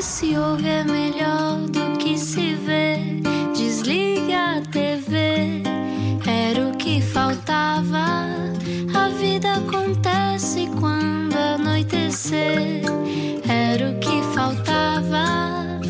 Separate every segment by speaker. Speaker 1: se ouve é melhor do que se vê. Desliga a TV, era o que faltava. A vida acontece quando anoitecer, era o que faltava.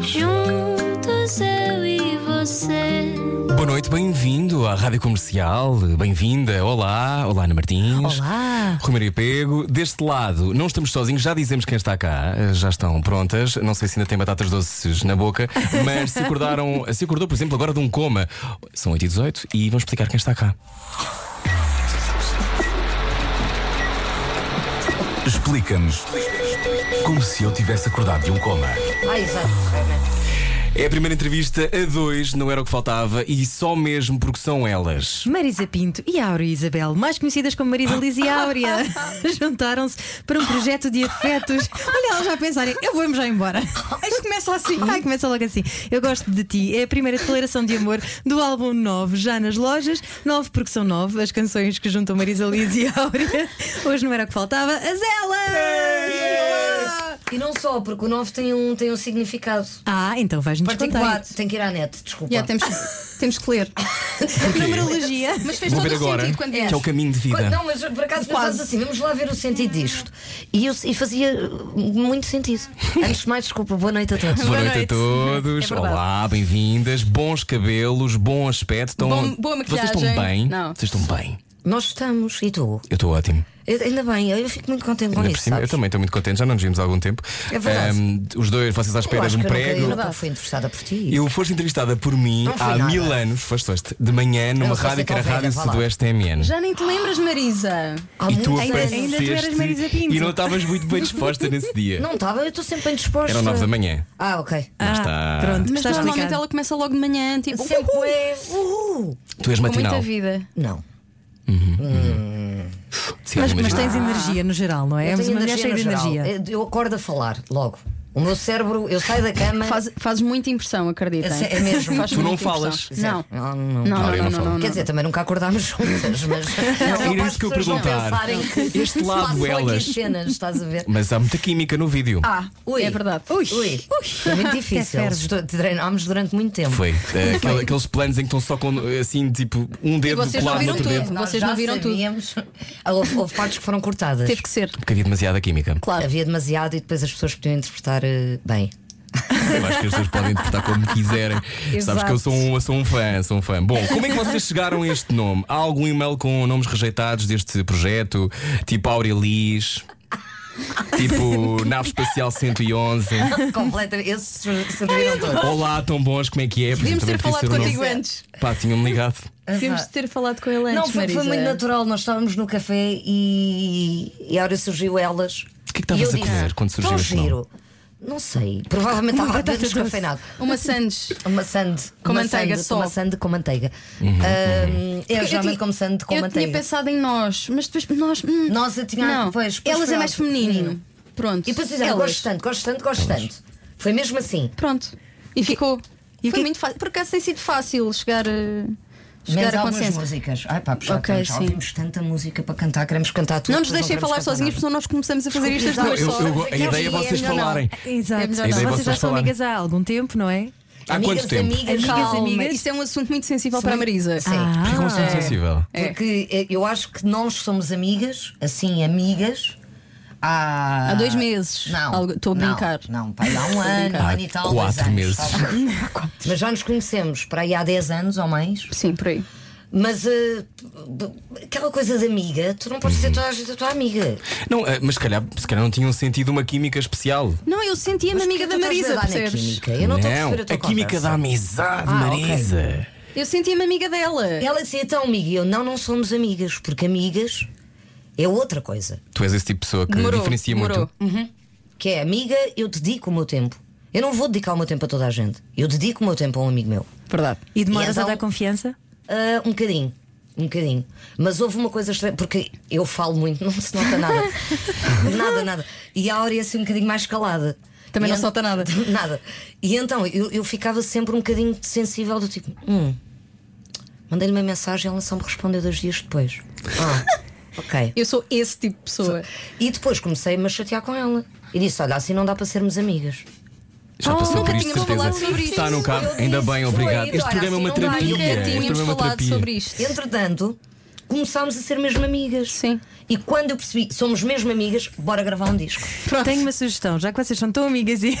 Speaker 1: Juntos eu e você.
Speaker 2: Boa noite, bem-vindo à Rádio Comercial, bem-vinda, olá, olá Ana Martins.
Speaker 3: Olá.
Speaker 2: Rui Maria Pego, deste lado não estamos sozinhos, já dizemos quem está cá, eh, já estão prontas. Não sei se ainda tem batatas doces na boca, mas se acordaram, se acordou, por exemplo, agora de um coma, são 8 e 18 e vamos explicar quem está cá.
Speaker 4: Explica-nos como se eu tivesse acordado de um coma.
Speaker 3: Ai, vai.
Speaker 2: É a primeira entrevista a dois, não era o que faltava, e só mesmo porque são elas.
Speaker 3: Marisa Pinto e Áurea Isabel, mais conhecidas como Marisa Liz e Áurea, juntaram-se para um projeto de afetos. Olha, elas já pensarem, eu vou-me já embora. Isto começa assim. Ai, começa logo assim. Eu gosto de ti. É a primeira declaração de amor do álbum 9, já nas lojas. 9 porque são 9, as canções que juntam Marisa Liz e Áurea. Hoje não era o que faltava, as elas!
Speaker 5: E não só, porque o 9 tem um, tem um significado
Speaker 3: Ah, então vais-nos
Speaker 5: particular.
Speaker 3: contar.
Speaker 5: Tem que ir à net, desculpa.
Speaker 3: é
Speaker 6: Já temos, que- temos que ler.
Speaker 3: Numerologia.
Speaker 6: Mas fez
Speaker 2: Vou
Speaker 6: todo
Speaker 2: ver
Speaker 6: o
Speaker 2: agora,
Speaker 6: sentido quando
Speaker 2: que é
Speaker 6: dizes.
Speaker 2: o caminho de vida.
Speaker 5: Quando- Não, mas por acaso pensámos assim, vamos lá ver o
Speaker 3: Ah.
Speaker 5: sentido disto. E, eu, e fazia uh, muito sentido. Antes de mais, desculpa, boa noite a todos.
Speaker 2: Boa, noite, a todos.
Speaker 5: É verdade.
Speaker 2: Olá, bem-vindas. Bons cabelos, bom aspecto. Estão...
Speaker 6: Bom- boa
Speaker 2: Vocês
Speaker 6: maquilhagem.
Speaker 2: estão bem?
Speaker 6: Não.
Speaker 2: Vocês estão bem.
Speaker 5: Nós estamos, e tu?
Speaker 2: Eu estou ótimo.
Speaker 5: Eu- ainda bem, eu fico muito contente com
Speaker 2: Ainda por
Speaker 5: isso.
Speaker 2: cima, eu
Speaker 5: sabes?
Speaker 2: também estou muito contente, já não nos vimos há algum tempo.
Speaker 5: É verdade.
Speaker 2: Ahm, os dois, vocês à espera de
Speaker 5: acho
Speaker 2: um
Speaker 5: que eu nunca-
Speaker 2: prego.
Speaker 5: Eu nunca fui interessada por ti.
Speaker 2: Eu foste entrevistada por mim
Speaker 5: Não fui
Speaker 2: há
Speaker 5: nada.
Speaker 2: mil anos, foste, foste, de manhã, numa
Speaker 5: não sei
Speaker 2: rádio
Speaker 5: se
Speaker 2: que era
Speaker 5: tão
Speaker 2: Rádio
Speaker 5: velha, vá lá.
Speaker 2: Sudoeste TMN.
Speaker 6: Já nem te lembras, Marisa?
Speaker 5: Há
Speaker 2: E tu
Speaker 5: muitos anos.
Speaker 2: apareceste
Speaker 3: ainda tu eras Marisa Pinto.
Speaker 2: e não estavas muito bem disposta nesse dia.
Speaker 5: Não estava, eu estou sempre bem disposta.
Speaker 2: Eram nove da manhã.
Speaker 5: Ah, ok.
Speaker 3: Ah,
Speaker 2: está.
Speaker 3: Pronto,
Speaker 6: Mas
Speaker 3: está
Speaker 6: normalmente
Speaker 3: explicado.
Speaker 6: ela começa logo de manhã, tipo,
Speaker 5: Sempre
Speaker 6: uhul,
Speaker 5: é. Uhul.
Speaker 2: Tu és
Speaker 6: com muita
Speaker 2: matinal.
Speaker 6: vida.
Speaker 5: Não.
Speaker 2: Sim,
Speaker 3: Mas, mas
Speaker 2: imagina.
Speaker 3: tens energia no geral, não é?
Speaker 5: Eu
Speaker 3: És
Speaker 5: tenho
Speaker 3: uma mulher
Speaker 5: energia
Speaker 3: cheia
Speaker 5: no
Speaker 3: de
Speaker 5: geral. Eu-
Speaker 3: energia.
Speaker 5: Eu acordo a falar logo. O meu cérebro, eu saio da cama.
Speaker 6: Eh, Faz, fazes muita impressão, acredita.
Speaker 5: É sé- é mesmo.
Speaker 6: Faz
Speaker 2: Tu não
Speaker 6: muita
Speaker 2: falas.
Speaker 6: impressão. Não.
Speaker 5: Ah, não.
Speaker 6: Não,
Speaker 2: Áurea não
Speaker 6: não, não,
Speaker 2: fala.
Speaker 6: não, não.
Speaker 5: Quer dizer, também nunca acordámos juntas, mas.
Speaker 2: era
Speaker 5: para as
Speaker 2: isso que eu
Speaker 5: pessoas não
Speaker 2: perguntar.
Speaker 5: pensarem que
Speaker 2: Este
Speaker 5: se
Speaker 2: lado
Speaker 5: passam aqui
Speaker 2: elas.
Speaker 5: cenas, estás a ver?
Speaker 2: Mas há muita química no vídeo.
Speaker 6: Ah,
Speaker 5: Ui.
Speaker 6: é verdade.
Speaker 5: Ui. Foi muito difícil.
Speaker 3: ferve.
Speaker 5: Estou- Treinámos durante muito tempo.
Speaker 2: Foi. Eh, aquele- aqueles planos em que estão só com assim, tipo, um dedo
Speaker 6: vocês
Speaker 2: colado
Speaker 6: não
Speaker 2: no
Speaker 6: viram
Speaker 2: outro
Speaker 6: tudo.
Speaker 2: dedo.
Speaker 5: Nós
Speaker 6: Vocês
Speaker 5: já
Speaker 6: não viram tudo.
Speaker 5: sabíamos. Ah, Houve, houve partes que foram cortadas.
Speaker 6: Teve que ser.
Speaker 2: Porque havia demasiada química.
Speaker 6: Claro.
Speaker 5: Havia demasiado e depois as pessoas podiam interpretar eh, bem.
Speaker 2: Eu acho que as pessoas podem interpretar como quiserem. Sabes que eu sou um, eu sou um fã, sou um fã. Bom, como é que vocês chegaram a este nome? Há algum e-mail com nomes rejeitados deste projeto? Tipo Aurelis? Tipo Nave Espacial 111?
Speaker 5: Completamente. Esses serviram todos.
Speaker 2: Olá, tão bons, como é que é? Por
Speaker 6: Devíamos
Speaker 2: exemplo,
Speaker 6: ter
Speaker 2: também podia
Speaker 6: falado
Speaker 2: ser o
Speaker 6: contigo
Speaker 2: nome-
Speaker 6: antes.
Speaker 2: Pá, tinham-me ligado.
Speaker 6: Devíamos ter falado com ele antes.
Speaker 5: Não, foi, foi
Speaker 6: Marisa.
Speaker 5: muito natural. Nós estávamos no café e, e a hora surgiu elas.
Speaker 2: O que é que
Speaker 5: E eu
Speaker 2: estavas a
Speaker 5: disse,
Speaker 2: comer quando surgiu
Speaker 5: "Tão
Speaker 2: este nome?"
Speaker 5: giro. Não sei. Provavelmente estava bem descafeinado.
Speaker 6: Uma Sandes.
Speaker 5: Uma sande.
Speaker 6: Com
Speaker 5: uma
Speaker 6: manteiga
Speaker 5: sande,
Speaker 6: só.
Speaker 5: Uma sande com manteiga.
Speaker 2: Uhum,
Speaker 5: Ahm, eu É, geralmente
Speaker 6: ti-
Speaker 5: como sande com
Speaker 6: eu
Speaker 5: manteiga.
Speaker 6: tinha pensado em nós, mas depois nós. hum,
Speaker 5: Nós a tinha-
Speaker 6: Não,
Speaker 5: pois, pois
Speaker 6: elas
Speaker 5: foi
Speaker 6: é mais
Speaker 5: algo
Speaker 6: feminino.
Speaker 5: feminino.
Speaker 6: Pronto.
Speaker 5: E depois eu disse, "Ah,
Speaker 6: Elas.
Speaker 5: gosto tanto, gosto tanto, gosto tanto. Foi mesmo assim.
Speaker 6: Pronto. E é ficou.
Speaker 3: e o
Speaker 6: foi
Speaker 3: que-
Speaker 6: muito fácil. Por acaso tem sido fácil chegar, eh,
Speaker 5: Menos
Speaker 6: chegar a
Speaker 5: algumas
Speaker 6: consenso.
Speaker 5: músicas. Ai pá, puxa,
Speaker 6: Ok,
Speaker 5: tanto, já
Speaker 6: sim.
Speaker 5: ouvimos tanta música para cantar, queremos cantar tudo.
Speaker 6: Não nos
Speaker 5: depois
Speaker 6: deixem
Speaker 5: queremos
Speaker 6: falar
Speaker 5: cantar
Speaker 6: sozinhas,
Speaker 5: nada.
Speaker 6: senão nós começamos a fazer isto as duas
Speaker 2: Eu-
Speaker 6: só.
Speaker 2: eu- a ideia é vocês
Speaker 6: melhor não.
Speaker 2: falarem.
Speaker 3: Exato.
Speaker 6: É melhor
Speaker 2: A ideia é
Speaker 6: não.
Speaker 3: Vocês já
Speaker 2: vocês
Speaker 3: são
Speaker 2: falarem.
Speaker 3: amigas há algum tempo, não é?
Speaker 2: Há quanto
Speaker 5: Amigas,
Speaker 2: tempo?
Speaker 5: amigas,
Speaker 3: Amigas,
Speaker 6: Calma,
Speaker 3: amigas.
Speaker 6: Isto é um assunto muito sensível para a Marisa.
Speaker 5: Sim.
Speaker 2: Porquê que é um assunto
Speaker 3: Ah.
Speaker 2: sensível?
Speaker 6: É.
Speaker 5: Porque eh, eu acho que nós somos amigas, assim, amigas, há.
Speaker 6: Há dois meses.
Speaker 5: Não.
Speaker 6: Algo- estou a
Speaker 5: não,
Speaker 6: brincar.
Speaker 5: Não, pai, há um ano, um ano e tal. dois
Speaker 2: quatro
Speaker 5: anos,
Speaker 2: meses.
Speaker 5: talvez. Mas já nos conhecemos para aí há 10 anos ou mais.
Speaker 6: Sim, por aí.
Speaker 5: Mas eh, aquela coisa de amiga, tu não podes ser toda a gente a tua amiga.
Speaker 2: Não, eh, mas se calhar, se calhar não tinham sentido uma química especial.
Speaker 6: Não, eu sentia-me
Speaker 5: Mas
Speaker 6: amiga
Speaker 5: porquê
Speaker 6: da
Speaker 5: tu
Speaker 6: Marisa,
Speaker 5: estás a dar na
Speaker 6: percebes?
Speaker 5: química? Eu não estou a perceber a tua
Speaker 2: química
Speaker 5: conversa.
Speaker 2: da amizade,
Speaker 5: Ah, ok.
Speaker 2: Marisa.
Speaker 6: Eu sentia-me amiga dela.
Speaker 5: Ela disse então, amiga, e eu não, não somos amigas, porque amigas é outra coisa.
Speaker 2: Tu és esse tipo de pessoa que
Speaker 6: Demorou.
Speaker 2: diferencia
Speaker 6: demorou.
Speaker 2: muito.
Speaker 5: Que é amiga, eu dedico o meu tempo. Eu não vou dedicar o meu tempo a toda a gente. Eu dedico o meu tempo a um amigo meu.
Speaker 6: Verdade.
Speaker 3: E demoras
Speaker 5: E então-
Speaker 3: a dar confiança?
Speaker 5: Ah, um bocadinho. Um bocadinho. Mas houve uma coisa estranha, porque eu falo muito, não se nota nada. nada, nada. E a Áurea assim um bocadinho mais calada.
Speaker 6: Também
Speaker 5: E
Speaker 6: não
Speaker 5: en-
Speaker 6: solta nada.
Speaker 5: Nada. E então eu, eu ficava sempre um bocadinho sensível, do tipo, hum. Mandei-lhe uma mensagem, ela só me respondeu dois dias depois. Ah, ok.
Speaker 6: Eu sou esse tipo de pessoa.
Speaker 5: E depois comecei-me a chatear com ela. e disse: Olha, assim não dá para sermos amigas.
Speaker 2: Já
Speaker 5: Ah,
Speaker 6: Oh,
Speaker 2: passou
Speaker 6: nunca
Speaker 2: por isso,
Speaker 6: tínhamos
Speaker 2: certeza.
Speaker 6: falado sobre isto.
Speaker 2: Está no carro,
Speaker 5: Eu
Speaker 2: ainda
Speaker 5: disse,
Speaker 2: bem,
Speaker 5: foi,
Speaker 2: obrigado.
Speaker 5: olha,
Speaker 2: Este programa é uma
Speaker 5: assim não dá,
Speaker 2: terapia.
Speaker 5: nunca
Speaker 2: Este
Speaker 6: tínhamos
Speaker 2: programa é uma
Speaker 6: falado
Speaker 2: terapia.
Speaker 6: sobre isto.
Speaker 5: Entretanto, começámos a ser mesmo amigas.
Speaker 6: Sim.
Speaker 5: E quando eu percebi, somos mesmo amigas, bora gravar um disco.
Speaker 3: Tenho uma sugestão, já que vocês são tão amigas e.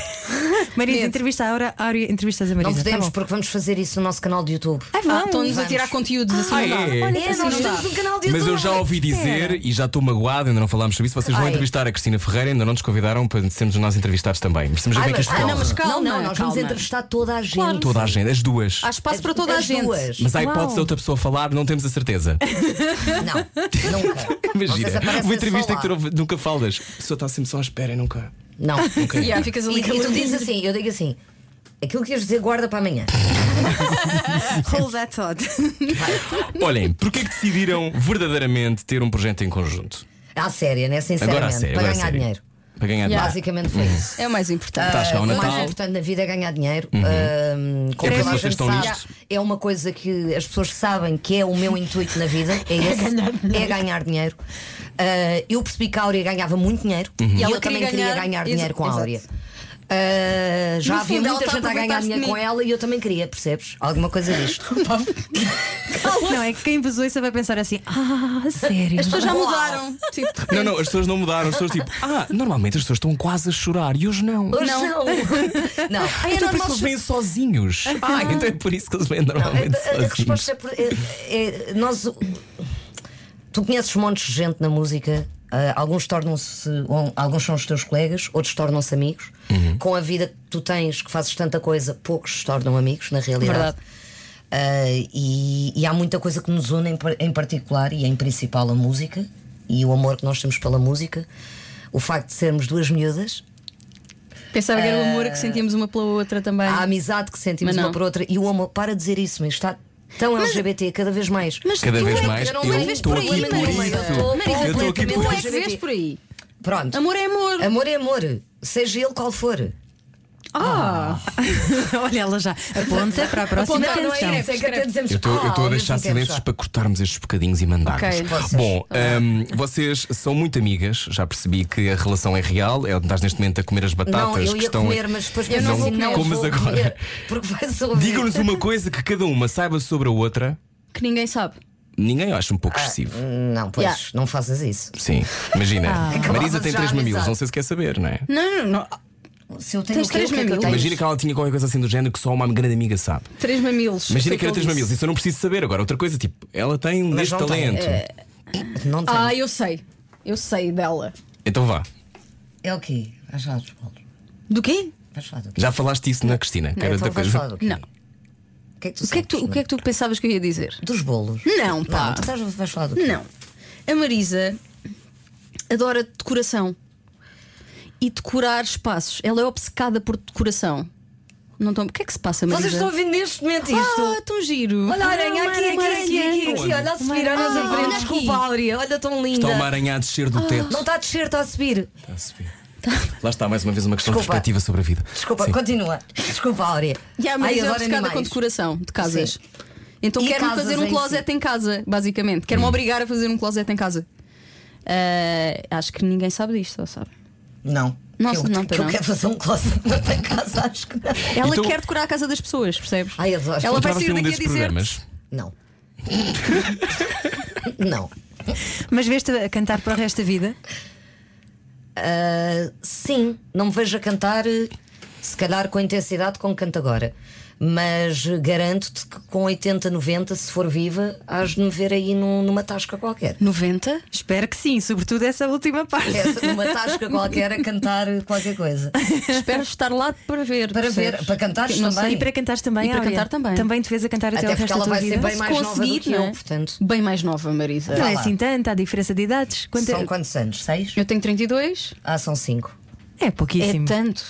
Speaker 3: Marisa, entrevista a Aura, Áurea, entrevistas a Marisa.
Speaker 5: Não podemos,
Speaker 3: Tá bom.
Speaker 5: porque vamos fazer isso no nosso canal de YouTube.
Speaker 3: Ai,
Speaker 6: Ah,
Speaker 3: vamos.
Speaker 6: estão-nos a
Speaker 5: vamos.
Speaker 6: tirar conteúdos assim.
Speaker 2: Ah,
Speaker 6: não dá.
Speaker 2: é?
Speaker 6: Olha,
Speaker 5: É,
Speaker 6: assim
Speaker 5: nós
Speaker 6: não dá.
Speaker 5: temos um canal de YouTube.
Speaker 2: Mas eu já ouvi dizer e já estou magoado, ainda não falámos sobre isso. Vocês vão
Speaker 5: Ai.
Speaker 2: entrevistar a Cristina Ferreira, ainda não nos convidaram para sermos nós entrevistados também. Mas Estamos a
Speaker 5: Ai,
Speaker 2: ver que
Speaker 5: mas,
Speaker 2: isto
Speaker 5: ah, não,
Speaker 2: corre.
Speaker 5: mas calma,
Speaker 6: Calma,
Speaker 5: não, nós vamos
Speaker 6: calma.
Speaker 5: entrevistar toda a gente.
Speaker 2: Toda a gente, as duas.
Speaker 6: Há espaço para toda a
Speaker 5: As
Speaker 6: gente.
Speaker 5: duas.
Speaker 2: Mas há
Speaker 3: Uau.
Speaker 2: hipótese de outra pessoa falar, não temos a certeza.
Speaker 5: Não, nunca. Não sei se
Speaker 2: Imagina,
Speaker 5: aparece
Speaker 2: uma
Speaker 5: a
Speaker 2: entrevista
Speaker 5: falar.
Speaker 2: que tu não- nunca falas. A pessoa está sempre só à espera e nunca.
Speaker 5: Não.
Speaker 6: Yeah, ficas
Speaker 5: E,
Speaker 6: ali
Speaker 5: e tu dizes assim, eu digo assim. Aquilo que ias dizer, guarda para amanhã.
Speaker 3: Hold that thought.
Speaker 2: Olhem, porquê que decidiram verdadeiramente ter um projeto em conjunto?
Speaker 5: À séria, né? Sinceramente.
Speaker 2: Agora a sério.
Speaker 5: para
Speaker 2: agora a
Speaker 5: ganhar
Speaker 2: sério.
Speaker 5: dinheiro.
Speaker 2: Para ganhar
Speaker 6: Yeah.
Speaker 2: dinheiro.
Speaker 5: Basicamente foi isso.
Speaker 6: É o mais importante.
Speaker 2: Tá a chegar o
Speaker 5: Ah,
Speaker 2: Natal. Uhum.
Speaker 5: O mais importante na vida é ganhar dinheiro. Ahm,
Speaker 2: É por
Speaker 5: como
Speaker 2: isso
Speaker 5: toda a
Speaker 2: que vocês
Speaker 5: gente
Speaker 2: estão
Speaker 5: sabe,
Speaker 2: nisto.
Speaker 5: É uma coisa que as pessoas sabem que é o meu intuito na vida. É, esse, é ganhar dinheiro. Ah, eu percebi que a Áurea ganhava muito dinheiro
Speaker 2: Uhum.
Speaker 5: e
Speaker 6: ela
Speaker 5: eu também
Speaker 6: queria
Speaker 5: queria
Speaker 6: ganhar-
Speaker 5: ganhar dinheiro
Speaker 6: Exa-
Speaker 5: com a
Speaker 6: exato.
Speaker 5: Áurea. Ah, já
Speaker 6: No
Speaker 5: havia
Speaker 6: fundo, ela está a
Speaker 5: muita gente a ganhar
Speaker 6: aproveitar-se de
Speaker 5: dinheiro
Speaker 6: mim.
Speaker 5: com ela e eu também queria, percebes? Alguma coisa disto.
Speaker 3: Não, é que quem pesou isso vai pensar assim: ah, sério.
Speaker 6: As pessoas já mudaram. Tipo, Sim.
Speaker 2: Não, não, as pessoas não mudaram. As pessoas tipo, ah, normalmente as pessoas estão quase a chorar e hoje não.
Speaker 5: Hoje não.
Speaker 6: É
Speaker 5: Então, Não.
Speaker 2: Ah, então é por isso que eles vêm sozinhos. Ah, então é por isso que eles vêm normalmente
Speaker 5: A- a- A,
Speaker 2: sozinhos.
Speaker 5: resposta é, por- é- é- Nós. Tu conheces montes de gente na música. ah, alguns tornam-se. um, Alguns são os teus colegas, outros tornam-se amigos. Com a vida que tu tens, que fazes tanta coisa, poucos se tornam amigos, na realidade.
Speaker 6: Verdade.
Speaker 5: Ah, e, e há muita coisa que nos une, em, par- em particular e é em principal a música e o amor que nós temos pela música. O facto de sermos duas miúdas,
Speaker 6: Pensava que era o amor que sentíamos uma pela outra também.
Speaker 5: a amizade que sentimos
Speaker 6: Mas não.
Speaker 5: uma por outra e o amor. Para de dizer isso, mas está tão LGBT cada vez mais.
Speaker 2: Cada
Speaker 6: tu
Speaker 2: vez
Speaker 6: é que
Speaker 2: mais,
Speaker 6: não
Speaker 2: eu
Speaker 6: vês
Speaker 2: estou
Speaker 6: por
Speaker 2: aqui
Speaker 6: aí,
Speaker 2: por
Speaker 6: Marisa.
Speaker 2: isso.
Speaker 6: Marisa,
Speaker 2: Eu estou aqui por
Speaker 6: Tu é
Speaker 2: isso.
Speaker 6: que vês por aí.
Speaker 5: Pronto.
Speaker 6: Amor é amor.
Speaker 5: Amor é amor, seja ele qual for.
Speaker 6: Ah,
Speaker 3: Olha, ela já aponta para a próxima
Speaker 5: Não, não
Speaker 3: canção.
Speaker 5: é isso, é que até dizemos
Speaker 2: Eu estou
Speaker 5: "Ah,
Speaker 2: a
Speaker 5: ao
Speaker 2: deixar
Speaker 5: mesmo tempo
Speaker 2: silêncios
Speaker 5: só."
Speaker 2: para cortarmos estes bocadinhos e mandarmos.
Speaker 6: Ok.
Speaker 5: então Vocês. Tá
Speaker 2: Bom, hum, vocês são muito amigas, já percebi que a relação é real. É onde estás neste momento a comer as batatas
Speaker 5: Não, eu
Speaker 2: que
Speaker 5: ia
Speaker 2: estão.
Speaker 5: comer, mas depois
Speaker 6: Eu não
Speaker 5: pensei
Speaker 6: vou
Speaker 5: assim, não
Speaker 2: comer.
Speaker 5: vou
Speaker 2: Comes agora.
Speaker 5: comer, Porque vai ouvir.
Speaker 2: Digam-nos uma coisa que cada uma saiba sobre a outra.
Speaker 6: que ninguém sabe.
Speaker 2: Ninguém acha um
Speaker 5: Ah.
Speaker 2: pouco excessivo.
Speaker 5: Não, pois,
Speaker 6: Yeah.
Speaker 5: não faças isso.
Speaker 2: Sim, imagina. Marisa tem
Speaker 5: Ah.
Speaker 2: três
Speaker 5: já a
Speaker 2: mamilos,
Speaker 5: amizade.
Speaker 2: não sei se quer saber, não é?
Speaker 6: Não, não, não.
Speaker 5: Se eu tenho
Speaker 6: Tens
Speaker 5: o quê,
Speaker 6: três
Speaker 5: o que é que eu
Speaker 6: mamilos?
Speaker 5: tenho?
Speaker 2: Imagina que ela tinha qualquer coisa assim do género que só uma grande amiga sabe.
Speaker 6: Três mamilos.
Speaker 2: Imagina
Speaker 6: Foi
Speaker 2: que era
Speaker 6: o
Speaker 2: três
Speaker 6: ele
Speaker 2: mamilos,
Speaker 6: disse.
Speaker 2: isso eu não preciso saber. Agora, outra coisa, tipo, ela tem um deste
Speaker 5: não tem,
Speaker 2: talento.
Speaker 5: Não tenho.
Speaker 6: Ah, eu sei. Eu sei dela.
Speaker 2: Então vá.
Speaker 5: É o quê? Vais falar dos bolos.
Speaker 6: Do quê?
Speaker 5: Vais falar do quê?
Speaker 2: Já falaste isso na Cristina, que era
Speaker 5: Então
Speaker 2: outra
Speaker 5: vais falar
Speaker 2: coisa.
Speaker 5: do quê?
Speaker 6: Não.
Speaker 5: O que é que tu
Speaker 6: O que, é que tu,
Speaker 5: sabes?
Speaker 6: o que é que tu pensavas que eu ia dizer?
Speaker 5: Dos bolos.
Speaker 6: Não, pá.
Speaker 5: Não, tu estás, vais falar do quê?
Speaker 6: Não. A Marisa adora decoração e decorar espaços. Ela é obcecada por decoração. Não estão... O que é que se passa, Marisa?
Speaker 5: Vocês estão a ouvir neste momento
Speaker 6: Ah,
Speaker 5: isto?
Speaker 6: tão giro.
Speaker 5: Olha a aranha
Speaker 6: Ah,
Speaker 5: aqui,
Speaker 6: uma
Speaker 5: aqui, aqui,
Speaker 6: aranha.
Speaker 5: aqui, aqui, olha a subir, olha a
Speaker 6: Ah, olha
Speaker 5: subir.
Speaker 6: aqui.
Speaker 5: Desculpa, Áurea, olha tão linda.
Speaker 2: Está uma aranha a descer do teto.
Speaker 5: Ah. Não está a descer, está a subir.
Speaker 2: Está a subir. Tá, Lá está mais uma vez uma questão de
Speaker 5: Desculpa.
Speaker 2: perspectiva sobre a vida.
Speaker 5: Desculpa,
Speaker 2: Sim.
Speaker 5: continua. Desculpa, Áurea.
Speaker 6: E a Marisa é
Speaker 5: adoro
Speaker 6: obcecada com
Speaker 5: animais.
Speaker 6: decoração de casas.
Speaker 5: Sim.
Speaker 6: Então
Speaker 5: E
Speaker 6: quero-me
Speaker 5: casas
Speaker 6: fazer um
Speaker 5: em Hum.
Speaker 6: closet em casa, basicamente. Quero-me obrigar a fazer um closet em casa. Ah, acho que ninguém sabe disto, ou sabe?
Speaker 5: Não.
Speaker 6: Não,
Speaker 5: que eu,
Speaker 6: não,
Speaker 5: que eu
Speaker 6: não.
Speaker 5: quero fazer um closet na tua casa, acho que não.
Speaker 6: Ela
Speaker 2: Então-
Speaker 6: quer decorar a casa das pessoas, percebes?
Speaker 5: Ai, adoro.
Speaker 6: Ela vai
Speaker 2: Adorava ser
Speaker 6: sair
Speaker 2: um
Speaker 6: daqui a
Speaker 2: desses
Speaker 6: dizer.
Speaker 2: programas.
Speaker 5: Não. não.
Speaker 3: Mas veste a cantar para o resto da vida?
Speaker 5: Ah, sim, não me vejo a cantar, eh, se calhar com a intensidade como canto agora. Mas eh, garanto-te que com 80, 90, se for viva, hás de me ver aí num- numa tasca qualquer.
Speaker 6: 90?
Speaker 3: Espero que sim, sobretudo essa última parte.
Speaker 5: Essa, numa tasca qualquer a cantar eh, qualquer coisa.
Speaker 6: Espero estar lá para ver.
Speaker 5: Para ver,
Speaker 6: percebes?
Speaker 5: para cantares
Speaker 6: Não
Speaker 5: também.
Speaker 6: sei.
Speaker 3: E para cantares também,
Speaker 6: E para
Speaker 3: Áurea?
Speaker 6: cantar também.
Speaker 3: Também te vês a cantar até,
Speaker 5: Até
Speaker 3: o resto
Speaker 5: porque
Speaker 3: da
Speaker 5: ela
Speaker 3: tua
Speaker 5: vai
Speaker 3: vida?
Speaker 5: ser bem mais nova do
Speaker 6: Conseguir,
Speaker 5: que eu,
Speaker 6: não é?
Speaker 5: portanto.
Speaker 6: Bem mais nova, Marisa.
Speaker 3: Não é
Speaker 5: lá.
Speaker 3: assim tanta a diferença de idades. Quanto
Speaker 6: é?
Speaker 5: São quantos anos? Seis?
Speaker 6: Eu tenho 32.
Speaker 5: Ah, são cinco.
Speaker 3: É
Speaker 6: É
Speaker 3: pouquíssimo.
Speaker 6: tanto.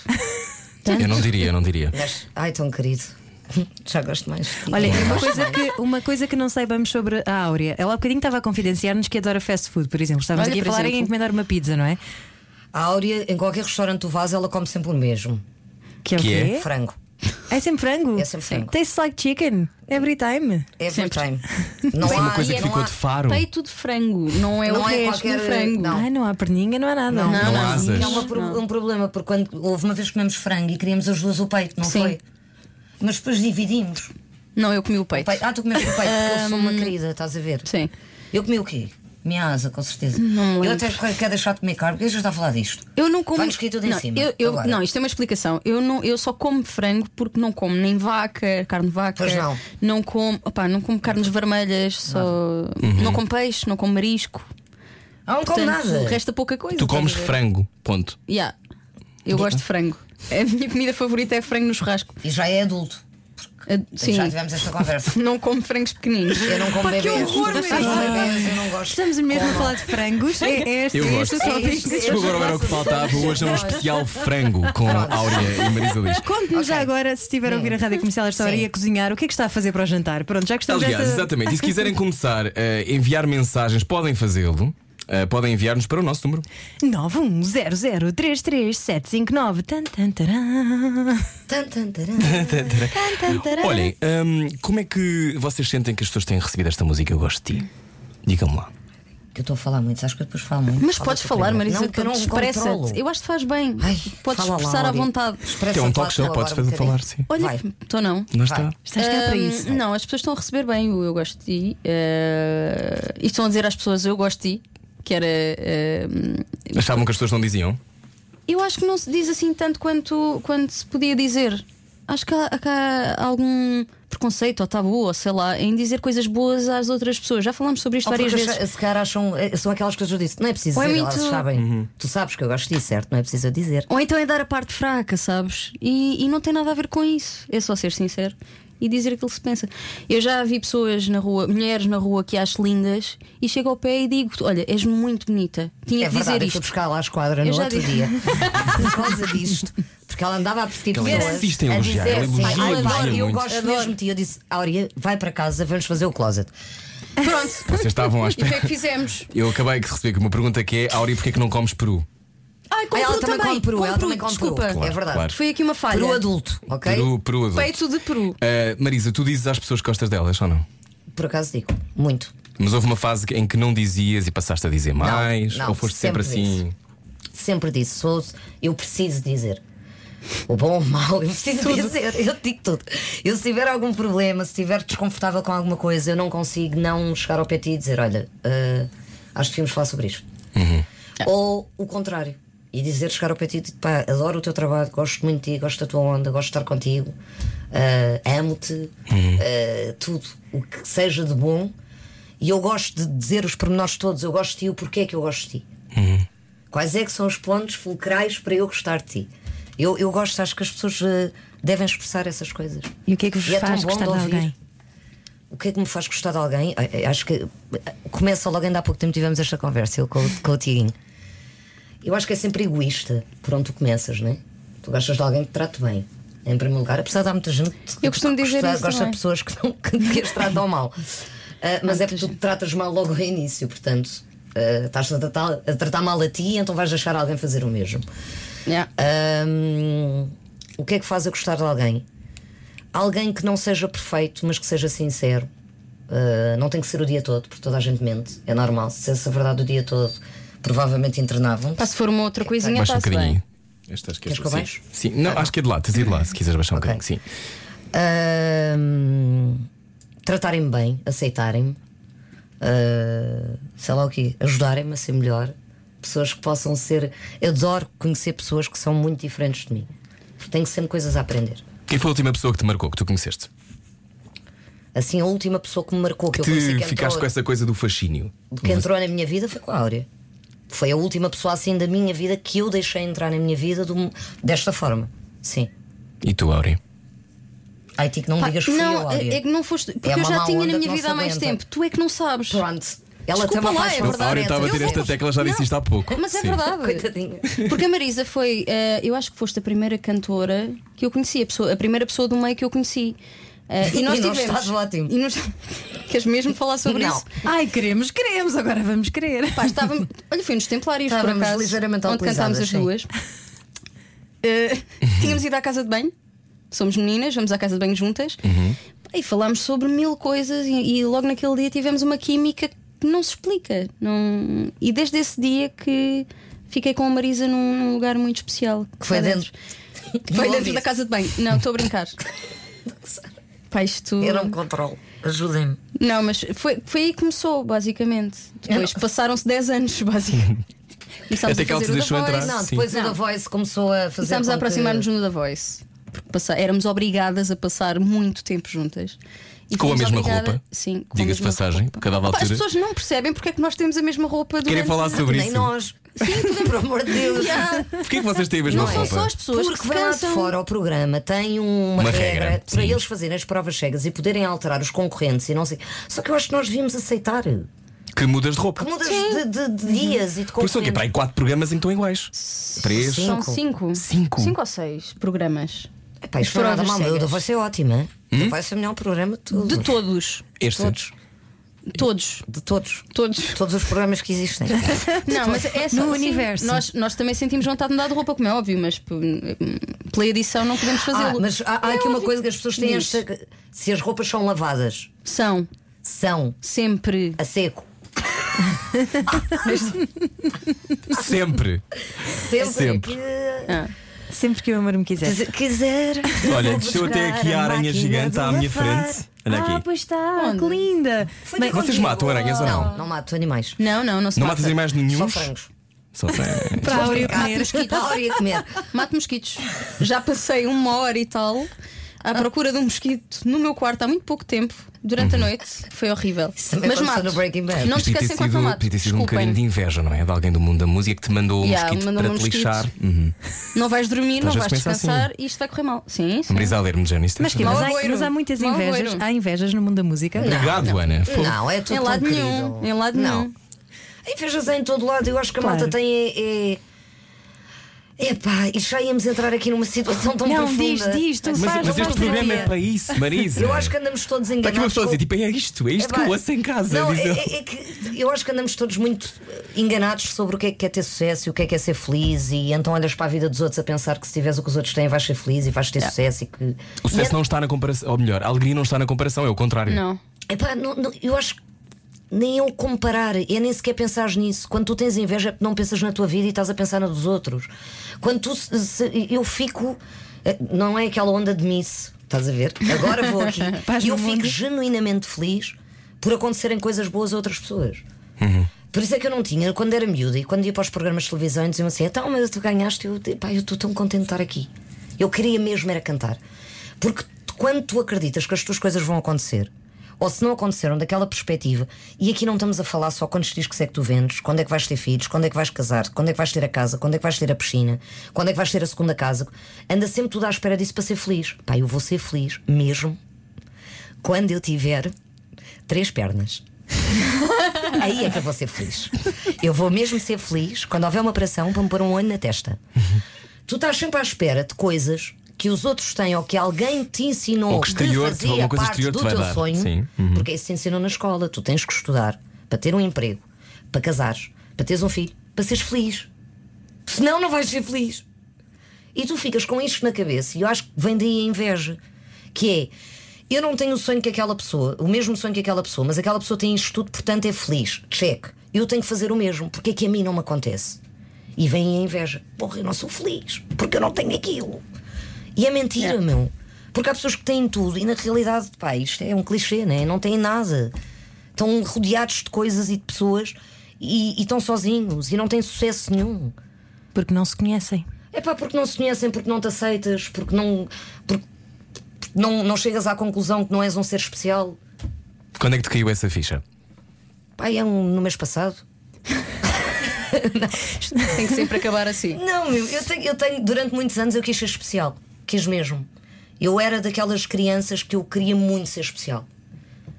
Speaker 2: Eu não diria, eu não diria.
Speaker 5: Mas, ai, tão querido. Já gosto mais. de ti.
Speaker 3: Olha,
Speaker 5: Gosto
Speaker 3: uma coisa,
Speaker 5: mais.
Speaker 3: que, uma coisa que não saibamos sobre a Áurea. Ela há bocadinho estava a confidenciar-nos que adora fast food, por exemplo. Estávamos
Speaker 6: Olha,
Speaker 3: aqui a
Speaker 6: por
Speaker 3: falar em
Speaker 6: exemplo.
Speaker 3: encomendar uma pizza, não é?
Speaker 5: A Áurea, em qualquer restaurante do vaso, ela come sempre o mesmo:
Speaker 3: Que é o
Speaker 2: Que é?
Speaker 3: quê?
Speaker 5: frango.
Speaker 3: É sempre frango?
Speaker 5: É sempre frango.
Speaker 3: Tastes like chicken. É Every time.
Speaker 5: Every
Speaker 6: Sempre.
Speaker 5: time. Não
Speaker 2: Foi
Speaker 5: há
Speaker 2: é uma coisa
Speaker 5: e é
Speaker 2: que
Speaker 5: não
Speaker 2: ficou
Speaker 5: há-
Speaker 2: de faro.
Speaker 6: Peito de frango, não é
Speaker 5: Não
Speaker 6: o
Speaker 5: é
Speaker 6: resto
Speaker 5: qualquer-
Speaker 6: do frango.
Speaker 5: não.
Speaker 3: Ai, não há perninga, não há nada.
Speaker 5: Não,
Speaker 2: Não há asas.
Speaker 5: É uma pro- um problema, porque quando houve uma vez que comemos frango e queríamos as duas o peito, não
Speaker 6: Sim.
Speaker 5: foi? Mas depois dividimos.
Speaker 6: Não, eu comi o peito.
Speaker 5: Pai- Ah, tu comeste o peito, porque eu sou uma querida, estás a ver?
Speaker 6: Sim.
Speaker 5: Eu comi o quê? Minha asa, com certeza. eu até quero, quero deixar de comer carne, porque já está a falar disto.
Speaker 6: Eu não como.
Speaker 5: Vai-nos cair tudo em
Speaker 6: não,
Speaker 5: cima.
Speaker 6: Eu, eu-
Speaker 5: Agora.
Speaker 6: não, isto é uma explicação. Eu, não, eu só como frango porque não como nem vaca, carne de vaca.
Speaker 5: Pois não.
Speaker 6: Não como, opá, não como carnes vermelhas, só. Uhum. Não como peixe, não como marisco.
Speaker 5: Ah, não como
Speaker 6: Portanto,
Speaker 5: nada.
Speaker 6: resta pouca coisa.
Speaker 2: Tu
Speaker 6: estás
Speaker 2: comes
Speaker 6: a ver?
Speaker 2: frango, ponto.
Speaker 6: Yeah. Eu gosto de frango. A minha comida favorita é frango no churrasco.
Speaker 5: E já é adulto. Porque
Speaker 6: Ah, Sim.
Speaker 5: já tivemos esta conversa.
Speaker 6: Não como frangos pequeninos.
Speaker 5: Eu não como
Speaker 3: Pá, que
Speaker 5: bebês.
Speaker 3: horror,
Speaker 5: Os
Speaker 3: meu.
Speaker 5: bebês, eu não gosto.
Speaker 3: Estamos mesmo a falar de frangos. É, é este,
Speaker 2: Eu
Speaker 3: este
Speaker 2: gosto. é
Speaker 3: o tópico.
Speaker 5: isso.
Speaker 2: Desculpa, agora era o que faltava. Hoje é um especial frango com Áurea e Marisa Liz.
Speaker 3: Conte-nos já agora, se estiver a ouvir a rádio comercial esta hora
Speaker 5: Sim.
Speaker 3: e a cozinhar, o que é que está a fazer para o jantar? Pronto, já gostamos
Speaker 2: Aliás,
Speaker 3: desta-
Speaker 2: exatamente. E se quiserem começar a enviar mensagens, podem fazê-lo. Uh, podem enviar-nos para o nosso número.
Speaker 3: 910033759. Tan, tan, taran.
Speaker 5: Tan, tan, taran.
Speaker 3: Tan, tan, taran.
Speaker 2: Olhem, hum, como é que vocês sentem que as pessoas têm recebido esta música? Eu gosto de ti. Digam-me lá.
Speaker 5: Que eu estou a falar muito, sabes que eu depois falo muito.
Speaker 6: Mas
Speaker 5: Fala
Speaker 6: podes
Speaker 5: tu
Speaker 6: falar,
Speaker 5: primeiro.
Speaker 6: Marisa,
Speaker 5: não, que eu não controlo.
Speaker 6: expressa-te. Eu acho que faz bem.
Speaker 5: Ai,
Speaker 6: podes
Speaker 5: fala lá,
Speaker 6: expressar à
Speaker 5: Áurea.
Speaker 6: vontade.
Speaker 5: Expressa-te
Speaker 2: É um
Speaker 5: lá
Speaker 2: talk
Speaker 5: tu
Speaker 2: show,
Speaker 5: agora
Speaker 2: podes
Speaker 5: um
Speaker 2: fazer
Speaker 5: bocadinho.
Speaker 2: falar, sim.
Speaker 6: Olha,
Speaker 5: Vai.
Speaker 6: estou não.
Speaker 2: Não
Speaker 5: Vai.
Speaker 2: está?
Speaker 3: Estás cá para
Speaker 6: Hum,
Speaker 3: isso.
Speaker 6: Não, as pessoas estão a receber bem o Eu Gosto de Ti eh, e estão a dizer às pessoas Eu Gosto de Ti, que era. eh,
Speaker 2: Achavam que as pessoas não diziam?
Speaker 6: eu acho que não se diz assim tanto quanto, quanto se podia dizer. Acho que há, que há algum preconceito ou tabu ou sei lá em dizer coisas boas às outras pessoas. Já falámos sobre isto
Speaker 5: Ou
Speaker 6: várias
Speaker 5: porque
Speaker 6: vezes.
Speaker 5: acha- Se calhar acham, eh, são aquelas coisas que eu disse. Não é preciso
Speaker 6: Ou é
Speaker 5: dizer,
Speaker 6: muito-
Speaker 5: elas sabem. Tu sabes que eu gosto disso, certo? Não é preciso eu dizer.
Speaker 6: Ou então é dar a parte fraca, sabes? E, e não tem nada a ver com isso. É só ser sincero e dizer aquilo que se pensa. Eu já vi pessoas na rua, mulheres na rua que acho lindas e chego ao pé e digo: Olha, és muito bonita. Tinha que
Speaker 5: é
Speaker 6: dizer
Speaker 5: verdade, eu
Speaker 6: isto.
Speaker 5: fui buscar lá à esquadra
Speaker 6: Eu
Speaker 5: no
Speaker 6: já
Speaker 5: outro
Speaker 6: disse.
Speaker 5: dia. Por causa disto. Porque ela andava a perseguir
Speaker 2: Ela
Speaker 5: pessoas.
Speaker 2: insiste em
Speaker 5: a
Speaker 2: elogiar,
Speaker 5: dizer
Speaker 2: ela
Speaker 5: assim,
Speaker 2: elogia,
Speaker 5: "Ai,
Speaker 2: elogia
Speaker 5: adoro, eu
Speaker 2: muito."
Speaker 5: gosto mesmo de ti. Eu disse, Áurea, vai para casa, vamos fazer o closet. é
Speaker 6: Pronto.
Speaker 2: Vocês estavam à
Speaker 6: E o que é
Speaker 2: espera.
Speaker 6: que fizemos?
Speaker 2: Eu acabei de receber aqui uma pergunta que é: Áurea, porquê é que não comes peru?
Speaker 6: Ai,
Speaker 5: Ah,
Speaker 6: comprou
Speaker 5: ela também come peru, ela
Speaker 6: Comprou,
Speaker 5: também come peru.
Speaker 6: Desculpa.
Speaker 5: é verdade.
Speaker 2: claro.
Speaker 6: Foi aqui uma falha.
Speaker 5: Peru adulto, ok?
Speaker 2: Peru, peru adulto.
Speaker 6: Peito de peru.
Speaker 2: Uh, Marisa, tu dizes às pessoas que gostas delas ou não?
Speaker 5: Por acaso digo, muito.
Speaker 2: Mas houve uma fase em que não dizias e passaste a dizer mais?
Speaker 5: não,
Speaker 2: ou foste sempre,
Speaker 5: sempre
Speaker 2: assim?
Speaker 5: Sempre disse, sou, eu preciso dizer. O bom ou o mau, eu preciso dizer, eu digo tudo. Eu, se tiver algum problema, se estiver desconfortável com alguma coisa, eu não consigo não chegar ao PT e dizer: Olha, ah, acho que devíamos falar sobre isto. Ou o contrário, e dizer: Chegar ao PT e dizer, pá, adoro o teu trabalho, gosto muito de ti, gosto da tua onda, gosto de estar contigo, ah, amo-te, ah, tudo o que seja de bom. E eu gosto de dizer os pormenores todos: eu gosto de ti, o porquê é que eu gosto de ti. Quais é que são os pontos fulcrais para eu gostar de ti? Eu, eu gosto, acho que as pessoas eh, devem expressar essas coisas.
Speaker 3: E o que é que vos
Speaker 5: E é tão
Speaker 3: faz
Speaker 5: bom
Speaker 3: gostar
Speaker 5: de
Speaker 3: de
Speaker 5: ouvir.
Speaker 3: alguém?
Speaker 5: O que é que me faz gostar de alguém? Eh, eh, Acho que eh, começa logo ainda há pouco tempo tivemos esta conversa eu com, o- com o Tiaguinho. Eu acho que é sempre egoísta por onde tu começas, não é? Tu gostas de alguém que te trate bem. Em primeiro lugar, apesar de há muita gente que
Speaker 6: Eu costumo dizer
Speaker 5: gosta,
Speaker 6: isso
Speaker 5: gosta
Speaker 6: também.
Speaker 5: de pessoas que, não, que, que as tratam mal. Eh, mas é porque tu te tratas mal logo ao início, portanto, eh, estás a tratar, a tratar mal a ti, então vais deixar alguém fazer o mesmo. É.
Speaker 6: Yeah.
Speaker 5: Hum, o que é que faz eu gostar de alguém? Alguém que não seja perfeito, mas que seja sincero. Uh, não tem que ser o dia todo, porque toda a gente mente. É normal. Se dissesse a verdade o dia todo, provavelmente internavam.
Speaker 6: Pá, se for uma
Speaker 5: É,
Speaker 6: outra coisinha,
Speaker 2: Baixa um
Speaker 6: está-se bem.
Speaker 2: bocadinho. Este, acho que é
Speaker 5: Queres
Speaker 2: este-
Speaker 5: que eu
Speaker 2: sim.
Speaker 5: baixo?
Speaker 2: Sim, não, acho que é de lá, tens de ir de lá, se quiseres baixar um
Speaker 5: Ok.
Speaker 2: bocadinho, sim.
Speaker 5: Hum, tratarem-me bem, aceitarem-me. Uh, sei lá o quê. Ajudarem-me a ser melhor. Pessoas que possam ser. Eu adoro conhecer pessoas que são muito diferentes de mim. Porque tenho sempre coisas a aprender.
Speaker 2: Quem foi a última pessoa que te marcou, que tu conheceste?
Speaker 5: Assim, a última pessoa que me marcou que, é eu conheci
Speaker 2: Te
Speaker 5: que entrou-
Speaker 2: ficaste com essa coisa do fascínio.
Speaker 5: que entrou na minha vida foi com a Áurea. Foi a última pessoa assim da minha vida que eu deixei entrar na minha vida do- desta forma. Sim.
Speaker 2: E tu, Áurea?
Speaker 5: Ai, ti que não me
Speaker 6: Pá,
Speaker 5: digas que fui eu,
Speaker 6: não,
Speaker 5: Áurea.
Speaker 6: é que não foste. Porque
Speaker 5: É
Speaker 6: eu
Speaker 5: uma
Speaker 6: já
Speaker 5: má
Speaker 6: tinha
Speaker 5: onda
Speaker 6: na
Speaker 5: que
Speaker 6: minha
Speaker 5: não
Speaker 6: vida
Speaker 5: se
Speaker 6: há mais
Speaker 5: aguenta.
Speaker 6: tempo. Tu é que não sabes.
Speaker 5: Pronto. Ela tem
Speaker 6: Desculpa
Speaker 5: uma
Speaker 6: lá,
Speaker 5: paixão
Speaker 6: é
Speaker 5: por
Speaker 2: a Áurea
Speaker 6: verdade.
Speaker 2: estava a
Speaker 6: eu
Speaker 2: ter esta
Speaker 6: vou-
Speaker 2: tecla, já disse
Speaker 6: Não.
Speaker 2: isto há pouco.
Speaker 6: Mas é
Speaker 2: Sim.
Speaker 6: verdade.
Speaker 5: Coitadinha.
Speaker 6: Porque a Marisa foi, eh, eu acho que foste a primeira cantora que eu conheci, a, pessoa- a primeira pessoa do meio que eu conheci. Eh,
Speaker 5: E não estás ótimo.
Speaker 6: E nós... Queres mesmo falar sobre
Speaker 5: Não.
Speaker 6: isso?
Speaker 3: Ai, queremos, queremos, agora vamos querer.
Speaker 6: Pá, estávamos. Olha, foi nos Templários, por
Speaker 5: Estávamos
Speaker 6: acaso.
Speaker 5: ligeiramente
Speaker 6: onde cantámos
Speaker 5: alcoolizadas,
Speaker 6: as
Speaker 5: sim.
Speaker 6: duas. Eh, tínhamos ido à casa de banho. somos meninas, vamos à casa de banho juntas e falámos sobre mil coisas e, e logo naquele dia tivemos uma química que não se explica. Não... E desde esse dia que fiquei com a Marisa num, num lugar muito especial.
Speaker 5: Que foi
Speaker 6: Lá
Speaker 5: dentro.
Speaker 6: Foi
Speaker 5: Vou
Speaker 6: dentro
Speaker 5: ouvir.
Speaker 6: da casa de banho. Não, estou a brincar. Pá, isto.
Speaker 5: Eu não me controlo. Ajudem-me.
Speaker 6: Não, mas foi, foi aí que começou, basicamente. Depois
Speaker 5: É.
Speaker 6: passaram-se 10 anos, basicamente. Começámos
Speaker 2: Até
Speaker 6: a
Speaker 2: é que ela te
Speaker 6: fazer o
Speaker 2: deixou
Speaker 6: da Voice.
Speaker 2: entrar. Ah,
Speaker 5: não,
Speaker 2: sim.
Speaker 5: depois o
Speaker 6: Não.
Speaker 5: da Voice começou a fazer.
Speaker 6: Começámos a
Speaker 5: com que-
Speaker 6: aproximar-nos no da Voice. Porque passa- éramos obrigadas a passar muito tempo juntas. E
Speaker 2: Com a
Speaker 6: fomos
Speaker 2: mesma
Speaker 6: obrigada-
Speaker 2: roupa?
Speaker 6: Sim. com a
Speaker 2: Diga-se de
Speaker 6: mesma
Speaker 2: passagem,
Speaker 6: roupa.
Speaker 2: porque a dada
Speaker 6: Pá, As
Speaker 2: altura.
Speaker 6: pessoas não percebem porque é que nós temos a mesma roupa do
Speaker 2: Querem falar sobre
Speaker 5: Nem
Speaker 2: isso?
Speaker 5: nós. Sim, por amor de Deus.
Speaker 2: Porquê que vocês têm a mesma
Speaker 6: Não
Speaker 2: roupa?
Speaker 6: são só as pessoas
Speaker 5: Porque
Speaker 6: que se
Speaker 5: vem lá de
Speaker 6: cansam.
Speaker 5: fora o programa tem uma,
Speaker 2: Uma
Speaker 5: regra,
Speaker 2: regra,
Speaker 5: para
Speaker 2: sim.
Speaker 5: eles fazerem as provas cegas e poderem alterar os concorrentes e não sei. Só que eu acho que nós devíamos aceitar que
Speaker 2: Que mudas de roupa.
Speaker 5: mudas de, de- de dias e de
Speaker 2: Por isso é que é para aí
Speaker 5: concorrentes.
Speaker 2: quatro programas em que estão iguais. Três.
Speaker 6: São
Speaker 5: Cinco.
Speaker 6: cinco.
Speaker 2: Cinco?
Speaker 6: Cinco ou seis programas.
Speaker 5: Epá, isto não é nada
Speaker 6: Provas
Speaker 5: mal, eu da
Speaker 6: cegas.
Speaker 5: Voice é ótima.
Speaker 2: Hum?
Speaker 5: Da Voice é o melhor programa de todos.
Speaker 6: De todos.
Speaker 2: Estes.
Speaker 6: Todos.
Speaker 5: De todos.
Speaker 6: Todos.
Speaker 5: Todos os programas que existem.
Speaker 6: Não, mas é só
Speaker 3: No
Speaker 6: assim,
Speaker 3: universo.
Speaker 6: Nós, nós também sentimos vontade de mudar de roupa, como é óbvio, mas p- pela edição não podemos
Speaker 5: Ah,
Speaker 6: fazê-lo.
Speaker 5: mas há, há
Speaker 6: É
Speaker 5: aqui uma
Speaker 6: óbvio.
Speaker 5: coisa que as pessoas têm
Speaker 6: Diz.
Speaker 5: esta. que- Se as roupas são lavadas,
Speaker 6: São
Speaker 5: são
Speaker 6: sempre.
Speaker 5: a seco.
Speaker 2: Sempre.
Speaker 5: Sempre,
Speaker 2: Sempre.
Speaker 5: que
Speaker 3: Sempre que o amor me quiser.
Speaker 5: quis- quiser.
Speaker 2: Olha,
Speaker 5: vou
Speaker 2: desceu até
Speaker 5: buscar
Speaker 2: aqui a aranha
Speaker 5: máquina
Speaker 2: gigante
Speaker 5: de
Speaker 2: à minha
Speaker 5: lavar.
Speaker 2: frente. Olha
Speaker 3: Ah,
Speaker 2: aqui.
Speaker 3: pois está,
Speaker 6: Onde?
Speaker 3: que linda. Mas-
Speaker 2: Vocês
Speaker 5: Contigo.
Speaker 2: matam aranhas ou não?
Speaker 5: Não, não mato animais.
Speaker 6: Não, não, não se
Speaker 2: Não
Speaker 6: mata.
Speaker 2: matas mais nenhum.
Speaker 5: Só frangos.
Speaker 2: Só frangos.
Speaker 3: para a Áurea
Speaker 5: Gato,
Speaker 3: comer.
Speaker 5: mosquito, a Áurea comer.
Speaker 6: Mato mosquitos. Já passei uma hora e tal
Speaker 5: Ah.
Speaker 6: à procura de um mosquito no meu quarto há muito pouco tempo, durante a
Speaker 2: Uhum.
Speaker 6: noite. Foi horrível.
Speaker 5: também
Speaker 6: mas
Speaker 5: aconteceu
Speaker 6: mato.
Speaker 5: no Breaking Bad.
Speaker 2: Mas
Speaker 6: Não te
Speaker 2: podia ter
Speaker 6: esquecem quanto eu
Speaker 2: sido,
Speaker 6: mato.
Speaker 2: podia ter sido um bocadinho de
Speaker 6: Desculpem.
Speaker 2: inveja, não é? De alguém do mundo da música que te mandou um
Speaker 6: Yeah,
Speaker 2: mosquito
Speaker 6: mandou-me
Speaker 2: para te
Speaker 6: um mosquito.
Speaker 2: lixar. Uhum.
Speaker 6: Não vais dormir, não
Speaker 2: Às vezes
Speaker 6: vais
Speaker 2: pensa
Speaker 6: descansar e isto vai correr mal. Sim, sim.
Speaker 2: Marisa a ler-me, Jane, isto é
Speaker 3: Mas, que-
Speaker 2: verdade.
Speaker 3: mas há,
Speaker 6: Malvoeiro.
Speaker 3: mas há muitas
Speaker 6: Malvoeiro.
Speaker 3: invejas. Há invejas no mundo da música.
Speaker 2: Obrigado, Ana. Fogo.
Speaker 5: Não, é tudo
Speaker 6: Em lado
Speaker 5: tão
Speaker 6: nenhum,
Speaker 5: querido.
Speaker 6: em lado
Speaker 5: não.
Speaker 6: nenhum.
Speaker 5: Invejas é em todo lado. Eu acho que a
Speaker 3: Claro.
Speaker 5: malta tem. É, é... Epá, e já íamos entrar aqui numa situação tão
Speaker 3: Não, diz,
Speaker 5: profunda.
Speaker 3: diz, tu
Speaker 2: Mas,
Speaker 3: faz
Speaker 2: mas
Speaker 3: uma
Speaker 2: este programa é
Speaker 3: terapia.
Speaker 2: para isso, Marisa.
Speaker 5: Eu acho que andamos todos
Speaker 2: Está
Speaker 5: enganados.
Speaker 2: aqui uma pessoa a dizer, tipo,
Speaker 5: com-
Speaker 2: é isto, é isto que
Speaker 5: Epá,
Speaker 2: eu ouço em casa.
Speaker 5: Não,
Speaker 2: diz
Speaker 5: é,
Speaker 2: ele.
Speaker 5: é- é que eu acho que andamos todos muito eh, enganados sobre o que é que é ter sucesso e o que é que é ser feliz. E então olhas para a vida dos outros a pensar que se tiveres o que os outros têm, vais ser feliz e vais ter sucesso. E que...
Speaker 2: O sucesso não está na comparação, ou melhor, a alegria não está na comparação, é o contrário.
Speaker 6: Não.
Speaker 5: Epá, não, não, eu acho que nem eu comparar, é nem sequer pensar nisso. Quando tu tens inveja, é porque não pensas na tua vida e estás a pensar na dos outros. Quando tu. se- se- eu fico. eh, Não é aquela onda de miss, estás a ver? Agora vou aqui.
Speaker 3: Paz
Speaker 5: e eu
Speaker 3: no
Speaker 5: fico
Speaker 3: mundo.
Speaker 5: genuinamente feliz por acontecerem coisas boas a outras pessoas. Por isso é que eu não tinha, quando era miúda e quando ia para os programas de televisão, diziam assim: então, mas tu ganhaste, eu pá, eu estou tão contente de estar aqui. Eu queria mesmo era cantar. Porque tu- quando tu acreditas que as tuas coisas vão acontecer, ou se não aconteceram daquela perspectiva, e aqui não estamos a falar só quantos discos é que tu vendes, quando é que vais ter filhos, quando é que vais casar, quando é que vais ter a casa, quando é que vais ter a piscina, quando é que vais ter a segunda casa, anda sempre tudo à espera disso para ser feliz. Pá, eu vou ser feliz mesmo quando eu tiver três pernas. Aí é que eu vou ser feliz. Eu vou mesmo ser feliz quando houver uma operação para me pôr um olho na testa.
Speaker 2: Uhum.
Speaker 5: Tu estás sempre à espera de coisas que os outros têm ou que alguém te ensinou
Speaker 2: Ou que exterior te-
Speaker 5: fazia
Speaker 2: alguma coisa
Speaker 5: parte
Speaker 2: exterior
Speaker 5: do
Speaker 2: te vai
Speaker 5: teu
Speaker 2: dar.
Speaker 5: sonho,
Speaker 2: Sim. Uhum.
Speaker 5: porque isso te ensinam na escola. Tu tens que estudar para ter um emprego, para casares, para teres um filho, para seres feliz. Senão não vais ser feliz. E tu ficas com isto na cabeça, e eu acho que vem daí a inveja, que é eu não tenho o sonho que aquela pessoa, o mesmo sonho que aquela pessoa, mas aquela pessoa tem isto tudo, portanto é feliz, cheque. Eu tenho que fazer o mesmo, porque é que a mim não me acontece? E vem a inveja, porra, eu não sou feliz, porque eu não tenho aquilo. E é mentira, meu. Porque há pessoas que têm tudo e na realidade, pá, isto é um clichê, né? Não têm nada. Estão rodeados de coisas e de pessoas e, e estão sozinhos e não têm sucesso nenhum.
Speaker 3: Porque não se conhecem.
Speaker 5: É pá, porque não se conhecem, porque não te aceitas, porque não. Porque porque não, não chegas à conclusão que não és um ser especial.
Speaker 2: Quando é que te caiu essa ficha?
Speaker 5: Pá, é um, no mês passado.
Speaker 6: Tem que sempre acabar assim.
Speaker 5: Não, meu, eu tenho, eu tenho. Durante muitos anos eu quis ser especial. Quis mesmo. Eu era daquelas crianças que eu queria muito ser especial.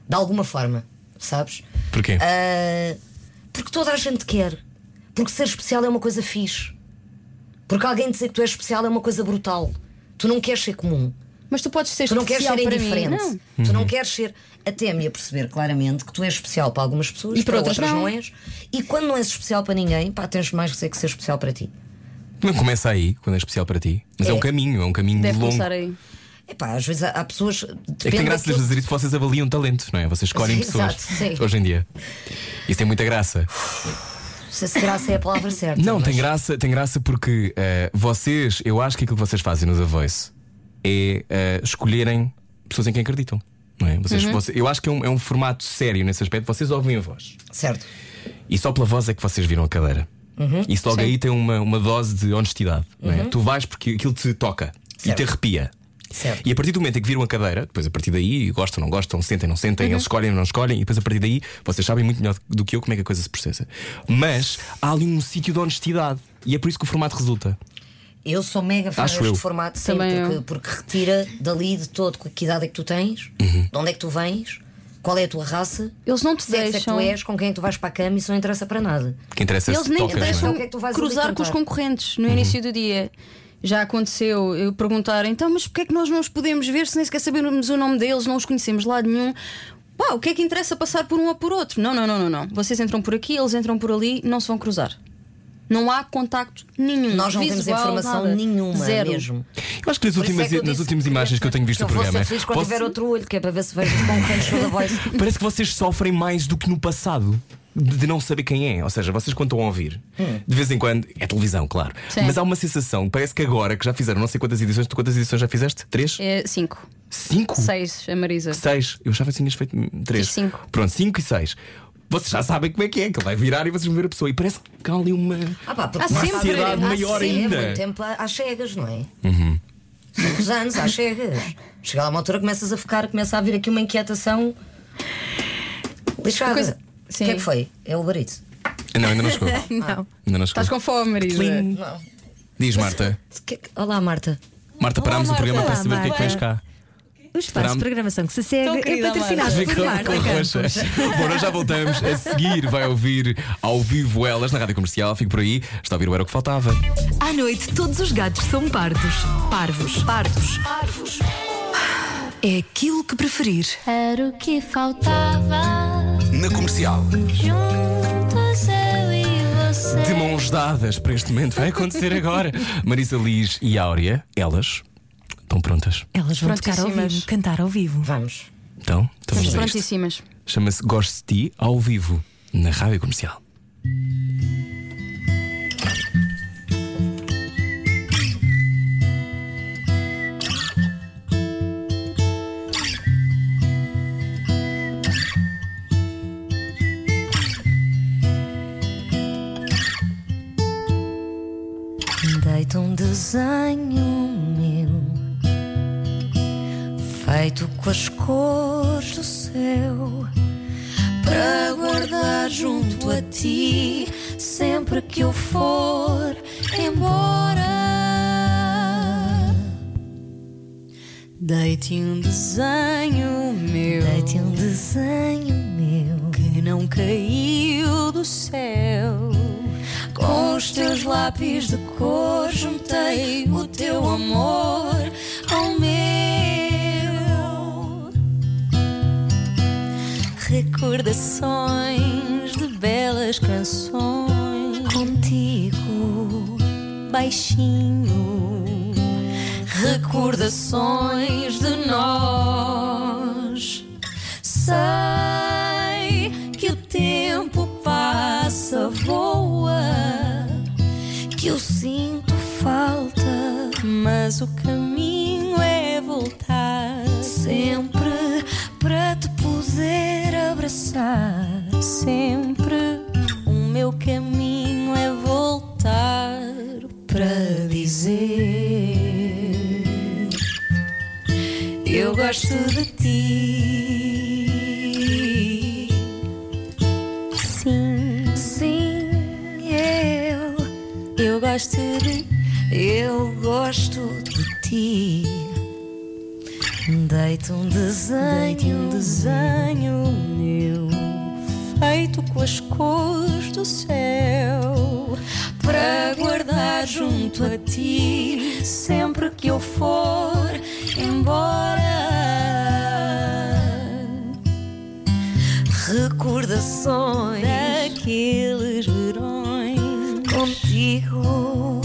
Speaker 5: De alguma forma, sabes?
Speaker 2: Porquê?
Speaker 5: Ah, porque toda a gente quer. Porque ser especial é uma coisa fixe. Porque alguém dizer que tu és especial é uma coisa brutal. Tu não queres ser comum.
Speaker 6: Mas tu podes ser
Speaker 5: Tu não queres
Speaker 6: especial
Speaker 5: ser
Speaker 6: para mim.
Speaker 5: indiferente.
Speaker 6: Não.
Speaker 5: Tu
Speaker 2: Uhum.
Speaker 5: não queres ser. Até me a perceber claramente que tu és especial para algumas pessoas
Speaker 6: E para outras não.
Speaker 5: és. E quando não és especial para ninguém, pá, tens mais que ser que ser especial para ti.
Speaker 2: Não começa aí, quando é especial para ti. Mas é,
Speaker 5: É.
Speaker 2: um caminho, é um caminho
Speaker 6: Deve
Speaker 2: longo.
Speaker 6: começar aí.
Speaker 5: É Epá, às vezes há, há pessoas.
Speaker 2: É que
Speaker 5: depende
Speaker 2: tem graça de
Speaker 5: daquilo-
Speaker 2: dizer isso, vocês avaliam talentos, não é? Vocês escolhem
Speaker 5: Sim,
Speaker 2: pessoas
Speaker 5: exato, sim.
Speaker 2: hoje em dia. Isso tem muita graça.
Speaker 5: Não sei se graça é a palavra certa.
Speaker 2: Não,
Speaker 5: mas-
Speaker 2: tem graça, tem graça porque eh, vocês, eu acho que aquilo que vocês fazem no The Voice é eh, escolherem pessoas em quem acreditam. Não é?
Speaker 5: Uhum.
Speaker 2: vocês, voce- eu acho que é um, é um formato sério nesse aspecto. Vocês ouvem a voz.
Speaker 5: Certo.
Speaker 2: E só pela voz é que vocês viram a cadeira. Isso logo aí tem uma, uma dose de honestidade. não é? Tu vais porque aquilo te toca e
Speaker 5: Certo.
Speaker 2: te arrepia.
Speaker 5: Certo.
Speaker 2: E a partir do momento em que viram a cadeira, depois a partir daí, gostam, não gostam, sentem, não sentem, eles escolhem, não escolhem, e depois a partir daí vocês sabem muito melhor do que eu como é que a coisa se processa. Mas há ali um sítio de honestidade. E é por isso que o formato resulta.
Speaker 5: Eu sou mega fã
Speaker 2: Acho
Speaker 5: deste
Speaker 2: eu.
Speaker 5: formato sim,
Speaker 6: Também
Speaker 5: porque,
Speaker 6: eu.
Speaker 5: porque retira dali de todo com que idade é que tu tens,
Speaker 2: Uhum.
Speaker 5: de onde é que tu vens, qual é a tua raça,
Speaker 6: Eles não te
Speaker 5: que sexo é que tu
Speaker 6: deixam.
Speaker 5: és, com quem é que tu vais para a cama, isso não interessa para nada.
Speaker 2: Que interessa
Speaker 6: Eles
Speaker 2: se
Speaker 6: nem te
Speaker 2: tocas,
Speaker 5: deixam-
Speaker 2: não
Speaker 6: deixam
Speaker 2: é?
Speaker 5: O que é que tu vais Uhum. ali
Speaker 6: cruzar com os
Speaker 5: cantar?
Speaker 6: concorrentes no início do dia. Já aconteceu eu perguntar, então, mas porquê é que nós não os podemos ver se nem sequer sabemos o nome deles, não os conhecemos de lado nenhum? Pá, o que é que interessa passar por um ou por outro? Não, não, não, não, não. Vocês entram por aqui, eles entram por ali, não se vão cruzar. Não há contacto nenhum.
Speaker 5: Nós não temos
Speaker 6: visual,
Speaker 5: informação
Speaker 6: nada.
Speaker 5: nenhuma é
Speaker 6: Zero.
Speaker 5: mesmo.
Speaker 2: Eu acho que nas
Speaker 5: Por isso
Speaker 2: últimas,
Speaker 5: é que eu
Speaker 2: nas
Speaker 5: disse
Speaker 2: últimas imagens que eu tenho visto
Speaker 5: eu
Speaker 2: do
Speaker 5: vou
Speaker 2: programa,
Speaker 5: ser feliz quando
Speaker 2: posso-
Speaker 5: tiver outro olho, que é para ver se vejo os concorrentes da voice.
Speaker 2: parece que vocês sofrem mais do que no passado. De de não saber quem é, ou seja, vocês quando estão a ouvir, de vez em quando, é televisão, claro,
Speaker 6: Sim.
Speaker 2: mas há uma sensação, parece que agora que já fizeram não sei quantas edições, tu quantas edições já fizeste? Três?
Speaker 6: É cinco.
Speaker 5: Um.
Speaker 2: Cinco?
Speaker 6: Seis, a Marisa.
Speaker 2: 6. Eu achava que tinhas feito 3.
Speaker 6: Fiz cinco.
Speaker 2: Pronto, 5 e 6. Vocês já sabem como é que é, que ele vai virar e vocês vão ver a pessoa. E parece que há ali uma.
Speaker 5: Ah, pá, porque
Speaker 6: Há
Speaker 5: lá
Speaker 6: sempre-
Speaker 5: está,
Speaker 6: ansiedade
Speaker 5: há
Speaker 2: maior
Speaker 5: sempre
Speaker 2: ainda.
Speaker 5: muito tempo à- às cegas, não é? Uhum. Os anos às cegas. Chega lá uma altura, começas a focar, começa a vir aqui uma inquietação. Lixada.
Speaker 6: Coisa-
Speaker 5: O que
Speaker 6: Sim.
Speaker 5: é que foi? É o barito.
Speaker 2: Não, ainda não chegou.
Speaker 6: Não.
Speaker 2: Ainda não
Speaker 6: Estás
Speaker 2: chegou.
Speaker 6: com fome, Marisa.
Speaker 5: Não.
Speaker 2: Diz Marta.
Speaker 5: Que- Olá, Marta.
Speaker 2: Marta, parámos o
Speaker 3: Marta.
Speaker 2: programa para
Speaker 3: Olá,
Speaker 2: saber o que é que
Speaker 3: Marta.
Speaker 2: vens cá.
Speaker 3: O espaço
Speaker 2: Para-
Speaker 3: de programação que se segue é
Speaker 6: querida,
Speaker 3: patrocinado
Speaker 2: Vem
Speaker 3: por Marta
Speaker 2: com
Speaker 3: Campos.
Speaker 2: roxas. Bom, nós já voltamos. A seguir vai ouvir ao vivo elas na rádio comercial. Fico por aí. Está a ouvir o Era o que Faltava.
Speaker 7: À noite, todos os gatos são pardos. Parvos, pardos, parvos. É aquilo que preferir.
Speaker 1: Era o que faltava.
Speaker 4: Na comercial.
Speaker 1: Juntos eu e você.
Speaker 2: De mãos dadas para este momento. Vai acontecer agora. Marisa Liz e Áurea, elas estão prontas.
Speaker 3: Elas vão tocar ao
Speaker 6: Prontíssimas.
Speaker 3: vivo, cantar ao vivo.
Speaker 5: Vamos.
Speaker 2: Então, estamos a isto.
Speaker 6: Prontíssimas.
Speaker 2: Chama-se Gosto de Ti ao vivo na rádio comercial.
Speaker 5: Deita um desenho meu Feito com as cores do céu Para guardar junto a ti Sempre que eu for embora
Speaker 7: Deite um desenho meu
Speaker 5: Deita um desenho meu
Speaker 7: que não caiu do céu.
Speaker 5: Com os teus lápis de cor juntei o teu amor ao meu.
Speaker 7: Recordações de belas canções.
Speaker 5: Contigo
Speaker 7: Baixinho. Recordações de nós.
Speaker 5: sei que o tempo passa, voa, que eu sinto falta
Speaker 7: Mas o caminho é voltar.
Speaker 5: sempre para te poder abraçar.
Speaker 7: Sempre o meu caminho é voltar para dizer: Eu gosto de ti. Sim,
Speaker 5: Sim, eu,
Speaker 7: eu gosto de
Speaker 5: eu gosto de ti. Deito um desenho,
Speaker 7: Tenho um desenho meu feito com as cores do céu para guardar junto a ti sempre que eu for embora.
Speaker 5: recordações
Speaker 7: Daqueles verões
Speaker 5: contigo.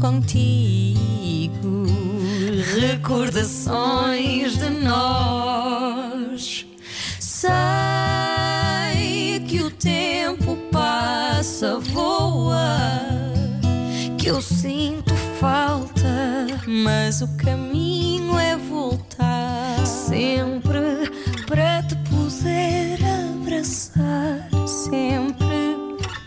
Speaker 7: contigo. recordações de nós. Sei que o tempo passa, voa, que eu sinto falta, mas o caminho é voltar sempre para te poder abraçar. Sempre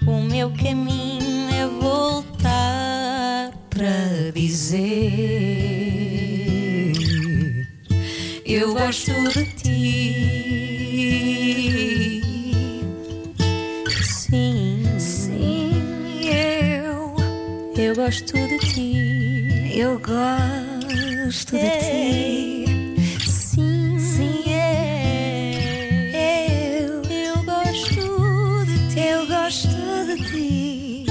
Speaker 7: o meu caminho é voltar para dizer: Eu gosto de ti. Sim, sim, eu, eu gosto de ti. Eu gosto de ti. Sim, sim, eu, eu gosto de ti. Eu gosto de ti.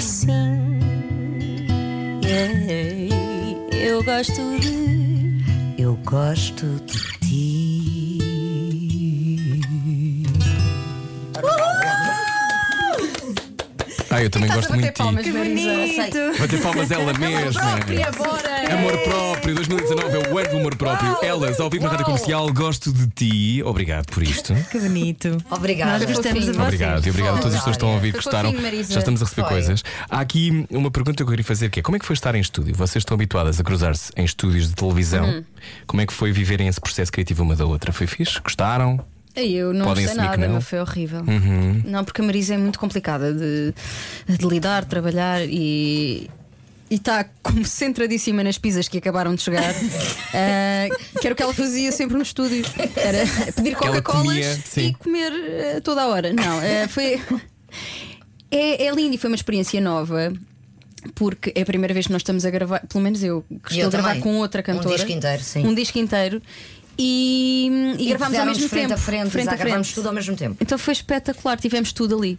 Speaker 7: Sim, eu gosto de. Eu gosto de ti.
Speaker 2: Ah, eu também gosto muito de ti.
Speaker 5: Que bonito!
Speaker 2: Bater palmas é ela mesma. Amor próprio, 2019 é o ano do amor próprio. Elas, ao vivo na rádio comercial, gosto de ti. Obrigado por isto.
Speaker 3: Que bonito.
Speaker 5: Obrigada.
Speaker 3: Nós gostamos de
Speaker 6: fofinho.
Speaker 3: vocês.
Speaker 2: Obrigado, e obrigado a todas as pessoas que estão a ouvir que
Speaker 6: Foi
Speaker 2: gostaram.
Speaker 6: fofinho, Marisa.
Speaker 2: Já estamos a receber
Speaker 5: Foi.
Speaker 2: coisas. Há aqui uma pergunta que eu queria fazer que é como é que foi estar em estúdio? Vocês estão habituadas a cruzar-se em estúdios de televisão.
Speaker 6: Uhum.
Speaker 2: Como é que foi viverem esse processo criativo uma da outra? Foi fixe? Gostaram?
Speaker 6: Eu não
Speaker 2: Podem
Speaker 6: gostei
Speaker 2: assumir que
Speaker 6: nada,
Speaker 2: não. Uhum.
Speaker 6: mas foi horrível. Não, porque a Marisa é muito complicada de, de lidar, trabalhar e. E está como centradíssima nas pizzas que acabaram de chegar. Ah, que era o que ela fazia sempre no estúdio. Era pedir
Speaker 2: ela comia,
Speaker 6: Coca-Colas
Speaker 2: sim.
Speaker 6: e comer eh, toda a hora. Não, eh, foi. É, é lindo e foi uma experiência nova. Porque é a primeira vez que nós estamos a gravar, pelo menos eu, que estou
Speaker 5: E eu
Speaker 6: a gravar
Speaker 5: também.
Speaker 6: com outra
Speaker 5: Um
Speaker 6: cantora.
Speaker 5: disco inteiro, sim.
Speaker 6: Um disco inteiro. E, e, gravámos ao
Speaker 5: fizeram-nos
Speaker 6: mesmo
Speaker 5: frente
Speaker 6: tempo.
Speaker 5: A frente,
Speaker 6: frente
Speaker 5: exato,
Speaker 6: a frente.
Speaker 5: gravámos tudo ao mesmo tempo.
Speaker 6: Então foi espetacular, tivemos tudo ali.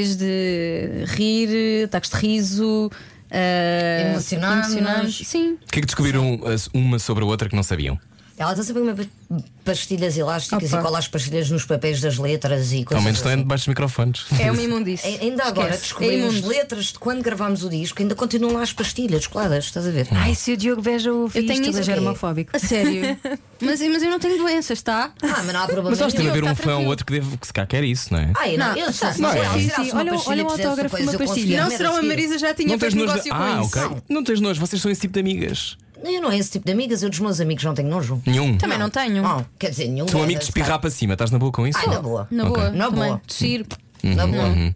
Speaker 6: Desde rir, ataques de riso, eh,
Speaker 5: Emocionámos.
Speaker 6: emocionámos. Sim.
Speaker 2: O que é que descobriram as- uma sobre a outra que não sabiam?
Speaker 5: Ela está sempre a comer pa- pastilhas elásticas
Speaker 6: Opa.
Speaker 5: e cola as pastilhas nos papéis das letras e
Speaker 2: Ao
Speaker 5: coisas.
Speaker 2: menos estão
Speaker 5: assim.
Speaker 2: debaixo dos microfones.
Speaker 6: É uma imundice.
Speaker 5: A- Ainda agora
Speaker 6: Esquece. É
Speaker 5: descobrimos
Speaker 6: imundo.
Speaker 5: letras de quando gravámos o disco, ainda continuam lá as pastilhas coladas, estás a ver?
Speaker 3: Ai, se o Diogo Beja ouvir
Speaker 6: Eu tenho
Speaker 3: isto,
Speaker 6: isso
Speaker 3: ele já era
Speaker 6: aqui.
Speaker 3: homofóbico.
Speaker 6: A sério. mas, mas eu não tenho doenças, tá?
Speaker 5: Ah, mas não há problema.
Speaker 2: Mas acho que deve haver
Speaker 5: nenhum.
Speaker 2: um
Speaker 6: tá
Speaker 2: fã ou
Speaker 6: tranquilo. Ah,
Speaker 2: outro que, deve, que se cá quer isso, não é?
Speaker 5: Ai, não,
Speaker 6: Não,
Speaker 5: eu sei.
Speaker 6: não,
Speaker 5: se
Speaker 2: é.
Speaker 5: ela
Speaker 3: Sim,
Speaker 5: tirasse
Speaker 3: sim,
Speaker 5: uma pastilha
Speaker 3: olha o- olha
Speaker 5: e
Speaker 3: o
Speaker 5: fizesse
Speaker 3: autógrafo,
Speaker 5: coisa,
Speaker 3: uma
Speaker 5: eu conseguia
Speaker 3: pastilha.
Speaker 6: Não
Speaker 5: comer a
Speaker 6: será uma
Speaker 5: seguir.
Speaker 6: Marisa já tinha
Speaker 2: Não tens nojo.
Speaker 6: feito negócio
Speaker 2: de-
Speaker 6: com
Speaker 2: Ah,
Speaker 6: isso.
Speaker 2: ok. Não tens nojo, vocês são esse tipo de amigas.
Speaker 5: Eu não é esse tipo de amigas, eu dos meus amigos não tenho nojo.
Speaker 2: Nenhum.
Speaker 6: Também não Ah. tenho.
Speaker 5: Não, quer dizer, nenhum.
Speaker 2: São
Speaker 5: é,
Speaker 2: amigos de
Speaker 5: sabe?
Speaker 2: espirrar para cima, estás na boa com isso?
Speaker 5: Ai, na boa.
Speaker 6: Na boa.
Speaker 5: Na
Speaker 6: também.
Speaker 5: boa.
Speaker 6: Tossir.
Speaker 5: Na boa.
Speaker 2: Uhum.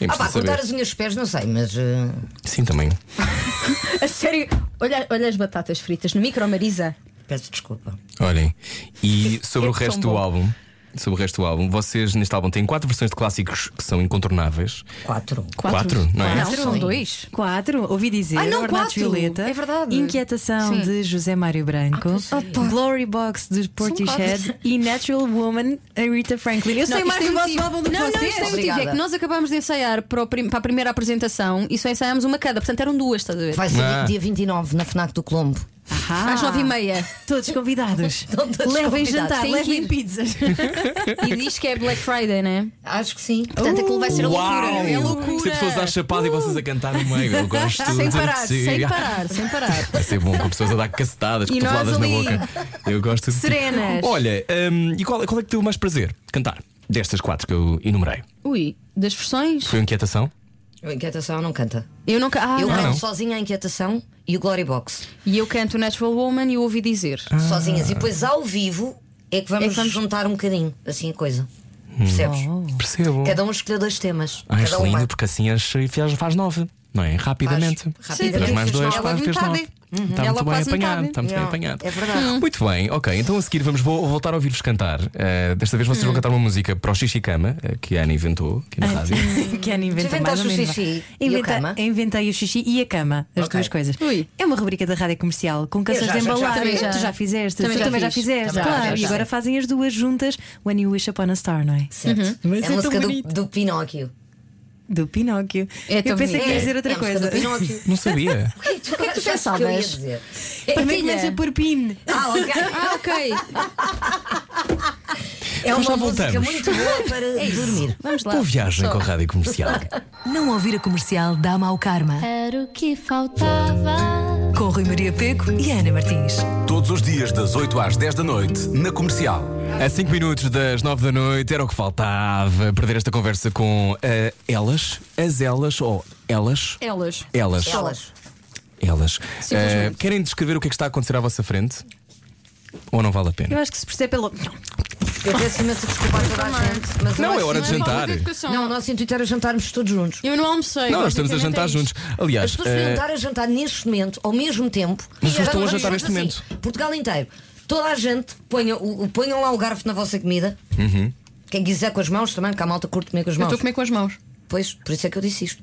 Speaker 2: É
Speaker 5: Ah, pá,
Speaker 2: preciso
Speaker 5: cortar
Speaker 2: saber.
Speaker 5: as unhas dos pés, não sei, mas. eh,
Speaker 2: Sim, também.
Speaker 6: A sério. Olha, olha as batatas fritas no micro, Marisa.
Speaker 5: peço desculpa.
Speaker 2: Olhem, e sobre o
Speaker 6: que são
Speaker 2: resto do
Speaker 6: É bom.
Speaker 2: álbum, sobre o resto do álbum, vocês neste álbum têm quatro versões de clássicos que são incontornáveis.
Speaker 5: Quatro.
Speaker 2: Quatro, não é?
Speaker 6: Não, são
Speaker 5: Sim.
Speaker 6: dois.
Speaker 3: Quatro, ouvi dizer.
Speaker 6: Ai, não,
Speaker 3: Ornatos
Speaker 6: quatro.
Speaker 3: Violeta.
Speaker 6: É verdade.
Speaker 3: Inquietação
Speaker 6: Sim. Ah, é.
Speaker 3: de José Mário Branco.
Speaker 6: Oh,
Speaker 3: Glory Box dos Portishead. E Natural Woman, a Rita Franklin. Eu sei
Speaker 6: Não,
Speaker 3: mais
Speaker 6: isto
Speaker 3: do
Speaker 6: tem
Speaker 3: vosso
Speaker 6: motivo.
Speaker 3: álbum do que
Speaker 6: não, Não,
Speaker 3: vocês.
Speaker 6: isto tem motivo.
Speaker 5: Obrigada.
Speaker 6: É que nós acabámos de ensaiar para, o prim- para a primeira apresentação e só ensaiámos uma cada, portanto eram duas, estás a ver?
Speaker 5: Vai ser
Speaker 2: Ah.
Speaker 5: dia 29 na Fnac do Colombo.
Speaker 3: Ahá.
Speaker 6: Às nove e meia.
Speaker 3: Todos convidados.
Speaker 5: Todos
Speaker 3: levem
Speaker 5: convidados.
Speaker 3: jantar,
Speaker 6: Tem que
Speaker 3: levem
Speaker 6: ir.
Speaker 3: pizzas.
Speaker 6: E diz que é Black Friday, né?
Speaker 5: Acho que sim.
Speaker 6: Portanto aquilo vai ser a loucura.
Speaker 2: Uau!
Speaker 6: É
Speaker 2: Se
Speaker 6: loucura.
Speaker 2: as pessoas à chapada e vocês a cantar no meio, eu gosto
Speaker 6: Sem
Speaker 2: de
Speaker 6: parar,
Speaker 2: ti.
Speaker 6: sem parar, sem parar.
Speaker 2: Vai ser bom com pessoas a dar cacetadas,
Speaker 6: E nós
Speaker 2: cotoveladas na
Speaker 6: ali.
Speaker 2: boca. Eu gosto de ti.
Speaker 6: Serenas.
Speaker 2: Olha, hum, e qual, qual é que deu mais prazer? Cantar. Destas quatro que eu enumerei.
Speaker 6: Ui, das versões?
Speaker 2: Foi uma inquietação?
Speaker 5: A inquietação não canta.
Speaker 6: Eu nunca. Ah,
Speaker 5: eu
Speaker 6: não.
Speaker 5: canto
Speaker 2: não.
Speaker 5: sozinha a inquietação e o Glory Box.
Speaker 6: E eu canto Natural Woman e eu ouvi dizer.
Speaker 2: Ah.
Speaker 5: Sozinhas. E depois ao vivo é que vamos,
Speaker 6: É que vamos-
Speaker 5: juntar um bocadinho, assim a coisa. Percebes?
Speaker 2: Oh. Percebo.
Speaker 5: Cada um escolheu dois temas.
Speaker 2: Hum. Ah,
Speaker 5: Cada
Speaker 2: Acho
Speaker 5: uma.
Speaker 2: lindo, porque assim as faz, faz nove, não é? Rapidamente.
Speaker 5: Faz, rapidamente.
Speaker 2: Faz mais
Speaker 5: Fez
Speaker 2: dois,
Speaker 5: nove.
Speaker 2: faz,
Speaker 6: Ela
Speaker 2: fez
Speaker 6: metade.
Speaker 5: é
Speaker 2: nove. Está
Speaker 6: Ela
Speaker 2: muito bem
Speaker 6: quase
Speaker 2: apanhado.
Speaker 6: metade.
Speaker 2: Está muito bem
Speaker 5: Não,
Speaker 2: apanhado.
Speaker 5: é verdade. Hum.
Speaker 2: Muito bem, ok. Então a seguir vamos vou voltar a ouvir-vos cantar. Eh, desta vez
Speaker 5: Hum.
Speaker 2: vocês vão cantar uma música para o Xixicama, eh, que a Ana inventou aqui na
Speaker 5: Ah,
Speaker 2: rádio.
Speaker 3: que Ana inventa
Speaker 5: Tu inventaste
Speaker 3: mais ou
Speaker 5: o
Speaker 3: menos.
Speaker 5: xixi e a
Speaker 3: Inventa-
Speaker 5: cama?
Speaker 3: Inventei o xixi e a cama, as
Speaker 5: Ok.
Speaker 3: duas coisas.
Speaker 6: Ui.
Speaker 3: É uma rubrica da rádio comercial com canções
Speaker 5: já-
Speaker 3: de
Speaker 5: já- já
Speaker 3: embalagem.
Speaker 6: fiz.
Speaker 3: Tu já fizeste,
Speaker 6: Também
Speaker 3: tu
Speaker 6: já
Speaker 3: também já
Speaker 6: fiz.
Speaker 3: fizeste,
Speaker 5: Também já
Speaker 3: claro.
Speaker 5: fiz.
Speaker 3: E agora fazem as duas juntas When You Wish Upon a Star, não é?
Speaker 5: Certo.
Speaker 3: Mas
Speaker 5: é
Speaker 3: é
Speaker 5: a
Speaker 3: tão
Speaker 5: música do,
Speaker 3: bonito.
Speaker 5: do Pinóquio.
Speaker 3: Do Pinóquio.
Speaker 6: É
Speaker 3: Eu
Speaker 6: tão
Speaker 3: pensei
Speaker 6: bonito.
Speaker 3: que ia dizer outra
Speaker 5: é a música
Speaker 3: coisa.
Speaker 5: Do Pinóquio.
Speaker 2: Não sabia.
Speaker 5: O que é que tu,
Speaker 6: pensavas?
Speaker 5: eu ia dizer?
Speaker 3: Para mim
Speaker 6: Tinha.
Speaker 3: começa por pin.
Speaker 5: Ah, ok.
Speaker 6: Ah, ok.
Speaker 5: É
Speaker 2: Nós Então já
Speaker 5: uma música
Speaker 2: voltamos.
Speaker 5: muito boa para dormir.
Speaker 6: Vamos lá.
Speaker 2: Boa viagem com a rádio comercial.
Speaker 8: Não ouvir a comercial dá mau karma.
Speaker 1: Era o que faltava.
Speaker 8: Com Rui Maria Peco e Ana Martins.
Speaker 4: Todos os dias, das 8 às 10 da noite, na comercial.
Speaker 2: A 5 minutos das 9 da noite era o que faltava. Perder esta conversa com eh, elas, as elas ou elas.
Speaker 6: Elas.
Speaker 2: Elas.
Speaker 5: Elas.
Speaker 2: Elas.
Speaker 6: Simplesmente.
Speaker 2: Eh, querem descrever o que é que está a acontecer à vossa frente? Ou não vale a
Speaker 3: Eu
Speaker 2: pena?
Speaker 3: acho que se percebe pelo.
Speaker 5: Eu peço imensa desculpa a toda a gente. Mas
Speaker 2: Não,
Speaker 5: eu
Speaker 2: é hora de
Speaker 5: acho-
Speaker 2: jantar.
Speaker 5: Não, o nosso intuito era jantarmos todos juntos.
Speaker 7: Eu não almocei.
Speaker 2: Não, nós estamos a
Speaker 7: basicamente
Speaker 2: jantar
Speaker 7: é
Speaker 2: juntos.
Speaker 7: isto.
Speaker 5: As
Speaker 2: Aliás,
Speaker 5: pessoas
Speaker 2: eh,
Speaker 5: deviam estar a jantar neste momento, ao mesmo tempo.
Speaker 2: Mas
Speaker 5: E
Speaker 2: pessoas estão a
Speaker 5: agora
Speaker 2: jantar
Speaker 5: vamos
Speaker 2: neste
Speaker 5: assim, Portugal inteiro. Toda a gente, ponham, o- o- ponham lá o garfo na vossa comida.
Speaker 2: Uhum.
Speaker 5: Quem quiser com as mãos também, porque a malta curte comer com as
Speaker 7: Eu
Speaker 5: mãos.
Speaker 7: estou a comer com as mãos.
Speaker 5: Pois, por isso é que eu disse isto.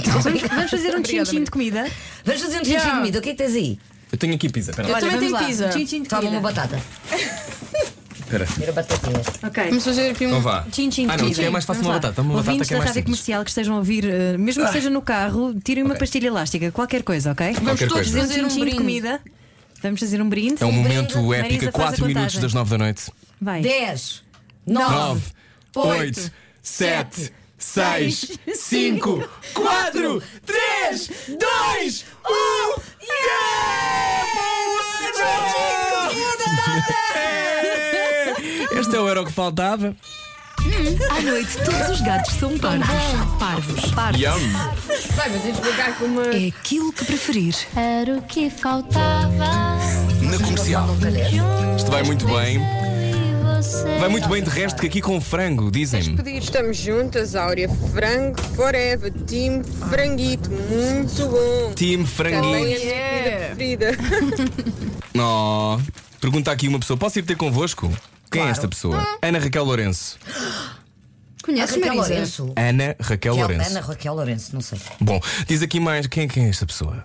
Speaker 2: Então,
Speaker 3: Vamos, vamos fazer um chin-chin de comida.
Speaker 5: Vamos fazer um xixi de
Speaker 7: Yeah.
Speaker 5: comida. O que é que tens aí?
Speaker 2: eu tenho aqui pizza. Espera
Speaker 7: Eu
Speaker 2: lá.
Speaker 7: também
Speaker 3: vamos
Speaker 7: tenho
Speaker 3: lá.
Speaker 7: pizza.
Speaker 3: Um chin-chin de
Speaker 5: Toma uma
Speaker 3: comida.
Speaker 5: batata.
Speaker 2: Espera.
Speaker 5: Primeira batatinha.
Speaker 3: Ok.
Speaker 7: Vamos fazer aqui um.
Speaker 2: Então vá.
Speaker 3: Chin-chin de
Speaker 2: Ah, não,
Speaker 3: comida.
Speaker 2: é mais fácil uma
Speaker 3: Vamos lá.
Speaker 2: batata. Uma batata
Speaker 3: Ouvintes
Speaker 2: que é
Speaker 3: da
Speaker 2: mais simples.
Speaker 3: rádio
Speaker 2: Ah.
Speaker 3: comercial que estejam a ouvir, eh, mesmo que seja no carro, tirem uma
Speaker 2: Ok.
Speaker 3: pastilha elástica, qualquer coisa, ok?
Speaker 7: Vamos
Speaker 2: Qualquer
Speaker 7: todos
Speaker 2: coisa.
Speaker 7: fazer um
Speaker 3: chin-chin de
Speaker 7: brinde.
Speaker 3: comida. Vamos fazer um brinde.
Speaker 2: É um momento
Speaker 3: Marisa,
Speaker 2: épico,
Speaker 3: faz a
Speaker 2: 4 minutos
Speaker 3: contagem.
Speaker 2: das 9 da noite.
Speaker 3: Vai.
Speaker 5: 10, 9,
Speaker 2: 9, 8, 7, 6, 5, 4, 3, 2, 1. Este é o Era o que faltava.
Speaker 8: À noite, todos os gatos são
Speaker 3: É
Speaker 8: parvos. Parvos, parvos. É aquilo que preferir.
Speaker 1: Era o que faltava.
Speaker 4: Na comercial.
Speaker 2: Isto vai muito bem. Vai
Speaker 1: Vai
Speaker 2: muito bem de resto que aqui com frango, dizem-me.
Speaker 9: pedir, estamos juntas, Áurea. Frango Forever, time franguito, muito bom.
Speaker 2: Time franguinho.
Speaker 9: Preferida.
Speaker 2: Oh, pergunta aqui uma pessoa: posso ir ter convosco? Quem é esta pessoa? Ana Raquel Lourenço.
Speaker 6: Conheces,
Speaker 5: Raquel
Speaker 6: Marisa?
Speaker 5: é Lourenço.
Speaker 2: Ana Raquel
Speaker 5: Raquel-
Speaker 2: Lourenço.
Speaker 5: é Ana Raquel Lourenço, não sei.
Speaker 2: Bom, diz aqui mais quem, quem é esta pessoa?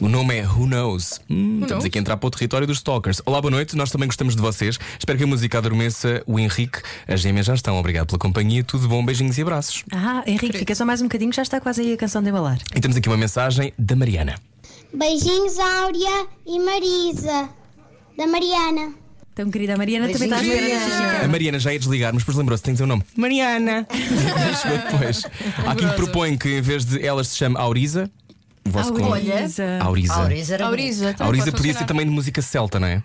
Speaker 2: O nome é Who Knows. Hum, estamos aqui a entrar para o território dos stalkers. Olá, boa noite, nós também gostamos de vocês. Espero que a música adormeça o Henrique. As gêmeas já estão. Obrigado pela companhia. Tudo bom, beijinhos e abraços.
Speaker 3: Ah, Henrique, fica só mais um bocadinho, já está quase aí a canção de embalar.
Speaker 2: E temos aqui uma mensagem da Mariana.
Speaker 10: Beijinhos, Áurea e Marisa, da Mariana.
Speaker 3: Então, querida a Mariana, também está à
Speaker 5: Beijinhos,
Speaker 3: espera dessa chica.
Speaker 2: A Mariana já ia desligar, mas depois lembrou-se, tem que dizer o nome. Mariana! Mas Chegou depois. Há quem propõe que em vez de elas se chame Auriza, o vosso cônjuge-
Speaker 3: Luísa.
Speaker 2: Auriza. Auriza.
Speaker 5: Aurisa era
Speaker 7: Auriza. também
Speaker 2: Auriza
Speaker 7: pode
Speaker 2: podia ser
Speaker 7: funcionar.
Speaker 2: também de música celta, não é?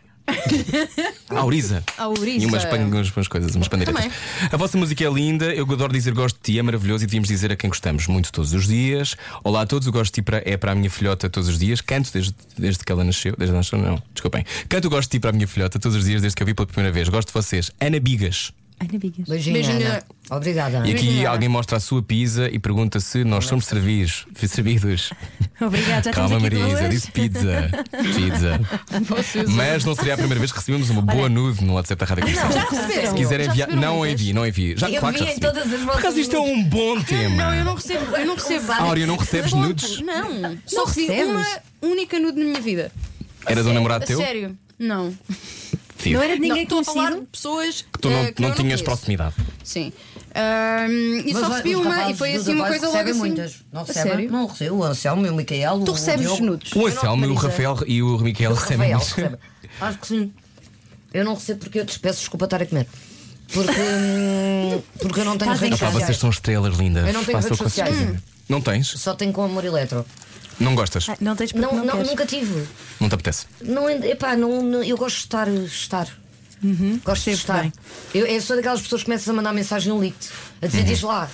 Speaker 2: Auriza.
Speaker 7: Auriza.
Speaker 2: E umas, pan- umas, umas coisas, umas pandeiretas.
Speaker 7: Também.
Speaker 2: A vossa música é linda, eu adoro dizer gosto de ti, é maravilhoso e devíamos dizer a quem gostamos muito todos os dias. Olá a todos, o gosto de ti para- é para a minha filhota todos os dias. Canto desde, desde que ela nasceu. Desde que ela nasceu, não, desculpem. Canto o gosto de ti para a minha filhota todos os dias desde que a vi pela primeira vez. Gosto de vocês. Ana Bigas.
Speaker 3: Ana Bigas.
Speaker 5: Beijinho,
Speaker 7: Beijinho,
Speaker 5: Ana. Obrigada, Ana.
Speaker 2: E aqui alguém mostra a sua pizza e pergunta se nós somos servidos. servidos.
Speaker 3: Obrigada, já
Speaker 2: Calma,
Speaker 3: temos aqui
Speaker 2: Marisa,
Speaker 3: duas.
Speaker 2: disse pizza. Pizza. Mas não seria a primeira vez que recebemos uma boa nude no WhatsApp da Rádio Comercial. Já Se quiserem enviar. Não envie, não envie. Já,
Speaker 5: Eu
Speaker 2: claro que
Speaker 5: vi
Speaker 2: já
Speaker 5: em
Speaker 2: recebi.
Speaker 5: todas as
Speaker 2: Por
Speaker 5: vossas.
Speaker 2: acaso isto é um bom
Speaker 7: Não, eu
Speaker 2: tema.
Speaker 7: não recebo. Eu não recebo.
Speaker 2: A Áurea, não recebes nudes?
Speaker 6: Não, só recebi
Speaker 3: recebes?
Speaker 6: uma única nude na minha vida.
Speaker 2: Era de um namorado
Speaker 7: A
Speaker 2: teu?
Speaker 7: Sério? Não.
Speaker 2: Tive.
Speaker 3: Não era de ninguém é
Speaker 7: Estou a falar de
Speaker 3: conhecido.
Speaker 7: pessoas que
Speaker 2: Tu não,
Speaker 7: eh, que
Speaker 2: não
Speaker 7: eu
Speaker 2: tinhas
Speaker 7: conheço.
Speaker 2: proximidade.
Speaker 6: Sim. Ahm, e
Speaker 5: Mas
Speaker 6: só
Speaker 5: olha,
Speaker 6: recebi
Speaker 5: os
Speaker 6: uma
Speaker 5: rapazes
Speaker 6: e foi
Speaker 5: dos
Speaker 6: assim uma
Speaker 5: rapazes
Speaker 6: coisa logo
Speaker 5: recebem
Speaker 6: assim.
Speaker 5: muitas. Não
Speaker 6: A
Speaker 5: recebem?
Speaker 6: sério?
Speaker 5: Não recebeu. O Anselmo e o Micael.
Speaker 6: Tu recebes
Speaker 5: o Diogo,
Speaker 6: nudes.
Speaker 2: O Anselmo e o
Speaker 5: Marisa.
Speaker 2: Rafael e o Miquel
Speaker 5: o
Speaker 2: recebem.
Speaker 5: Rafael recebe. Acho que sim. Eu não recebo porque eu te peço desculpa estar a comer. Porque, hum, porque eu não tenho
Speaker 3: Estás em
Speaker 5: redes
Speaker 2: Opá, vocês
Speaker 3: casa.
Speaker 5: sociais.
Speaker 2: são estrelas lindas.
Speaker 5: Eu não tenho
Speaker 2: Façam o que
Speaker 5: redes
Speaker 2: vocês
Speaker 5: sociais.
Speaker 2: quiserem. Não tens?
Speaker 5: Só tenho com amor eletro.
Speaker 2: Não gostas?
Speaker 3: Ah, Não tens porque
Speaker 5: Não,
Speaker 3: não,
Speaker 5: não,
Speaker 3: queres.
Speaker 5: nunca tive.
Speaker 2: Não te apetece?
Speaker 5: Não, epá, não, não- eu gosto de estar. estar. Gosto de
Speaker 3: percebo
Speaker 5: estar.
Speaker 3: bem.
Speaker 5: Eu, eu sou daquelas pessoas que começas a mandar mensagem no licto a
Speaker 2: Uhum.
Speaker 5: dizer, diz lá.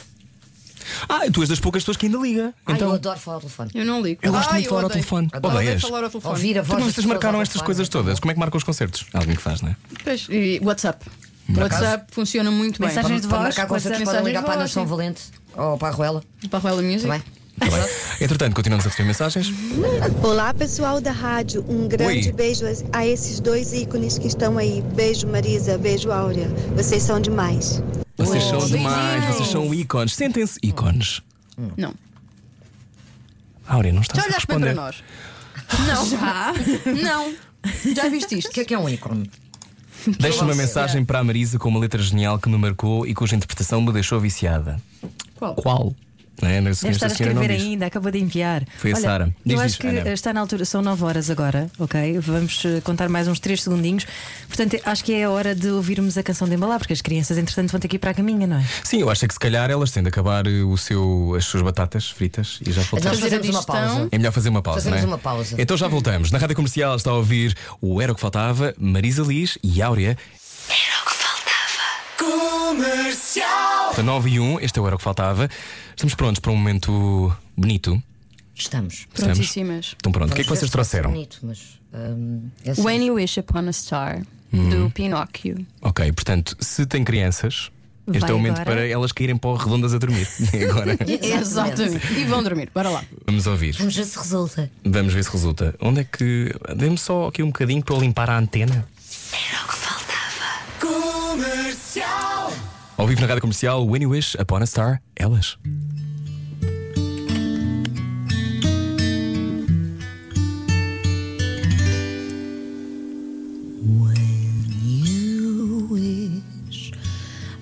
Speaker 2: Ah, tu és das poucas pessoas que ainda liga.
Speaker 5: Ai, eu
Speaker 2: Então,
Speaker 5: adoro falar ao telefone.
Speaker 7: Eu não ligo.
Speaker 2: eu gosto
Speaker 7: Ai,
Speaker 2: muito de falar ao
Speaker 7: odeio.
Speaker 2: telefone.
Speaker 5: Adoro.
Speaker 7: Odeio
Speaker 2: Odeias?
Speaker 7: falar ao telefone.
Speaker 5: Ouvir a voz.
Speaker 2: Então,
Speaker 5: das
Speaker 2: vocês
Speaker 5: pessoas
Speaker 2: marcaram
Speaker 5: ao
Speaker 2: estas
Speaker 5: telefone.
Speaker 2: coisas todas. Como é que marcam os concertos? Alguém que faz, não é?
Speaker 7: Pois, e WhatsApp. WhatsApp funciona muito bem.
Speaker 3: Mensagens de
Speaker 5: Para
Speaker 3: voz.
Speaker 5: marcar concertos,
Speaker 3: WhatsApp.
Speaker 5: podem ligar
Speaker 7: de
Speaker 5: para a
Speaker 7: voz,
Speaker 5: Nação
Speaker 7: sim.
Speaker 5: Valente ou para a Ruela.
Speaker 7: Para a Royal Music.
Speaker 5: Também.
Speaker 2: Tá bem. Entretanto, continuamos a receber mensagens.
Speaker 11: Olá pessoal da rádio, um grande
Speaker 2: Oi.
Speaker 11: beijo a- a esses dois ícones que estão aí. Beijo Marisa, beijo Áurea, vocês são demais.
Speaker 2: Vocês são demais, vocês são ícones. Sentem-se ícones.
Speaker 3: Hum.
Speaker 7: Não.
Speaker 2: Áurea, não estás
Speaker 7: Já
Speaker 2: a
Speaker 7: olhaste bem
Speaker 2: responder.
Speaker 7: para nós? Não. Já? Não. Já viste isto?
Speaker 5: O que é que é um ícone?
Speaker 2: Deixa uma mensagem para a Marisa com uma letra genial que me marcou e cuja interpretação me deixou viciada.
Speaker 7: Qual?
Speaker 2: Qual? É, não,
Speaker 3: Deve estar a escrever ainda, acabou de enviar.
Speaker 2: Foi a
Speaker 3: Olha,
Speaker 2: Sara. Diz,
Speaker 3: Eu
Speaker 2: diz,
Speaker 3: acho que
Speaker 2: Ana.
Speaker 3: está na altura, são 9 horas agora, ok? Vamos eh, contar mais uns 3 segundinhos. Portanto, acho que é a hora de ouvirmos a canção de embalar, porque as crianças, entretanto, vão ter que ir para a caminha, não é?
Speaker 2: Sim, eu acho que se calhar elas têm de acabar eh, o seu, as suas batatas fritas e já voltamos.
Speaker 5: Então Nós fazemos uma pausa.
Speaker 2: É melhor fazer uma pausa,
Speaker 5: Fazemos
Speaker 2: não é?
Speaker 5: uma pausa.
Speaker 2: Então já voltamos. Na Rádio Comercial está a ouvir o Era o que Faltava, Marisa Liz e Áurea.
Speaker 7: Comercial.
Speaker 2: Está 9 e 1, este é o Era o que Faltava. Estamos prontos para um momento bonito.
Speaker 5: Estamos.
Speaker 6: Prontíssimas.
Speaker 2: Estão prontos. O é que é que
Speaker 5: Vamos
Speaker 2: vocês
Speaker 5: ver se vai ser
Speaker 2: trouxeram?
Speaker 5: Bonito, mas, hum, é assim.
Speaker 6: When You Wish Upon a Star,
Speaker 2: Uhum.
Speaker 6: do Pinóquio.
Speaker 2: Ok, portanto, se tem crianças, este
Speaker 6: Vai
Speaker 2: é o momento
Speaker 6: agora.
Speaker 2: para elas caírem para o redondas a dormir. É agora.
Speaker 6: Exatamente. E vão dormir, bora lá.
Speaker 2: Vamos ouvir.
Speaker 5: Vamos ver se resulta.
Speaker 2: Vamos ver se resulta. Onde é que. Dê-me só aqui um bocadinho para eu limpar a antena.
Speaker 7: Comercial.
Speaker 2: Ao vivo na rádio comercial, When You Wish Upon a Star, elas.
Speaker 7: You wish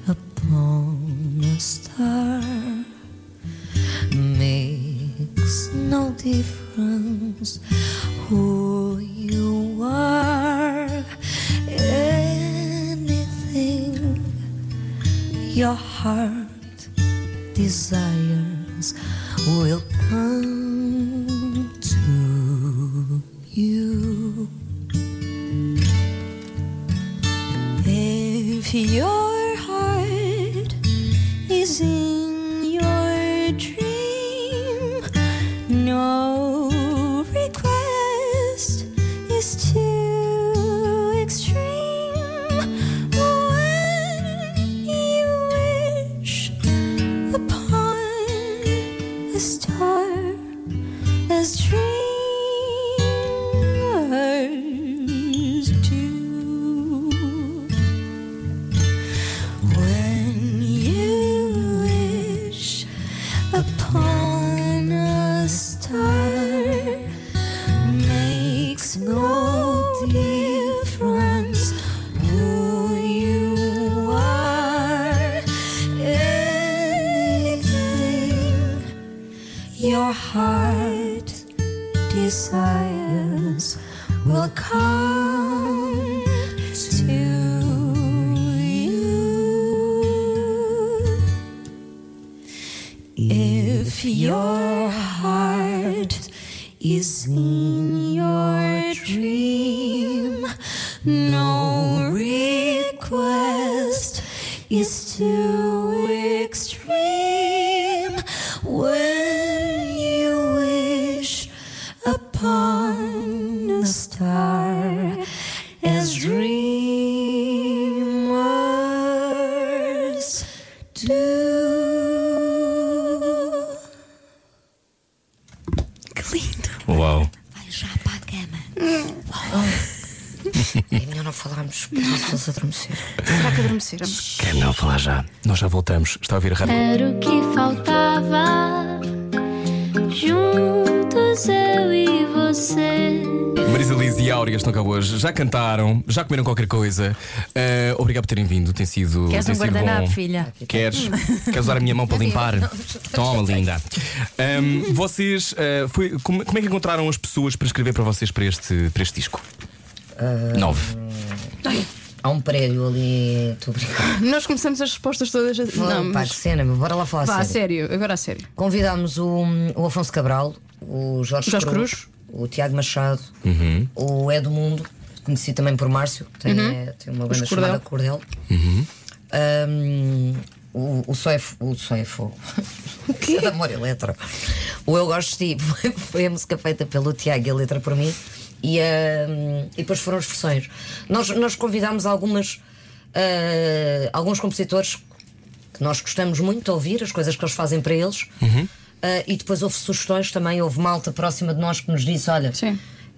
Speaker 7: upon a star makes no difference who you are. Anything your heart desires will come to you. If your heart is in your dream, no request is too extreme. When you wish upon a star as dreamers do. When you wish upon a star, makes no difference who you are. Anything your heart desires will come to you if your heart is in your dream. No request is too extreme when you wish upon a star as dreamers do. Que lindo!
Speaker 2: Uau!
Speaker 5: Vai já para a cama. É melhor não falarmos porque as pessoas adormeceram.
Speaker 6: Será que adormeceram?
Speaker 2: Quero não falar já. Nós já voltamos. Está a ouvir a rádio.
Speaker 1: Era o que faltava. Juntos eu e você.
Speaker 2: Marisa Liz e Áurea estão cá hoje. Já cantaram, já comeram qualquer coisa. Ah, obrigado por terem vindo. Tem sido.
Speaker 3: Queres
Speaker 2: tem
Speaker 3: um
Speaker 2: sido bom.
Speaker 3: guardanapo, filha?
Speaker 5: Hum.
Speaker 2: Queres? Queres usar a minha mão para limpar? Toma, linda. Ahm, vocês. ah, foi- como, como é que encontraram as pessoas para escrever para vocês para este, para este disco? Nove.
Speaker 5: Há um prédio ali. Estou a brincar.
Speaker 6: Nós começamos as respostas todas a.
Speaker 5: Não, pá,
Speaker 6: mas-
Speaker 5: que cena, meu. bora lá falar
Speaker 6: Vá, a
Speaker 5: sério.
Speaker 6: sério, agora a sério.
Speaker 5: Convidámos o, o Afonso Cabral, o Jorge,
Speaker 6: Jorge
Speaker 5: Cruz, o Tiago Machado, o Edmundo, conhecido também por Márcio, tem,
Speaker 6: Uhum.
Speaker 5: eh, tem uma
Speaker 6: Os
Speaker 5: banda
Speaker 6: Cordel.
Speaker 5: chamada Cordel. Um, o, o Só é F- o Só é Fogo. O quê? de amor e letra. O Eu Gosto de Ti foi, foi a música feita pelo Tiago e a letra por mim. E, um, e depois foram as versões. Nós, nós convidámos algumas, ah, alguns compositores que nós gostamos muito de ouvir, as coisas que eles fazem para eles. Ah, e depois houve sugestões também, houve malta próxima de nós que nos disse: olha,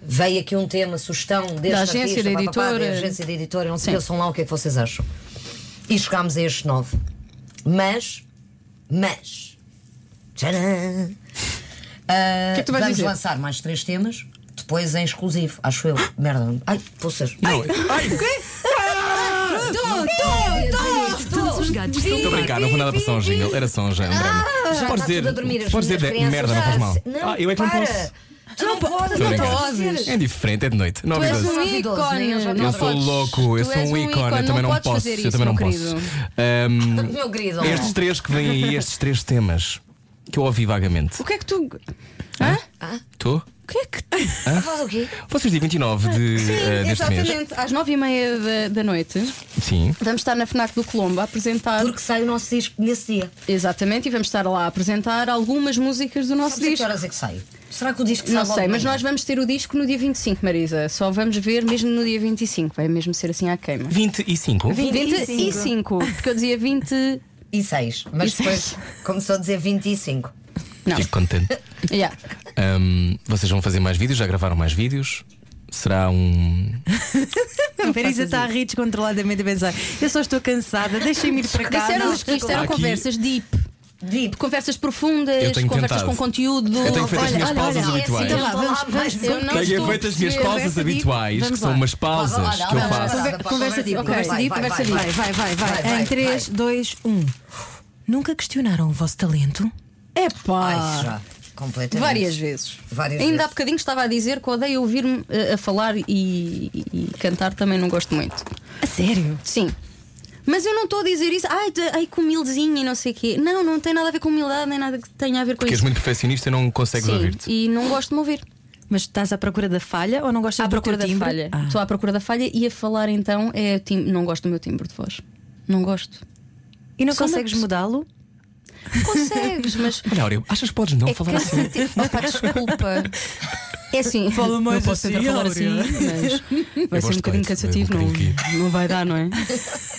Speaker 5: veio aqui um tema, sugestão deste
Speaker 6: Da agência,
Speaker 5: artista,
Speaker 6: da
Speaker 5: pá, pá, pá,
Speaker 6: editora.
Speaker 5: da agência da editora, não sei
Speaker 6: Sim.
Speaker 5: o que, são lá, o que é que vocês acham? E chegámos a este novo. Mas, mas, tcharam, ah,
Speaker 6: que é que tu vais
Speaker 5: vamos
Speaker 6: dizer?
Speaker 5: lançar mais três temas, depois em exclusivo, acho eu.
Speaker 2: é-
Speaker 5: Merda, ai, vocês.
Speaker 2: Não, ai,
Speaker 7: Ai,
Speaker 5: Tô, tô, tô, tô,
Speaker 8: os gatos são
Speaker 2: Estou Ah! a brincar, não foi nada para São Jingle, era é São Jean.
Speaker 5: Ah, já
Speaker 2: podes
Speaker 5: está tudo a dormir,
Speaker 2: dizer,
Speaker 5: as
Speaker 2: podes
Speaker 5: minhas
Speaker 2: dizer
Speaker 5: crianças
Speaker 2: merda, não
Speaker 5: já
Speaker 2: faz mal.
Speaker 5: se- não,
Speaker 2: ah, eu é que não
Speaker 5: para.
Speaker 2: posso.
Speaker 5: Tu não podes,
Speaker 2: Estou a
Speaker 5: não
Speaker 2: brincar.
Speaker 5: podes.
Speaker 2: É diferente, é de noite. Não,
Speaker 5: Tu és
Speaker 2: mas-
Speaker 5: um ícone.
Speaker 2: Eu sou louco, eu sou um ícone, eu também não posso. Eu também não posso. Ahm,
Speaker 5: Meu querido.
Speaker 2: Estes três que vêm aí, estes três temas que eu ouvi vagamente.
Speaker 6: O que é que tu.
Speaker 2: Tu?
Speaker 6: O que é que.
Speaker 2: Hã?
Speaker 6: Faz o quê?
Speaker 2: Vocês dia 29 de,
Speaker 6: Sim,
Speaker 2: eh, deste mês.
Speaker 6: exatamente. Às nove e meia da, da noite
Speaker 2: Sim.
Speaker 6: vamos estar na FNAC do Colombo a apresentar. Porque
Speaker 5: sai o nosso disco nesse dia.
Speaker 6: Exatamente, e vamos estar lá a apresentar algumas músicas do nosso
Speaker 5: Sabes a que
Speaker 6: disco.
Speaker 5: horas é que sai? Será que o disco sai
Speaker 6: Não
Speaker 5: logo
Speaker 6: sei,
Speaker 5: de
Speaker 6: mas
Speaker 5: manhã?
Speaker 6: nós vamos ter o disco no dia 25, Marisa. Só vamos ver mesmo no dia 25. Vai mesmo ser assim à queima.
Speaker 2: 25?
Speaker 6: 25. Porque eu dizia 20.
Speaker 5: E 6. Mas depois começou a dizer 25.
Speaker 2: Fico contente.
Speaker 6: Yeah.
Speaker 2: Ahm, vocês vão fazer mais vídeos? Já gravaram mais vídeos? Será um.
Speaker 3: A Marisa está a rir descontroladamente a pensar. Eu só estou cansada, deixem-me ir para casa.
Speaker 6: Disseram-nos que isto eram
Speaker 3: Aqui-
Speaker 6: conversas deep.
Speaker 5: Deep.
Speaker 6: Conversas profundas,
Speaker 2: Eu tenho
Speaker 6: conversas
Speaker 2: tentado.
Speaker 6: com conteúdo.
Speaker 2: Eu tenho feito as minhas pausas habituais.
Speaker 6: então vá, vamos, vamos, eu não
Speaker 2: Tenho
Speaker 6: estou
Speaker 2: feito as
Speaker 6: a
Speaker 2: minhas
Speaker 6: perceber.
Speaker 2: pausas habituais, que são umas pausas que eu faço.
Speaker 3: Conversa deep,
Speaker 6: Ok,
Speaker 3: conversa
Speaker 6: vai,
Speaker 3: deep,
Speaker 6: vai,
Speaker 3: conversa
Speaker 6: vai,
Speaker 3: deep.
Speaker 6: vai,
Speaker 3: Vai,
Speaker 6: vai,
Speaker 3: vai,
Speaker 6: vai,
Speaker 3: vai.
Speaker 6: vai.
Speaker 3: Em 3, 2, 1. Nunca questionaram o vosso talento?
Speaker 2: Ah.
Speaker 3: É
Speaker 6: Ai,
Speaker 3: pá!
Speaker 6: já.
Speaker 5: Completamente.
Speaker 6: Várias vezes.
Speaker 5: Várias
Speaker 6: Ainda há
Speaker 5: vezes.
Speaker 6: bocadinho estava a dizer que odeio ouvir-me eh, a falar e, e- e cantar também não gosto muito.
Speaker 3: A sério?
Speaker 6: Sim. Mas eu não estou a dizer isso, ai, de- ai que humildezinha e não sei o quê. Não, não tem nada a ver com humildade, nem nada que tenha a ver com
Speaker 2: Porque és
Speaker 6: isso.
Speaker 2: muito perfeccionista e não consegues
Speaker 6: Sim,
Speaker 2: ouvir-te.
Speaker 6: e não gosto de me ouvir.
Speaker 3: Mas estás à procura da falha ou não gostas
Speaker 6: à
Speaker 3: do
Speaker 6: procura
Speaker 3: teu
Speaker 6: da
Speaker 3: timbre?
Speaker 6: falha.
Speaker 3: Ah.
Speaker 6: Estou à procura da falha e a falar então é o tim- não gosto do meu timbre de voz. Não gosto.
Speaker 3: E não
Speaker 6: Sou uma
Speaker 3: consegues
Speaker 6: pessoa-
Speaker 3: mudá-lo?
Speaker 6: Consegues, mas
Speaker 2: Olha, Áureo, achas que podes não
Speaker 6: É
Speaker 2: falar assim?
Speaker 6: cansativo. Opa, desculpa. É assim,
Speaker 3: Fala mais
Speaker 6: não posso
Speaker 3: assim,
Speaker 6: tentar falar assim,
Speaker 3: Áurea.
Speaker 6: mas vai
Speaker 2: Eu
Speaker 6: ser um
Speaker 2: gosto
Speaker 6: bocadinho
Speaker 2: de leite,
Speaker 6: cansativo,
Speaker 2: eu
Speaker 6: não,
Speaker 2: brinquei.
Speaker 6: não vai dar, não é?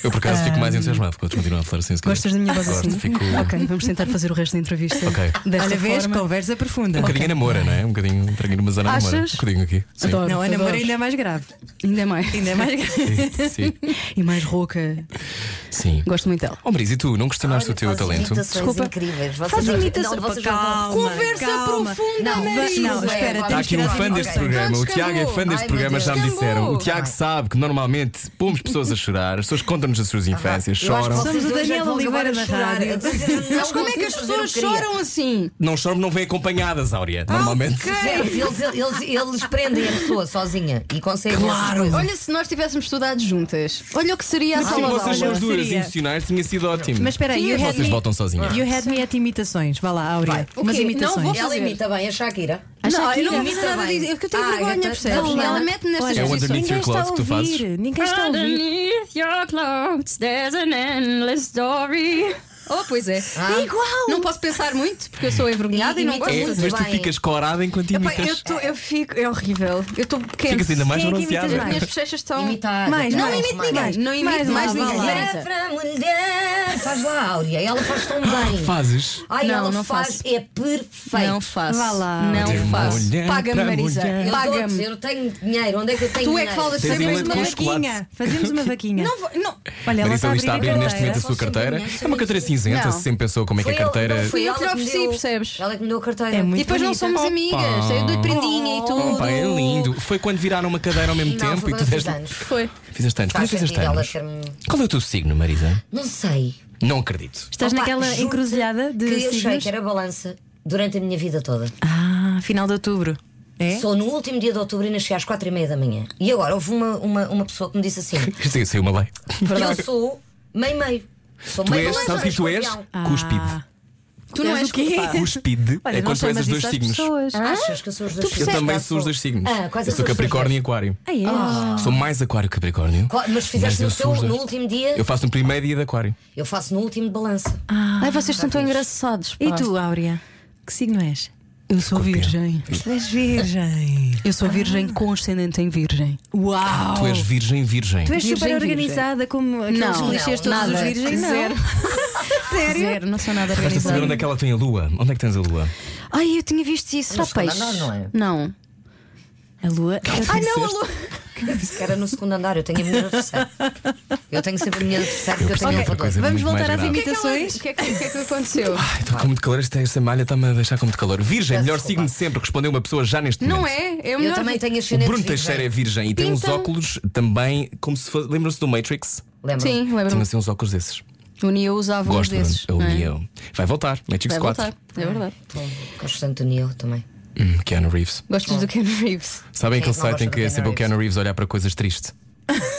Speaker 2: Eu por acaso fico mais
Speaker 6: Ah,
Speaker 2: entusiasmado quando continuam a falar assim. se calhar.
Speaker 6: Gostas da minha voz
Speaker 2: Gosto,
Speaker 6: assim?
Speaker 2: Fico um
Speaker 6: Ok, vamos tentar fazer o resto da entrevista.
Speaker 2: Ok.
Speaker 6: Desta
Speaker 3: Olha, vês,
Speaker 6: forma.
Speaker 3: conversa profunda.
Speaker 2: um bocadinho a namora, não é? Um bocadinho, um bocadinho numa zona namora. Um
Speaker 6: Achas?
Speaker 2: bocadinho aqui. Sim.
Speaker 6: Adoro,
Speaker 3: Não, a namora
Speaker 6: adoro.
Speaker 3: ainda é mais grave.
Speaker 6: Ainda mais.
Speaker 3: Ainda é mais
Speaker 2: Sim, sim.
Speaker 6: E mais rouca.
Speaker 2: Sim.
Speaker 6: Gosto muito dela.
Speaker 2: Oh, Marisa, e tu não questionaste o teu talento?
Speaker 5: Desculpa. incríveis. Vocês
Speaker 6: Faz
Speaker 5: não-
Speaker 6: imitação.
Speaker 5: não, vocês não
Speaker 3: Calma,
Speaker 5: vão-
Speaker 6: Conversa
Speaker 3: calma.
Speaker 6: profunda,
Speaker 3: Não,
Speaker 6: Marisa.
Speaker 3: não, espera,
Speaker 2: Está
Speaker 3: temos
Speaker 2: aqui
Speaker 3: que
Speaker 2: um
Speaker 3: dar-
Speaker 2: fã deste
Speaker 3: Ok.
Speaker 2: programa. O
Speaker 6: Pronto,
Speaker 2: Tiago é fã
Speaker 6: acabou.
Speaker 2: deste
Speaker 6: Ai, meu
Speaker 2: programa, já me
Speaker 6: Deus.
Speaker 2: disseram. O
Speaker 6: Acabou.
Speaker 2: Tiago sabe que normalmente pomos pessoas a chorar, as pessoas contam-nos as suas infâncias,
Speaker 5: Eu acho que
Speaker 2: choram.
Speaker 5: vocês
Speaker 3: Somos o
Speaker 5: dois é que
Speaker 3: Daniel
Speaker 5: vão
Speaker 3: Oliveira
Speaker 5: acabar a
Speaker 3: da
Speaker 5: chorar.
Speaker 3: rádio.
Speaker 5: Eu tô a dizer, não
Speaker 6: Mas como é que as
Speaker 5: consigo fazer o
Speaker 6: pessoas
Speaker 5: que queria.
Speaker 6: choram assim?
Speaker 2: Não choram, não vêm acompanhadas, Áurea, normalmente.
Speaker 5: Certo, eles, eles, eles prendem a pessoa sozinha e conseguem.
Speaker 2: Claro.
Speaker 5: essas coisas.
Speaker 6: Olha, se nós tivéssemos estudado juntas, olha o que seria a
Speaker 2: Mas como
Speaker 6: sala de
Speaker 2: vocês são
Speaker 6: aula.
Speaker 2: as duas
Speaker 3: Seria.
Speaker 2: emocionais, tinha sido ótimo.
Speaker 3: Mas espera aí,
Speaker 6: Sim,
Speaker 3: you had
Speaker 2: Vocês
Speaker 3: me-
Speaker 2: voltam sozinhas.
Speaker 3: You had me at imitações. Vá lá, Áurea.
Speaker 6: O
Speaker 3: Umas
Speaker 6: quê? Não
Speaker 3: imitações.
Speaker 6: vou
Speaker 5: Ela
Speaker 6: fazer.
Speaker 5: imita bem a Shakira.
Speaker 3: A
Speaker 6: Não, eu
Speaker 3: Shakira.
Speaker 6: não imito nada
Speaker 5: Também.
Speaker 6: disso. Eu que tenho
Speaker 5: Ah,
Speaker 6: vergonha,
Speaker 5: então-
Speaker 6: percebes?
Speaker 5: Não,
Speaker 6: ela
Speaker 5: não.
Speaker 6: mete-me nestas
Speaker 2: É o
Speaker 6: posições.
Speaker 2: Underneath Your Clothes que tu fazes.
Speaker 3: Ninguém está a ouvir.
Speaker 6: your clothes there's an endless story. Oh, pois é. É igual. Não posso pensar muito porque eu sou envergonhada e, não
Speaker 5: Imita
Speaker 6: gosto.
Speaker 2: É,
Speaker 5: muito
Speaker 2: mas tu
Speaker 5: bem.
Speaker 2: ficas corada enquanto
Speaker 6: Epá, eu,
Speaker 2: imitas.
Speaker 6: tô- eu fico. É horrível. Eu estou pequena.
Speaker 2: Ficas ainda mais
Speaker 3: Quem é que
Speaker 2: bronzeada.
Speaker 3: imitas
Speaker 6: As minhas bochechas estão.
Speaker 5: Imitar.
Speaker 3: Mais,
Speaker 6: não
Speaker 3: mais,
Speaker 6: imite
Speaker 5: mais.
Speaker 6: ninguém. Não
Speaker 3: Mais,
Speaker 6: imite mais,
Speaker 3: mais,
Speaker 6: ninguém.
Speaker 3: mais.
Speaker 5: É
Speaker 6: Marisa.
Speaker 5: para mulher. Faz lá, Áurea. Ela faz tão bem.
Speaker 2: Fazes.
Speaker 5: Ai,
Speaker 6: Não,
Speaker 5: ela
Speaker 6: não
Speaker 5: faz.
Speaker 6: faço.
Speaker 5: É perfeito.
Speaker 6: Não faço.
Speaker 3: Vá lá.
Speaker 2: De
Speaker 6: Não faço.
Speaker 2: mulher
Speaker 6: Paga-me,
Speaker 2: pra
Speaker 6: Marisa.
Speaker 2: mulher.
Speaker 5: Eu, dou-te,
Speaker 6: Paga-me.
Speaker 5: eu tenho dinheiro. Onde é que eu tenho
Speaker 6: Tu é que
Speaker 5: dinheiro?
Speaker 6: falas
Speaker 2: Tens
Speaker 6: sempre
Speaker 2: um leite
Speaker 6: de
Speaker 2: com
Speaker 6: uma
Speaker 2: chocolate.
Speaker 3: Vaquinha. Fazemos uma vaquinha.
Speaker 6: Não, vou- não.
Speaker 3: Olha, ela
Speaker 2: Marisa
Speaker 3: está a
Speaker 2: ali
Speaker 3: abrir
Speaker 2: está a
Speaker 3: a
Speaker 2: abrir neste
Speaker 3: carteira.
Speaker 2: momento a sua
Speaker 5: Só
Speaker 2: carteira.
Speaker 5: sabia,
Speaker 2: É uma carteira cinzenta,
Speaker 6: Não.
Speaker 2: sempre pensou como é que
Speaker 5: Foi
Speaker 2: a
Speaker 5: ela-
Speaker 2: carteira.
Speaker 5: não, foi
Speaker 6: Eu
Speaker 5: ela
Speaker 6: te
Speaker 5: que me
Speaker 6: ofereci,
Speaker 5: deu-
Speaker 6: percebes?
Speaker 5: Ela que me deu a carteira.
Speaker 3: É
Speaker 6: E
Speaker 3: muito
Speaker 6: depois não somos
Speaker 3: bonita.
Speaker 6: amigas. Eu dou prendinha e tudo.
Speaker 2: Opa, é lindo. Foi quando viraram uma cadeira ao mesmo
Speaker 5: Não,
Speaker 2: tempo
Speaker 5: foi
Speaker 2: e tu
Speaker 5: quando eu fiz
Speaker 2: deste.
Speaker 5: anos.
Speaker 6: Foi.
Speaker 2: Fizeste anos. Quando
Speaker 5: Faz
Speaker 2: fizeste
Speaker 5: sentido ela
Speaker 2: anos?
Speaker 5: ter-me.
Speaker 2: Qual é o teu signo, Marisa?
Speaker 5: Não sei.
Speaker 2: Não acredito.
Speaker 3: Estás
Speaker 5: Opa,
Speaker 3: naquela
Speaker 5: juro-te
Speaker 3: encruzilhada de
Speaker 5: Que eu achei
Speaker 3: signos?
Speaker 5: que era balança durante a minha vida toda.
Speaker 3: Ah, final de outubro. É?
Speaker 5: Só no último dia de outubro e nasci às quatro e meia da manhã. E agora houve uma, uma, uma pessoa que me disse assim:
Speaker 2: Isto é saiu uma lei.
Speaker 5: Eu sou meio-meio. Sou
Speaker 2: Tu
Speaker 5: meio
Speaker 2: és, sabes quem tu és? Cuspide.
Speaker 6: Tu não és
Speaker 3: quê?
Speaker 6: culpada.
Speaker 2: Cuspide é
Speaker 3: Olha, não
Speaker 2: quando tu és
Speaker 3: chamas
Speaker 2: os dois
Speaker 3: isso às
Speaker 2: signos.
Speaker 3: pessoas.
Speaker 5: Achas que eu sou os dois
Speaker 2: Eu
Speaker 5: signos?
Speaker 2: também
Speaker 5: Ah,
Speaker 2: sou os dois signos.
Speaker 5: Ah, quais
Speaker 2: Eu
Speaker 5: é
Speaker 2: sou
Speaker 5: que os
Speaker 2: Capricórnio e
Speaker 5: dois?
Speaker 2: Aquário.
Speaker 3: Ah, é?
Speaker 2: Sou mais Aquário que Capricórnio.
Speaker 5: Qual- Mas fizeste
Speaker 2: eu
Speaker 5: no,
Speaker 2: sou
Speaker 5: teu,
Speaker 2: os dois.
Speaker 5: no último dia,
Speaker 2: Eu
Speaker 5: eu...
Speaker 2: faço no primeiro dia de Aquário.
Speaker 5: faço no último de balança.
Speaker 6: Ai, vocês são tão
Speaker 2: Tá
Speaker 6: engraçados. pá.
Speaker 3: E tu, Áurea? Que signo és? Eu sou
Speaker 2: virgem.
Speaker 3: Tu és virgem.
Speaker 6: Eu sou virgem com ascendente em virgem.
Speaker 3: Uau!
Speaker 2: Tu és virgem, virgem.
Speaker 3: Tu és
Speaker 6: Virgem,
Speaker 3: super organizada, como aqueles
Speaker 6: Não,
Speaker 3: clichês
Speaker 5: não,
Speaker 3: todos
Speaker 5: nada.
Speaker 3: os virgens. Não.
Speaker 6: Zero.
Speaker 3: Sério?
Speaker 6: Zero, não sou nada
Speaker 2: Vais saber onde
Speaker 6: organizada.
Speaker 2: é que ela tem a lua? Onde é que tens a lua?
Speaker 6: Ai, eu tinha visto isso. Será
Speaker 5: Mas quando
Speaker 6: peixe?
Speaker 5: andar, não é?
Speaker 6: Não.
Speaker 3: A lua.
Speaker 6: Ai, não, a lua.
Speaker 5: Disse que era no segundo andar, eu tenho a minha do terceiro. Eu tenho sempre a minha do terceiro porque eu tenho
Speaker 2: percebi
Speaker 5: a
Speaker 2: outra
Speaker 5: favor.
Speaker 2: coisa
Speaker 3: Vamos
Speaker 2: muito
Speaker 3: voltar
Speaker 2: mais
Speaker 3: às
Speaker 2: grave.
Speaker 6: O que é que ela-
Speaker 3: imitações.
Speaker 6: O que é que, o que é que aconteceu?
Speaker 2: Ai, estou com muito calor, esta, esta malha está-me a deixar com muito calor. Virgem, melhor signo de sempre, respondeu uma pessoa já neste
Speaker 6: Não
Speaker 2: momento.
Speaker 6: é? É o
Speaker 5: Eu
Speaker 6: melhor.
Speaker 5: também tenho
Speaker 2: O
Speaker 5: ascendente
Speaker 2: Bruno
Speaker 5: virgem.
Speaker 2: Teixeira é virgem e tem uns
Speaker 6: Pintam.
Speaker 2: óculos também, como se fosse. Lembram-se do Matrix?
Speaker 5: Lembra?
Speaker 6: Sim,
Speaker 2: Tinha
Speaker 6: lembro-me.
Speaker 2: assim uns óculos desses.
Speaker 6: O Neo usava
Speaker 2: Gosto,
Speaker 6: um desses.
Speaker 2: Bruno. É o
Speaker 6: não é?
Speaker 2: Neo. Vai voltar, Magic
Speaker 6: Vai
Speaker 2: Squad.
Speaker 6: voltar, é verdade.
Speaker 5: Gosto tanto do Neo também.
Speaker 2: Hum, Keanu Reeves.
Speaker 6: Gostas do Ken Reeves?
Speaker 2: Sabem
Speaker 6: Quem é
Speaker 2: aquele
Speaker 6: que não
Speaker 2: site em
Speaker 6: gosta
Speaker 2: que é
Speaker 6: do
Speaker 2: sempre o
Speaker 6: Keanu
Speaker 2: Keanu Reeves olhar para coisas tristes?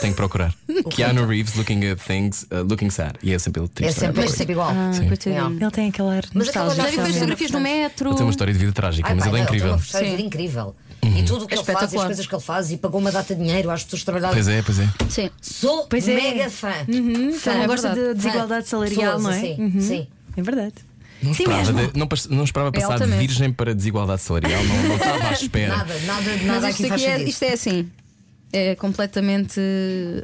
Speaker 2: Tem que procurar. Keanu Reeves looking at things, uh, looking sad. E é sempre ele triste. olhar para coisas.
Speaker 5: igual.
Speaker 6: Ah,
Speaker 2: Sim.
Speaker 3: Ele tem aquele ar.
Speaker 5: Mas aquela
Speaker 3: nostálgico.
Speaker 5: já vi
Speaker 6: fotografias no metro.
Speaker 2: Ele tem uma história de vida trágica,
Speaker 5: Ai,
Speaker 2: mas
Speaker 5: pá,
Speaker 2: ele é
Speaker 5: não, tem
Speaker 2: incrível. Uhum.
Speaker 5: uma história de vida incrível. E tudo o que
Speaker 6: É
Speaker 5: ele faz, e as
Speaker 6: espetacular.
Speaker 5: coisas que ele faz, e pagou uma data de dinheiro às pessoas trabalhadas.
Speaker 2: Pois é, pois é.
Speaker 6: Sim.
Speaker 5: Sou
Speaker 3: Pois é.
Speaker 5: mega fã.
Speaker 3: Uhum,
Speaker 5: Fã.
Speaker 3: também
Speaker 5: É
Speaker 3: gosta
Speaker 5: verdade.
Speaker 3: de desigualdade
Speaker 5: Fã.
Speaker 3: salarial,
Speaker 5: Pessoas
Speaker 3: não é?
Speaker 5: assim,
Speaker 3: Uhum.
Speaker 5: Sim.
Speaker 3: É verdade.
Speaker 2: Não
Speaker 3: Sim
Speaker 2: esperava,
Speaker 3: mesmo.
Speaker 2: de- não, pas- não esperava
Speaker 6: É
Speaker 2: passar de
Speaker 6: altamente.
Speaker 2: virgem para desigualdade salarial. Não, não estava à espera.
Speaker 5: Nada, nada,
Speaker 6: Mas
Speaker 5: nada
Speaker 6: isto
Speaker 5: aqui faz
Speaker 6: aqui é,
Speaker 5: sentido.
Speaker 6: isto é assim. É completamente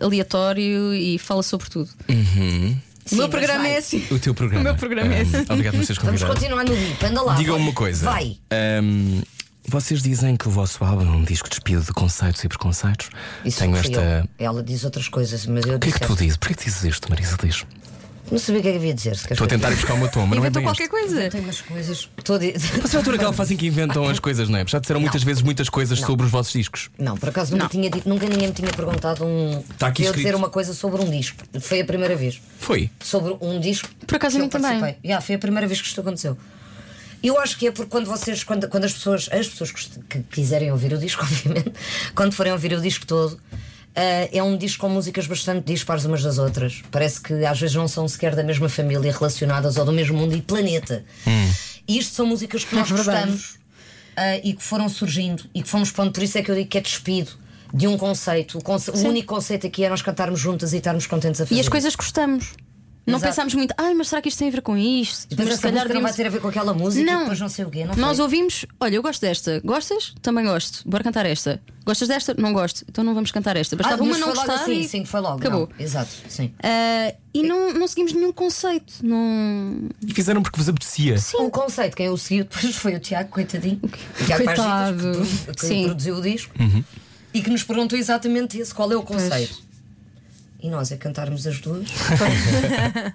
Speaker 6: aleatório e fala sobre tudo.
Speaker 2: Uhum.
Speaker 6: o meu
Speaker 5: mas
Speaker 6: programa
Speaker 5: vai.
Speaker 6: é assim.
Speaker 2: O teu programa.
Speaker 6: O meu programa é
Speaker 2: Ahm,
Speaker 6: esse.
Speaker 2: Obrigado por me teres
Speaker 5: Vamos
Speaker 2: convidado.
Speaker 5: continuar no VIP, anda lá.
Speaker 2: Digam-me
Speaker 5: vai.
Speaker 2: uma coisa.
Speaker 5: Vai.
Speaker 2: Ahm, vocês dizem que o vosso álbum é um disco despido de conceitos e preconceitos.
Speaker 5: Isso
Speaker 2: Tenho
Speaker 5: fui
Speaker 2: esta.
Speaker 5: eu. Ela diz outras coisas, mas eu
Speaker 2: O que é
Speaker 5: disse
Speaker 2: que tu
Speaker 5: esta.
Speaker 2: dizes? Porquê que dizes isto, Marisa? Diz.
Speaker 5: Não sabia o que é que havia de dizer. se queres
Speaker 2: Estou a
Speaker 5: ver.
Speaker 2: tentar ir buscar o meu tom, mas não é
Speaker 6: Inventou
Speaker 2: bem este.
Speaker 6: qualquer coisa.
Speaker 5: Tem umas coisas. Estou a dizer.
Speaker 2: Mas é a altura que ela fazem que inventam as coisas, não é? Já disseram muitas vezes muitas coisas
Speaker 5: Não.
Speaker 2: sobre os vossos discos.
Speaker 5: Não, por acaso nunca, tinha dito, nunca ninguém me tinha perguntado um.
Speaker 2: Tá aqui
Speaker 5: eu
Speaker 2: escrito.
Speaker 5: dizer uma coisa sobre um disco. Foi a primeira vez.
Speaker 2: Foi.
Speaker 5: Sobre um disco.
Speaker 6: Por acaso
Speaker 5: que
Speaker 6: a
Speaker 5: eu
Speaker 6: mim também.
Speaker 5: participei. Já, foi a primeira vez que isto aconteceu. Eu acho que é porque quando vocês, quando, quando as pessoas, as pessoas que, est- que quiserem ouvir o disco, obviamente, quando forem ouvir o disco todo, ah, é um disco com músicas bastante dispares umas das outras. Parece que às vezes não são sequer da mesma família relacionadas ou do mesmo mundo e planeta. E isto são músicas
Speaker 6: É
Speaker 5: que nós gostamos ah, e que foram surgindo e que fomos pondo. Por isso é que eu digo que é despido de um conceito. O, conce- o único conceito aqui é nós cantarmos juntas e estarmos contentes a fazer.
Speaker 6: E as coisas gostamos. Não
Speaker 5: Exato.
Speaker 6: pensámos muito, ai, mas será que isto tem a ver com isto?
Speaker 5: Depois
Speaker 6: mas
Speaker 5: essa música não vai
Speaker 6: devíamos-
Speaker 5: ter a ver com aquela música,
Speaker 6: Não.
Speaker 5: depois não sei o quê. Não
Speaker 6: Nós
Speaker 5: foi.
Speaker 6: ouvimos, olha, eu gosto desta. Gostas? Também gosto. Bora cantar esta. Gostas desta? Não gosto. Então não vamos cantar esta. Bastava
Speaker 5: Ah,
Speaker 6: uma
Speaker 5: mas
Speaker 6: não
Speaker 5: foi logo
Speaker 6: gostar.
Speaker 5: assim,
Speaker 6: e...
Speaker 5: sim, foi logo.
Speaker 6: Acabou.
Speaker 5: não. Exato, sim.
Speaker 6: Ah, e não, não seguimos nenhum conceito. Não...
Speaker 2: E fizeram porque vos apetecia.
Speaker 5: O conceito, quem o seguiu depois foi o Tiago, coitadinho. O Tiago
Speaker 6: Coitado.
Speaker 5: Pajitas, que, produ- que
Speaker 6: Sim.
Speaker 5: produziu o disco
Speaker 2: Uhum.
Speaker 5: e que nos perguntou exatamente esse: qual é o conceito? E nós a cantarmos as duas,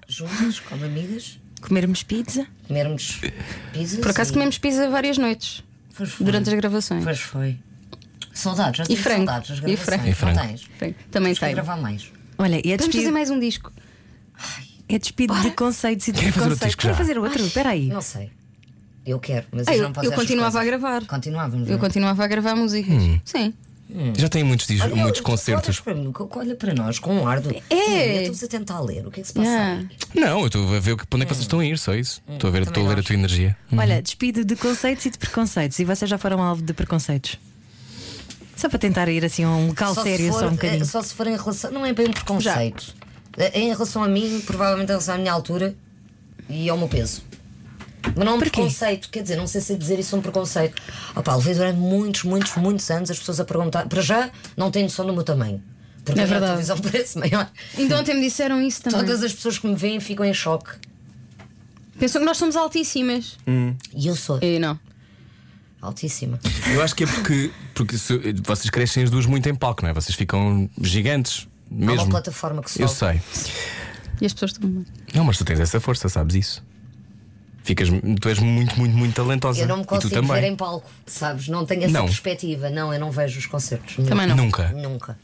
Speaker 5: juntas, como amigas,
Speaker 3: Comermos pizza?
Speaker 5: comermos pizza.
Speaker 6: Por acaso
Speaker 5: e...
Speaker 6: comemos pizza várias noites
Speaker 5: Pois foi.
Speaker 6: durante as gravações.
Speaker 5: Pois foi. Saudades, já
Speaker 6: E
Speaker 5: tive
Speaker 6: frango.
Speaker 5: saudades das
Speaker 6: E
Speaker 5: gravações.
Speaker 6: frango.
Speaker 2: E frango.
Speaker 5: Não tens?
Speaker 6: Bem, Também
Speaker 5: Tens que
Speaker 6: tem.
Speaker 5: gravar mais.
Speaker 3: Olha, e é
Speaker 6: Vamos fazer
Speaker 3: despido,
Speaker 6: mais um disco.
Speaker 3: é despido de conceitos e de
Speaker 2: Querem fazer outro
Speaker 3: preconceitos.
Speaker 2: disco
Speaker 3: Quero
Speaker 2: já?
Speaker 3: fazer outro, espera aí.
Speaker 5: Não sei. Eu quero, mas
Speaker 6: Ah,
Speaker 5: eu,
Speaker 6: eu-
Speaker 5: não posso
Speaker 6: eu
Speaker 5: essas
Speaker 6: continuava
Speaker 5: coisas.
Speaker 6: a gravar.
Speaker 5: Continuávamos.
Speaker 6: Eu
Speaker 5: não é?
Speaker 6: continuava a gravar músicas. Sim.
Speaker 2: Já têm muitos, dis-
Speaker 5: Olha,
Speaker 2: muitos
Speaker 5: tu
Speaker 2: concertos.
Speaker 5: Olhas para mim, co- olha para nós com um ar do.
Speaker 6: É.
Speaker 5: Estou-vos a tentar ler. O que é que se passa?
Speaker 6: Yeah.
Speaker 5: aí?
Speaker 2: Não, eu estou a ver o que- para onde é que vocês estão a ir, só isso.
Speaker 5: Hum,
Speaker 2: Estou a ver, estou a ler a tua energia.
Speaker 3: Olha, despido de conceitos e de preconceitos. E vocês já foram alvo de preconceitos? Só para tentar ir assim a um local
Speaker 5: Só se
Speaker 3: sério,
Speaker 5: for-
Speaker 3: só um
Speaker 5: eh,
Speaker 3: bocadinho.
Speaker 5: Só se for em relação. Não é bem um preconceito. Eh, Em relação a mim, provavelmente em relação à minha altura e ao meu peso. Mas não é um
Speaker 3: Porquê?
Speaker 5: preconceito, quer dizer, não sei se é dizer isso é um preconceito. Opa, levei durante muitos, muitos, muitos anos as pessoas a perguntar. Para já, não têm noção do meu tamanho. Porque
Speaker 6: É
Speaker 5: a minha
Speaker 6: verdade.
Speaker 5: televisão parece maior.
Speaker 6: Então ontem me disseram isso também.
Speaker 5: Todas as pessoas que me veem ficam em choque.
Speaker 6: Pensam que nós somos altíssimas.
Speaker 5: E eu sou
Speaker 6: E não.
Speaker 5: altíssima.
Speaker 2: Eu acho que é porque, porque se- vocês crescem as duas muito em palco, não é? Vocês ficam gigantes
Speaker 5: Há
Speaker 2: mesmo.
Speaker 5: uma plataforma que sobe.
Speaker 2: Eu sei.
Speaker 6: E as pessoas estão.
Speaker 2: Não, mas tu tens essa força, sabes isso. Ficas, tu és muito, muito, muito talentosa.
Speaker 5: Eu não me
Speaker 2: e tu
Speaker 5: consigo
Speaker 2: também.
Speaker 5: ver em palco, sabes? Não tenho essa
Speaker 2: Não. É.
Speaker 5: perspectiva. Não, eu não vejo os concertos.
Speaker 6: Também não.
Speaker 2: Nunca.
Speaker 5: Nunca.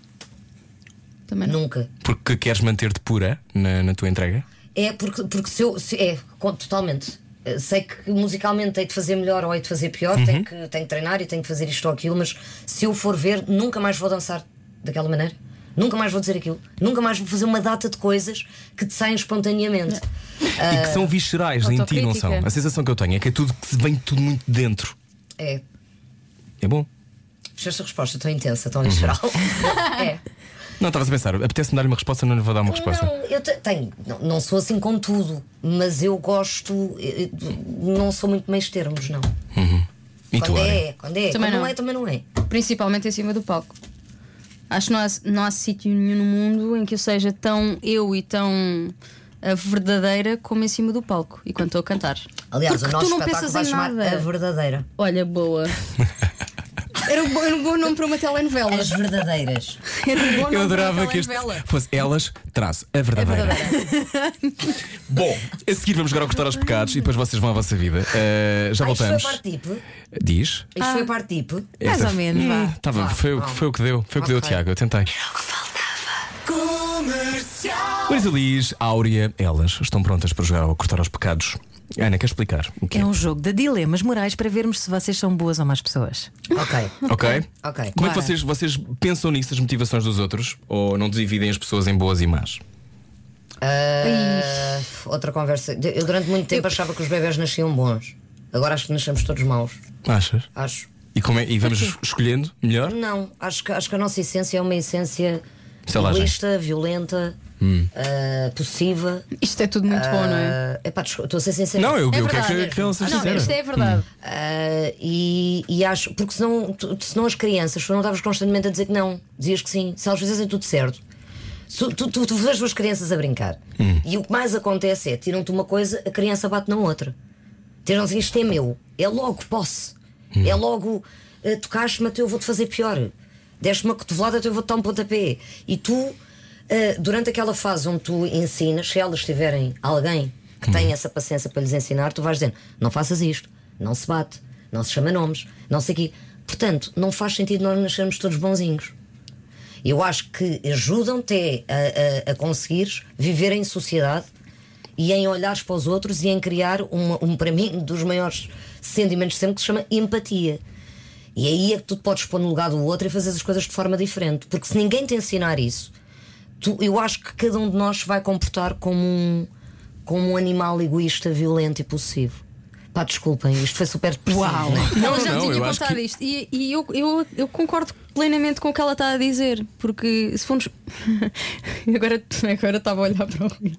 Speaker 6: Também não.
Speaker 5: Nunca.
Speaker 2: Porque queres manter-te pura na, na tua entrega?
Speaker 5: É porque, porque se eu. se- é, con- totalmente. Eh, Sei que musicalmente tenho de fazer melhor ou hei de fazer pior,
Speaker 2: Uhum.
Speaker 5: tenho, que, tenho que treinar e tenho que fazer isto ou aquilo, mas se eu for ver, nunca mais vou dançar daquela maneira. Nunca mais vou dizer aquilo. Nunca mais vou fazer uma data de coisas que te saem espontaneamente.
Speaker 2: e
Speaker 5: Ah,
Speaker 2: que são viscerais em ti, não são?
Speaker 6: autocrítica.
Speaker 2: A sensação que eu tenho é que é tudo que vem tudo muito dentro.
Speaker 5: É.
Speaker 2: É bom?
Speaker 5: Esta resposta tão intensa, tão visceral.
Speaker 2: Uhum.
Speaker 5: é.
Speaker 2: Não, estavas a pensar, apetece-me dar-lhe uma resposta, não lhe vou dar uma resposta.
Speaker 5: Não, eu te- tenho, não, não sou assim com tudo, mas eu gosto, eh, eh, não sou muito meios termos, não.
Speaker 2: E tu,
Speaker 5: quando
Speaker 2: Ari?
Speaker 5: é, quando é,
Speaker 6: Também
Speaker 5: quando não
Speaker 6: não.
Speaker 5: é, também não é.
Speaker 6: Principalmente em cima do palco. Acho que não há, não há sítio nenhum no mundo em que eu seja tão eu e tão a verdadeira como em cima do palco e quando estou a cantar.
Speaker 5: Aliás,
Speaker 6: Porque
Speaker 5: o nosso
Speaker 6: tu não
Speaker 5: espetáculo
Speaker 6: pensas
Speaker 5: vai
Speaker 6: em
Speaker 5: chamar
Speaker 6: nada.
Speaker 5: A Verdadeira.
Speaker 6: Olha, boa. Era um bom, era um bom nome para uma telenovela.
Speaker 5: As Verdadeiras.
Speaker 2: Tá
Speaker 6: Era um bom nome
Speaker 2: Eu
Speaker 6: para
Speaker 2: adorava
Speaker 6: uma
Speaker 2: que este
Speaker 6: telenovela.
Speaker 2: fosse elas, traço, a
Speaker 3: É
Speaker 2: verdadeira. Bom, a seguir vamos agora cortar aos pecados e depois vocês vão à vossa vida. Uh, já
Speaker 5: Ah, isto foi a
Speaker 2: voltamos.
Speaker 5: parte tipo. Isto
Speaker 2: Diz. Hum,
Speaker 5: foi
Speaker 6: Ah.
Speaker 5: a parte tipo.
Speaker 3: Mais ou menos, vá.
Speaker 2: Tava, foi, o- foi o que deu, foi o que deu,
Speaker 5: Ok.
Speaker 2: Tiago. Eu tentei.
Speaker 4: Comercial.
Speaker 2: Marisa Liz, Áurea, elas estão prontas para jogar ao Cortar aos Pecados. Ana, quer explicar? o que
Speaker 3: É um jogo de dilemas morais para vermos se vocês são boas ou más pessoas.
Speaker 5: Ok.
Speaker 2: Ok?
Speaker 5: Ok.
Speaker 2: Como é que
Speaker 3: Bora.
Speaker 2: vocês, vocês pensam nisso, as motivações dos outros? Ou não dividem as pessoas em boas e más?
Speaker 5: Ah, outra conversa. De- Eu durante muito tempo achava que os bebés nasciam bons. Agora acho que nascemos todos maus.
Speaker 2: Achas?
Speaker 5: Acho.
Speaker 2: E, como é- e vamos escolhendo melhor?
Speaker 5: Não, acho que, acho que a nossa essência é uma essência
Speaker 2: Selagem.
Speaker 5: egoísta, violenta,
Speaker 2: Hum.
Speaker 5: ah, possível.
Speaker 6: Isto é tudo muito bom, não é?
Speaker 5: Epá, desculpa, estou a ser sincera.
Speaker 2: Não, eu- É eu quero verdade. que- que ela seja
Speaker 6: Não, sincera. isto é verdade.
Speaker 5: Ah, e, e acho, porque senão, tu, senão as crianças, tu não estavas constantemente a dizer que não, dizias que sim, se elas fizessem tudo certo. Se tu, tu, tu vês duas crianças a brincar
Speaker 2: Hum.
Speaker 5: e o que mais acontece é tiram-te uma coisa, a criança bate na outra. Tiram-se isto é meu, é logo posse, é logo eh, tocaste-me, então eu vou-te fazer pior, deste-me uma cotovelada, então eu vou-te dar um pontapé. E tu, eh, durante aquela fase onde tu ensinas, se elas tiverem alguém que tenha essa paciência para lhes ensinar, tu vais dizendo: não faças isto, não se bate, não se chama nomes, não sei o quê. Portanto, não faz sentido nós nascermos todos bonzinhos. Eu acho que ajudam-te a, a, a conseguir viver em sociedade e em olhares para os outros e em criar uma, um, para mim, um dos maiores sentimentos de sempre que se chama empatia. E aí é que tu te podes pôr no lugar do outro e fazer as coisas de forma diferente. Porque se ninguém te ensinar isso, tu- eu acho que cada um de nós vai comportar como um, como um animal egoísta, violento e possessivo. Pá, desculpem, isto foi super depressivo.
Speaker 6: Uau.
Speaker 5: né?
Speaker 6: Não, já tinha contado isto. E, e eu, eu, eu concordo plenamente com o que ela está a dizer. Porque se formos. agora, agora estava a olhar para o Rui.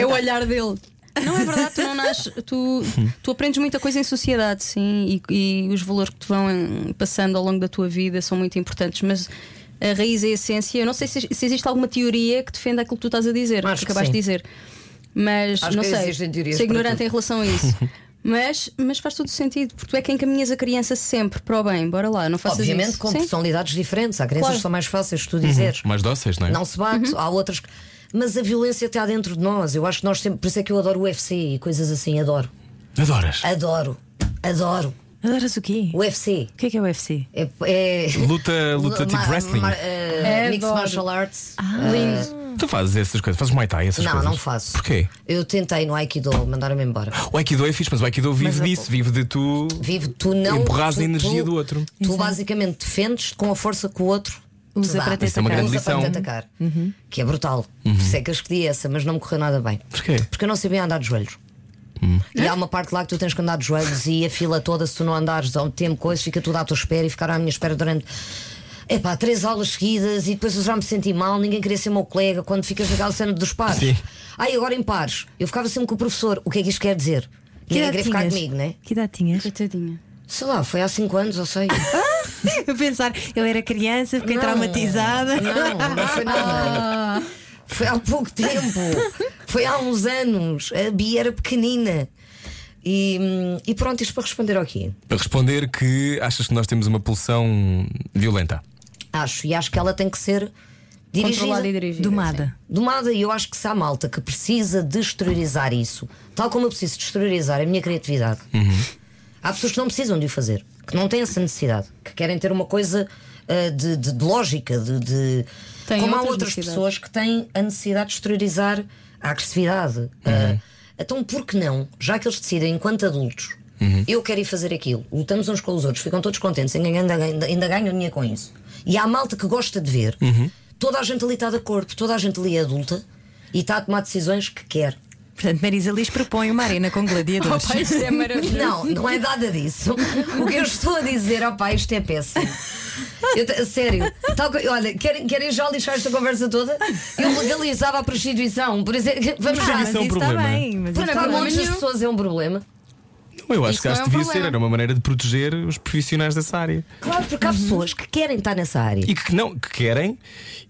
Speaker 6: É o olhar dele. Não é verdade, tu não nasces. Tu, tu aprendes muita coisa em sociedade, sim. E, e os valores que te vão eh, passando ao longo da tua vida são muito importantes. Mas. A raiz e a essência, eu não sei se, se existe alguma teoria que defenda aquilo que tu estás a dizer,
Speaker 5: Acho que
Speaker 6: acabaste de
Speaker 5: sim.
Speaker 6: dizer. Mas
Speaker 5: Acho
Speaker 6: não
Speaker 5: que
Speaker 6: sei,
Speaker 5: existem teorias
Speaker 6: sou
Speaker 5: para
Speaker 6: ignorante
Speaker 5: tudo.
Speaker 6: em relação a isso. Mas, mas faz todo sentido, porque tu é que encaminhas a criança sempre para o bem, bora lá, não faças
Speaker 5: Obviamente
Speaker 6: isso.
Speaker 5: com
Speaker 6: Sim.
Speaker 5: personalidades diferentes. Há crianças
Speaker 6: Claro. Uhum.
Speaker 5: que são mais fáceis de tu dizeres.
Speaker 2: Mais dóceis, não é?
Speaker 5: Não se bate, há outras. que- Mas a violência está dentro de nós. Eu acho que nós sempre. Por isso é que eu adoro o UFC e coisas assim. Adoro.
Speaker 2: Adoras?
Speaker 5: Adoro. Adoro.
Speaker 3: Adoras o quê?
Speaker 5: O UFC.
Speaker 3: O que é que é o UFC?
Speaker 5: É. é...
Speaker 2: Luta, luta tipo
Speaker 5: ma-
Speaker 2: wrestling.
Speaker 5: ma- eh,
Speaker 6: Adoro.
Speaker 5: mixed Martial Arts. Eh,
Speaker 2: Tu fazes essas coisas, fazes Muay Thai, essas
Speaker 5: Não,
Speaker 2: coisas.
Speaker 5: não faço.
Speaker 2: Porquê?
Speaker 5: Eu tentei no Aikido, mandaram-me embora.
Speaker 2: O Aikido é fixe, mas o Aikido vive
Speaker 5: Mas,
Speaker 2: disso, vive de tu.
Speaker 5: Vive, tu não.
Speaker 2: Empurras
Speaker 5: tu-
Speaker 2: a energia
Speaker 5: tu-
Speaker 2: do outro.
Speaker 5: Tu basicamente defendes com a força que o outro. te
Speaker 3: Usa
Speaker 5: dá.
Speaker 3: para te Isso é uma atacar. Uhum. grande
Speaker 5: Usa para te
Speaker 2: lição. Uhum.
Speaker 5: atacar. Que é brutal. Por isso é que eu escolhi essa, mas não me correu nada bem.
Speaker 2: Porquê? Uhum.
Speaker 5: Porque eu não sabia andar de joelhos. E há uma parte lá que tu tens que andar de joelhos e a fila toda, se tu não andares ao tempo, coisa, fica tudo à tua espera e ficar à minha espera durante. Epá, três aulas seguidas e depois eu já me senti mal, ninguém queria ser meu colega quando ficas naquela cena dos pares.
Speaker 2: Sim.
Speaker 5: Ai, agora em pares. Eu ficava sempre com o professor. O que é que isto quer dizer?
Speaker 3: é
Speaker 5: Ninguém queria ficar comigo, né?
Speaker 3: Que idade tinhas?
Speaker 6: Coitadinha.
Speaker 5: Sei lá, foi há cinco anos ou sei.
Speaker 3: Eu pensar, eu era criança, fiquei
Speaker 5: Não.
Speaker 3: traumatizada.
Speaker 5: Não, não foi nada. Foi há pouco tempo. Foi há uns anos. A Bia era pequenina. E, hum, e pronto, isto para responder ao quê?
Speaker 2: Para responder que achas que nós temos uma pulsão violenta.
Speaker 5: Acho, e acho que ela tem que ser
Speaker 6: Controlada e
Speaker 5: dirigida.
Speaker 6: dirigida.
Speaker 3: Ah, Domada.
Speaker 5: Domada, e eu acho que se há malta que precisa de exteriorizar isso, tal como eu preciso de exteriorizar a minha criatividade, há pessoas que não precisam de o fazer, que não têm essa necessidade, que querem ter uma coisa ah, de, de- de lógica, de. de-
Speaker 6: Têm
Speaker 5: como há
Speaker 6: outras
Speaker 5: outras
Speaker 6: necessidades.
Speaker 5: pessoas que têm a necessidade de exteriorizar a agressividade. ah, então, por que não, já que eles decidem, enquanto adultos, eu quero ir fazer aquilo, lutamos uns com os outros, ficam todos contentes, ainda, ainda, ainda ganham dinheiro com isso. E há malta que gosta de ver, toda a gente ali está de acordo, toda a gente ali é adulta e está a tomar decisões que quer.
Speaker 3: Portanto, Marisa Liz propõe uma arena com gladiadores.
Speaker 6: Opa, isto é maravilhoso.
Speaker 5: Não, não é nada disso. O que eu estou a dizer, ó pá, isto é péssimo. Eu te- sério, tal, co- olha, querem, querem já lixar esta conversa toda? Eu legalizava a prostituição, por exemplo. Vamos já.
Speaker 3: mas
Speaker 2: Isso é um
Speaker 3: isso está
Speaker 2: problema.
Speaker 3: bem. Mas
Speaker 5: Porque
Speaker 3: isso
Speaker 5: para
Speaker 3: está bem.
Speaker 5: montes de pessoas é um problema.
Speaker 2: Não, Eu acho
Speaker 6: Isso
Speaker 2: que acho
Speaker 6: não
Speaker 2: que
Speaker 6: é um
Speaker 2: devia
Speaker 6: problema.
Speaker 2: ser, era uma maneira de proteger os profissionais dessa área.
Speaker 5: Claro, porque há pessoas que querem estar nessa área.
Speaker 2: E que não, que querem,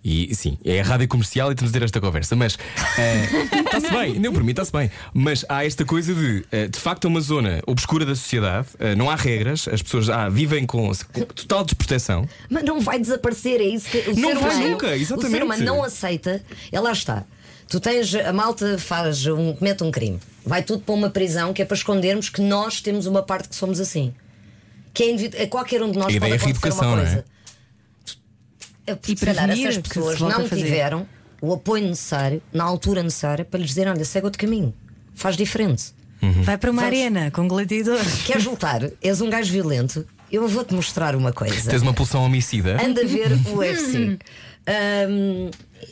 Speaker 2: e sim, é a rádio comercial e temos de ter esta conversa, mas eh, está-se bem, não, por mim está-se bem. Mas há esta coisa de, eh, de facto, é uma zona obscura da sociedade, eh, não há regras, as pessoas ah, vivem com, com total desproteção.
Speaker 5: Mas não vai desaparecer, é isso que o
Speaker 2: Não
Speaker 5: ser
Speaker 2: vai
Speaker 5: humano,
Speaker 2: nunca,
Speaker 5: O
Speaker 2: exatamente.
Speaker 5: ser humano não aceita. É lá está. Tu tens, a malta faz um, comete um crime. Vai tudo para uma prisão que é para escondermos que nós temos uma parte que somos assim. Que é individu- a qualquer um de
Speaker 2: A
Speaker 5: nós pode
Speaker 2: ideia é
Speaker 5: acontecer
Speaker 2: reeducação,
Speaker 5: uma
Speaker 2: não é?
Speaker 5: coisa. É porque,
Speaker 3: E
Speaker 5: se calhar
Speaker 3: prevenir
Speaker 5: essas
Speaker 3: que se
Speaker 5: pessoas
Speaker 3: volte a
Speaker 5: não
Speaker 3: fazer.
Speaker 5: tiveram o apoio necessário, na altura necessária, para lhes dizer: olha, segue outro caminho, faz diferente.
Speaker 6: Uhum.
Speaker 3: Vai para uma arena com gladiadores.
Speaker 5: Queres lutar? És um gajo violento? Eu vou-te mostrar uma coisa.
Speaker 2: Tens uma pulsão homicida?
Speaker 5: Anda a ver o UFC. Hum,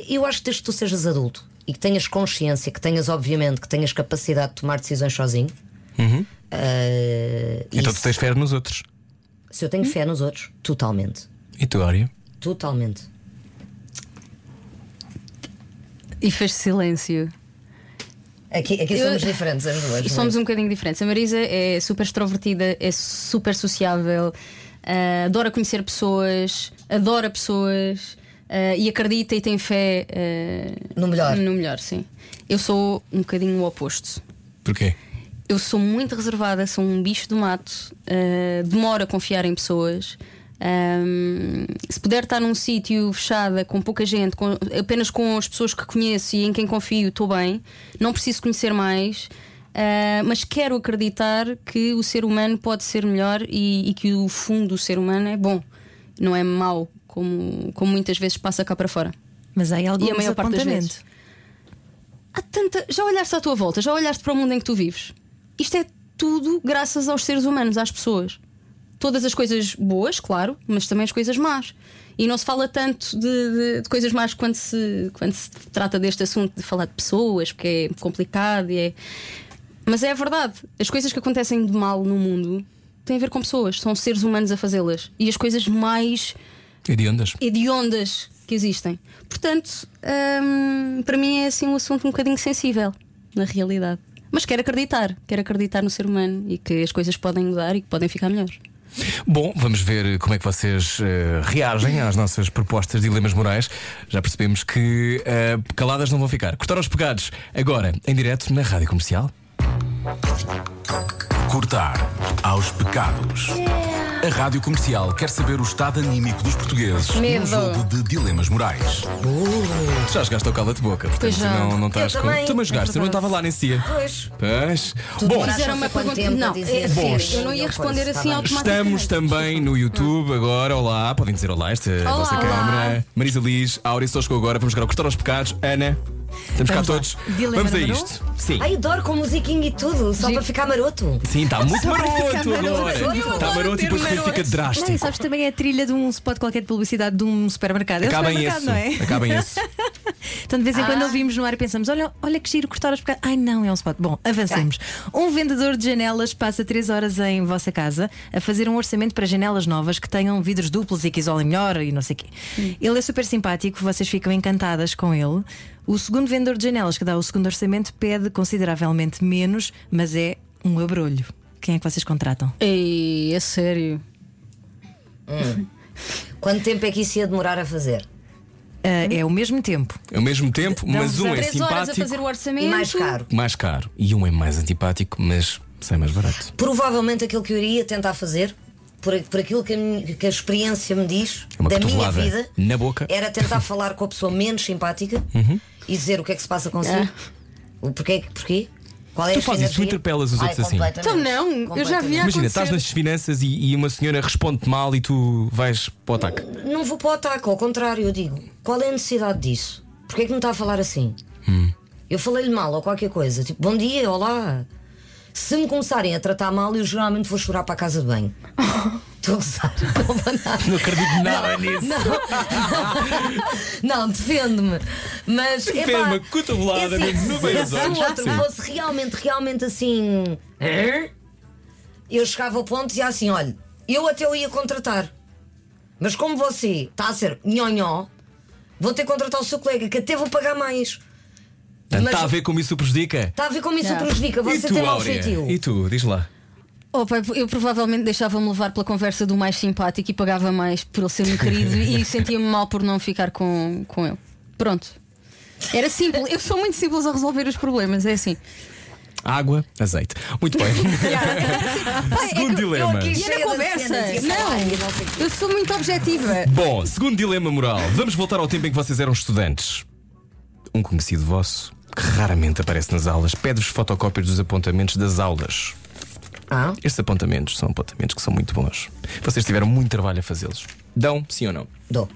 Speaker 5: eu acho que desde que tu sejas adulto e que tenhas consciência, que tenhas, obviamente, que tenhas capacidade de tomar decisões sozinho.
Speaker 2: Uhum.
Speaker 5: eh,
Speaker 2: Então
Speaker 5: isso-
Speaker 2: tu tens fé nos outros.
Speaker 5: Se eu tenho fé nos outros, totalmente.
Speaker 2: E tu, Áurea?
Speaker 5: Totalmente.
Speaker 6: E fez silêncio.
Speaker 5: Aqui, aqui
Speaker 6: Eu-
Speaker 5: somos diferentes as duas. não é?
Speaker 6: Somos um bocadinho diferentes. A Marisa é super extrovertida, é super sociável, ah, adora conhecer pessoas, adora pessoas ah, e acredita e tem fé ah,
Speaker 5: no melhor.
Speaker 6: No melhor, sim. Eu sou um bocadinho o oposto.
Speaker 2: Porquê?
Speaker 6: Eu sou muito reservada, sou um bicho do mato, ah, demoro a confiar em pessoas. Ahm, se puder estar num sítio fechada, com pouca gente, com- apenas com as pessoas que conheço e em quem confio, estou bem, não preciso conhecer mais. ah, mas quero acreditar que o ser humano pode ser melhor e, e que o fundo do ser humano é bom, não é mau, como, como muitas vezes passa cá para fora.
Speaker 3: Mas há algum
Speaker 6: E a maior parte das vezes.
Speaker 3: desapontamento.
Speaker 6: Há tanta. Já olhaste à tua volta, já olhaste para o mundo em que tu vives. Isto é tudo graças aos seres humanos, às pessoas. Todas as coisas boas, claro, mas também as coisas más. E não se fala tanto de, de- de coisas más quando se, quando se trata deste assunto de falar de pessoas, porque é complicado e é. Mas é a verdade. As coisas que acontecem de mal no mundo têm a ver com pessoas, são seres humanos a fazê-las. E as coisas mais
Speaker 2: E de ondas?
Speaker 6: hediondas que existem. Portanto, hum, para mim é assim um assunto um bocadinho sensível, na realidade. Mas quero acreditar, quero acreditar no ser humano e que as coisas podem mudar e que podem ficar melhores.
Speaker 2: Bom, vamos ver como é que vocês eh, reagem às nossas propostas de dilemas morais. Já percebemos que eh, caladas não vão ficar. Cortar os pecados agora, em direto na Rádio Comercial.
Speaker 4: Cortar aos pecados. A Rádio Comercial quer saber o estado anímico dos portugueses
Speaker 6: Medo.
Speaker 4: num jogo de dilemas morais.
Speaker 2: Tu Uh. já jogaste ao cala-de-boca, portanto
Speaker 6: Pois já.
Speaker 2: não, não estás
Speaker 6: Eu
Speaker 2: com.
Speaker 6: também.
Speaker 2: Tu mas
Speaker 6: É
Speaker 2: jogaste, eu não
Speaker 6: verdade.
Speaker 2: estava lá nesse dia.
Speaker 6: Pois.
Speaker 2: Pois.
Speaker 6: Tu
Speaker 2: Bom,
Speaker 6: demoraste Fizeram uma
Speaker 5: quanto
Speaker 6: pergunta.
Speaker 5: tempo a
Speaker 6: Não,
Speaker 5: dizer
Speaker 6: é
Speaker 5: sim,
Speaker 6: sério, eu não ia
Speaker 5: coisa,
Speaker 6: responder
Speaker 5: tá
Speaker 6: assim
Speaker 5: bem.
Speaker 6: automaticamente.
Speaker 2: Estamos também no YouTube agora. Olá, podem dizer olá, esta é a
Speaker 6: Olá,
Speaker 2: vossa
Speaker 6: olá.
Speaker 2: câmara. Marisa Liz, Áurea só chegou agora. Vamos agora cortar aos pecados. Ana, estamos cá todos. Vamos a isto. Sim.
Speaker 5: Ai, adoro com musiquinha e tudo, só para ficar maroto.
Speaker 2: Sim, está muito
Speaker 5: Só para
Speaker 2: maroto
Speaker 5: ficar maroto.
Speaker 2: agora.
Speaker 5: Eu
Speaker 2: Está
Speaker 5: adoro
Speaker 2: maroto e
Speaker 5: ter
Speaker 2: depois fica-
Speaker 5: maroto.
Speaker 2: fica
Speaker 3: Não, e
Speaker 2: drástico.
Speaker 3: sabes também é a trilha de um spot qualquer de publicidade de um supermercado. É um
Speaker 2: Acabem
Speaker 3: supermercado,
Speaker 2: esse.
Speaker 3: não é?
Speaker 2: Acabem esse.
Speaker 3: Então, de vez em quando ouvimos no ar e pensamos: olha, olha que giro cortar as pecados. Ai, não, é um spot. Bom, avancemos. Um vendedor de janelas passa 3 horas em vossa casa a fazer um orçamento para janelas novas que tenham vidros duplos e que isolem melhor e não sei o quê. Ele é super simpático, vocês ficam encantadas com ele. O segundo vendedor de janelas que dá o segundo orçamento pede consideravelmente menos, mas é um abrolho. Quem é que vocês contratam?
Speaker 6: Ei, é sério.
Speaker 5: Quanto tempo é que isso ia demorar a fazer?
Speaker 3: Ah, é o mesmo tempo.
Speaker 2: Ao mesmo tempo, mas um é simpático,
Speaker 6: o orçamento.
Speaker 5: E mais caro.
Speaker 2: mais caro. E um é mais antipático, mas sem mais barato.
Speaker 5: Provavelmente aquilo que eu iria tentar fazer, por, por aquilo que a, minha- que a experiência me diz,
Speaker 2: É uma
Speaker 5: da minha
Speaker 2: cotovelada
Speaker 5: vida,
Speaker 2: na boca.
Speaker 5: era tentar falar com a pessoa menos simpática
Speaker 2: Uhum.
Speaker 5: e dizer o que é que se passa consigo.
Speaker 6: Ah.
Speaker 5: O porquê, porquê? Qual é
Speaker 2: Tu
Speaker 5: a
Speaker 2: fazes isso, tu
Speaker 5: sinergia?
Speaker 2: interpelas os
Speaker 5: Ai,
Speaker 2: outros assim.
Speaker 5: completamente.
Speaker 6: Então não, eu já vi
Speaker 2: Imagina,
Speaker 6: a acontecer.
Speaker 2: estás nas finanças e, e uma senhora responde mal e tu vais para o ataque.
Speaker 5: Não vou para o ataque, ao contrário, eu digo: qual é a necessidade disso? Porquê é que me está a falar assim?
Speaker 2: Hum.
Speaker 5: Eu falei-lhe mal ou qualquer coisa, tipo, bom dia, olá. Se me começarem a tratar mal, eu geralmente vou chorar para a casa de banho. Estou a gozar.
Speaker 2: Não acredito nada nisso.
Speaker 5: Não, defende-me. Mas.
Speaker 2: Defende-me,
Speaker 5: epá,
Speaker 2: cotovelada
Speaker 5: é assim,
Speaker 2: mesmo, no meio dos
Speaker 5: Se
Speaker 2: olhos.
Speaker 5: o outro
Speaker 2: Sim.
Speaker 5: fosse realmente, realmente assim. "Hã?", Eu chegava ao ponto e ia assim: olha, eu até o ia contratar. Mas como você está a ser nhonhó, vou ter que contratar o seu colega, que até vou pagar mais.
Speaker 2: Portanto,
Speaker 5: Mas-
Speaker 2: Está a ver como isso o prejudica?
Speaker 5: Está a ver como isso
Speaker 6: Yeah.
Speaker 5: o prejudica?
Speaker 2: E
Speaker 5: Você
Speaker 2: tu,
Speaker 5: tem um mau
Speaker 2: Áurea?
Speaker 5: feitio.
Speaker 2: E tu, diz lá.
Speaker 6: Opa, eu provavelmente deixava-me levar pela conversa do mais simpático e pagava mais por ele ser um querido e sentia-me mal por não ficar com, com ele. Pronto. Era simples. Eu sou muito simples a resolver os problemas, é assim.
Speaker 2: Água, azeite. Muito bem.
Speaker 5: Ah, é
Speaker 2: Segundo dilema.
Speaker 6: E era conversa.
Speaker 5: assim.
Speaker 6: Não, eu sou muito objetiva.
Speaker 2: Bom, segundo dilema moral, vamos voltar ao tempo em que vocês eram estudantes. Um conhecido vosso, que raramente aparece nas aulas, pede-vos fotocópias dos apontamentos das aulas.
Speaker 5: Ah?
Speaker 2: Estes apontamentos são apontamentos que são muito bons. Vocês tiveram muito trabalho a fazê-los. Dão, sim ou não?
Speaker 5: Dou.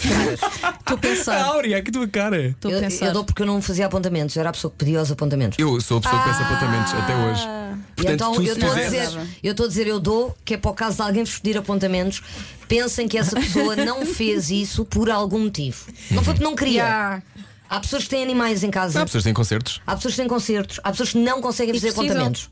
Speaker 6: Estou a pensar.
Speaker 2: Ah, Áurea, que tua cara.
Speaker 5: Eu, eu dou porque eu não fazia apontamentos, eu era a pessoa que pedia os apontamentos.
Speaker 2: Eu sou a pessoa que pensa apontamentos até hoje. Portanto,
Speaker 5: Ah. então
Speaker 2: tu,
Speaker 5: eu
Speaker 2: se
Speaker 5: estou a
Speaker 2: tivesse-
Speaker 5: dizer, eu estou a dizer, eu dou, que é para o caso de alguém vos pedir apontamentos, pensem que essa pessoa não fez isso por algum motivo. Não foi porque não queria. Há pessoas que têm animais em casa.
Speaker 2: Há pessoas que têm concertos.
Speaker 5: Há pessoas que têm concertos, há pessoas que não conseguem
Speaker 2: E
Speaker 5: fazer
Speaker 2: precisam.
Speaker 5: apontamentos.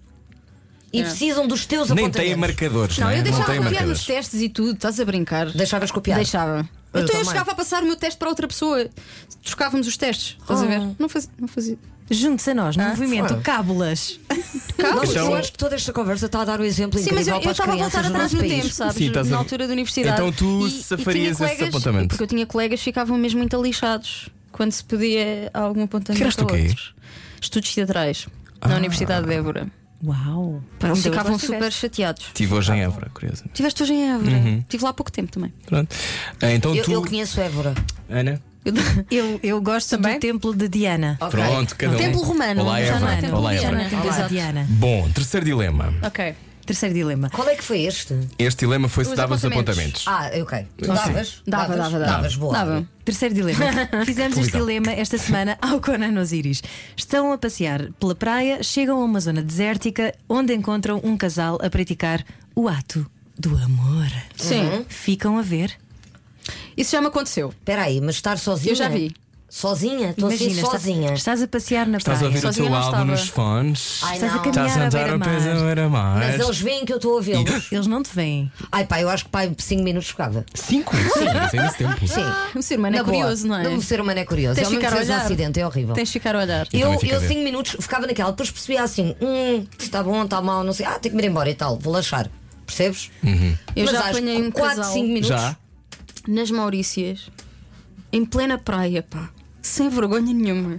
Speaker 5: E
Speaker 2: É.
Speaker 5: precisam dos teus
Speaker 2: Nem
Speaker 5: apontamentos.
Speaker 2: têm marcadores.
Speaker 6: Não,
Speaker 2: né?
Speaker 6: eu deixava
Speaker 2: não têm
Speaker 6: copiar nos
Speaker 2: marcadores.
Speaker 6: testes e tudo, estás a brincar.
Speaker 5: Deixavas copiar?
Speaker 6: Deixava. então
Speaker 5: Eu
Speaker 6: eu
Speaker 5: também.
Speaker 6: chegava a passar o meu teste para outra pessoa. Trocávamos os testes, estás a ver?
Speaker 5: Oh.
Speaker 6: Não fazia. Não fazia.
Speaker 3: Junte-se a nós, no movimento
Speaker 5: Foi.
Speaker 3: Cábulas.
Speaker 5: Nós,
Speaker 2: Então-
Speaker 5: eu acho que toda esta conversa está a dar um exemplo
Speaker 6: Sim, mas
Speaker 5: incrível
Speaker 6: eu
Speaker 5: para
Speaker 6: eu
Speaker 5: as
Speaker 6: estava a voltar
Speaker 5: crianças do
Speaker 6: atrás
Speaker 5: nosso
Speaker 6: no
Speaker 5: país.
Speaker 6: tempo, sabes?
Speaker 2: Sim, estás a-
Speaker 6: Na altura da universidade.
Speaker 2: Então tu
Speaker 6: E- e
Speaker 2: safarias
Speaker 6: tinha
Speaker 2: esse
Speaker 6: colegas-
Speaker 2: apontamento.
Speaker 6: Porque eu tinha colegas que ficavam mesmo muito lixados quando se pedia algum apontamento.
Speaker 2: Que eras tu
Speaker 6: a
Speaker 2: o quê? Ah.
Speaker 6: outros. Estudos teatrais, na Universidade de Évora.
Speaker 3: Uau!
Speaker 6: Eles
Speaker 3: onde eu
Speaker 6: ficavam
Speaker 3: lá
Speaker 6: super chateados.
Speaker 2: Estive hoje em Évora, curioso.
Speaker 6: é Tiveste hoje em Évora.
Speaker 2: Uhum.
Speaker 6: Estive lá há pouco tempo também.
Speaker 2: Pronto. Ah, Então tu,
Speaker 5: conheço Évora.
Speaker 2: Ana?
Speaker 3: Eu, eu gosto do templo de Diana.
Speaker 2: Pronto, cada um.
Speaker 3: Templo romano.
Speaker 2: Olá,
Speaker 3: já não é
Speaker 2: Évora.
Speaker 3: templo
Speaker 2: Olá,
Speaker 3: de Diana,
Speaker 2: Évora.
Speaker 3: é templo de
Speaker 5: Olá.
Speaker 3: Diana.
Speaker 2: Bom, terceiro dilema.
Speaker 6: Ok.
Speaker 3: Terceiro dilema.
Speaker 5: Qual é que foi este?
Speaker 2: Este dilema foi se dava os apontamentos.
Speaker 5: Ah, ok. Tu
Speaker 2: Sim.
Speaker 5: davas?
Speaker 3: Dava,
Speaker 5: Davas?
Speaker 3: dava, dava.
Speaker 5: Davas, boa.
Speaker 3: Dava. Terceiro dilema. Fizemos este
Speaker 5: Televisão.
Speaker 3: dilema esta semana ao Conan Osiris. Estão a passear pela praia, chegam a uma zona desértica onde encontram um casal a praticar o ato do amor.
Speaker 6: Sim. Uhum.
Speaker 3: Ficam a ver.
Speaker 6: Isso já me aconteceu.
Speaker 5: Espera aí, mas estar sozinha?
Speaker 6: Eu já vi.
Speaker 5: Sozinha? Estou assim
Speaker 3: Imagina, estás-
Speaker 5: sozinha.
Speaker 3: Estás a passear na
Speaker 2: Estás a
Speaker 3: praia.
Speaker 2: ouvir o teu álbum nos fones.
Speaker 5: Ai,
Speaker 3: Estás a
Speaker 5: não.
Speaker 3: caminhar
Speaker 2: Estás a andar
Speaker 3: à
Speaker 2: a
Speaker 3: beira-mar.
Speaker 2: pés a ver a mar.
Speaker 5: Mas eles veem que eu estou a ouvi-los.
Speaker 3: Eles não te veem.
Speaker 5: Ai pá, eu acho que pai 5 minutos chocava.
Speaker 2: Cinco? Sim, mas ainda esse tempo.
Speaker 5: Sim.
Speaker 6: O ser humano é
Speaker 5: Na boa.
Speaker 6: Ah, curioso, não é?
Speaker 5: O ser humano é curioso.
Speaker 6: Tens de
Speaker 5: Ele mesmo
Speaker 6: ficar a
Speaker 5: fez um
Speaker 6: olhar.
Speaker 5: acidente, é horrível.
Speaker 6: Tens de ficar a olhar.
Speaker 5: Eu,
Speaker 6: fico a
Speaker 5: eu
Speaker 6: ver.
Speaker 5: 5 minutos ficava naquela, depois percebia assim: hum, está bom, está mal, não sei, ah, tenho que me ir embora e tal, vou lanchar. Percebes?
Speaker 6: Eu
Speaker 5: Mas
Speaker 6: já
Speaker 5: acho
Speaker 6: apanhei
Speaker 5: que
Speaker 6: um
Speaker 5: quatro,
Speaker 6: casal
Speaker 5: cinco minutos. Já?
Speaker 6: nas Maurícias, em plena praia, pá, sem vergonha nenhuma.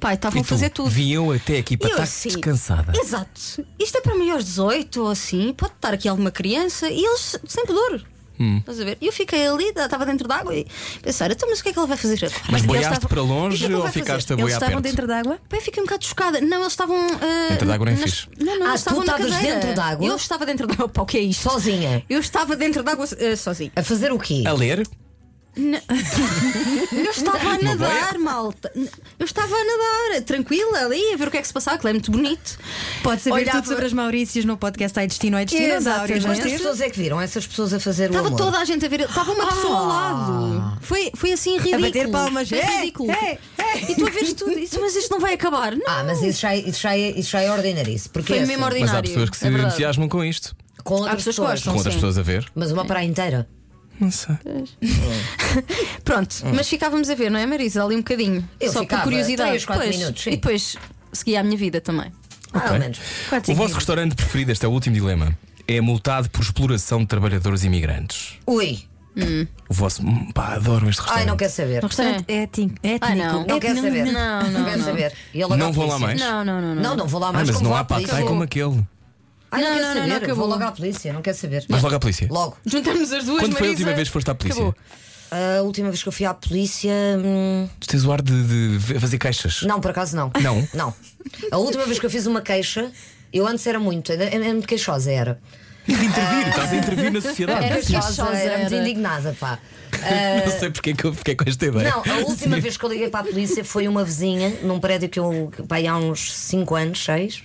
Speaker 6: Pai, estavam
Speaker 2: E
Speaker 6: a
Speaker 2: tu?
Speaker 6: fazer tudo.
Speaker 2: Vim eu até aqui para
Speaker 6: E eu
Speaker 2: estar
Speaker 6: assim,
Speaker 2: descansada.
Speaker 6: Exato. Isto é para maiores 18 ou assim, pode estar aqui alguma criança e eles sem pudor.
Speaker 2: Hum.
Speaker 6: Estás a ver? E Eu fiquei ali, estava dentro d'água e pensar, então, mas o que é que ele vai fazer agora?
Speaker 2: Mas
Speaker 6: Eles
Speaker 2: boiaste
Speaker 6: estavam-
Speaker 2: para
Speaker 6: O que é
Speaker 2: longe
Speaker 6: que ele
Speaker 2: ou
Speaker 6: vai fazer?
Speaker 2: ficaste a boiar perto?
Speaker 3: d'água?
Speaker 6: Pai, fiquei um bocado chocada. Não, eles estavam. ah,
Speaker 2: Dentro d'água nem
Speaker 6: nas-
Speaker 2: fixe.
Speaker 6: Não, não,
Speaker 5: Ah,
Speaker 6: eles
Speaker 5: tu
Speaker 6: estavam na
Speaker 5: estavas
Speaker 6: cadeira.
Speaker 5: dentro d'água?
Speaker 6: Eu estava dentro d'água. Pá, o que é isto?
Speaker 5: Sozinha.
Speaker 6: Eu estava dentro d'água ah, sozinha.
Speaker 5: A fazer o quê?
Speaker 2: A ler?
Speaker 6: Eu estava a
Speaker 2: Uma
Speaker 6: nadar, malta. Eu estava a nadar, tranquila ali, a ver o que é que se passava, que é muito bonito.
Speaker 3: Pode saber
Speaker 6: Olhava-
Speaker 3: tudo sobre as Maurícias no podcast Ai Destino, Ai Destino.
Speaker 6: Exato,
Speaker 3: Áurea,
Speaker 6: exato.
Speaker 3: não é?
Speaker 5: Quantas pessoas é que viram essas pessoas a fazer o
Speaker 6: Estava
Speaker 5: amor?
Speaker 6: toda a gente a ver, estava uma pessoa ao
Speaker 2: Ah.
Speaker 6: lado. Foi, foi assim ridículo.
Speaker 3: bater palmas.
Speaker 6: Foi
Speaker 3: Ei,
Speaker 6: ridículo.
Speaker 3: ei,
Speaker 6: E tu a veres tudo isso, mas isto não vai acabar. Não.
Speaker 5: Ah, mas isso já, é- isso já, é, isso já é ordinarice. Porque
Speaker 6: Foi
Speaker 5: é
Speaker 6: mesmo
Speaker 5: assim,
Speaker 6: ordinário.
Speaker 2: Mas há pessoas que se
Speaker 6: é verdade.
Speaker 2: entusiasmam com isto.
Speaker 5: Com outras
Speaker 6: Há pessoas que
Speaker 5: pessoas.
Speaker 6: gostam.
Speaker 2: Com outras
Speaker 6: sim.
Speaker 2: pessoas a ver.
Speaker 5: Mas uma praia inteira.
Speaker 2: Não sei.
Speaker 6: Pronto,
Speaker 2: Hum.
Speaker 6: mas ficávamos a ver, não é, Marisa? Ali um bocadinho.
Speaker 5: Eu
Speaker 6: Só por
Speaker 5: ficava
Speaker 6: curiosidade.
Speaker 5: três, quatro
Speaker 6: Pois.
Speaker 5: minutos, sim.
Speaker 6: e depois seguia a minha vida também.
Speaker 5: Ah, ao menos.
Speaker 2: O vosso restaurante preferido, este é o último dilema, é multado por exploração de trabalhadores imigrantes.
Speaker 5: Ui.
Speaker 2: O vosso. hum, Pá, adoro este
Speaker 5: Ai,
Speaker 2: restaurante.
Speaker 5: não quer saber.
Speaker 3: Um restaurante étnico.
Speaker 6: Ah, não.
Speaker 5: Não quer saber.
Speaker 6: Não, não,
Speaker 5: Não quer
Speaker 6: não.
Speaker 5: saber. E ele
Speaker 2: Não
Speaker 5: agora
Speaker 2: vou lá
Speaker 5: polícia.
Speaker 2: mais.
Speaker 6: Não, não, não. não.
Speaker 5: Não, não vou lá
Speaker 2: Ah,
Speaker 5: mais.
Speaker 2: mas
Speaker 5: como
Speaker 2: não
Speaker 5: vou
Speaker 2: há
Speaker 5: à polícia.
Speaker 2: patai como aquele.
Speaker 5: Ai, não,
Speaker 6: Não,
Speaker 5: quer
Speaker 6: não, não,
Speaker 5: saber.
Speaker 6: não, acabou.
Speaker 5: Vou logo à polícia, não quer saber.
Speaker 2: Mas logo à polícia.
Speaker 5: Logo.
Speaker 6: Juntamos as duas.
Speaker 2: Quando foi a
Speaker 6: Marisa.
Speaker 2: última vez que foste à polícia?
Speaker 6: Acabou.
Speaker 5: A última vez que eu fui à polícia. hum,
Speaker 2: Tu tens o ar de, de fazer caixas.
Speaker 5: Não, por acaso não.
Speaker 2: Não?
Speaker 5: Não. A última vez que eu fiz uma queixa, eu antes era muito, era, era muito queixosa, era.
Speaker 2: De intervir, estás a intervir na
Speaker 5: É,
Speaker 2: sociedade.
Speaker 6: Era queixosa,
Speaker 5: era muito
Speaker 6: era.
Speaker 5: indignada, pá.
Speaker 2: Não sei porque é que eu fiquei com esta ideia.
Speaker 5: Não, a última vez que eu liguei para a polícia foi uma vizinha num prédio que eu que, pá, há uns 5 anos, 6.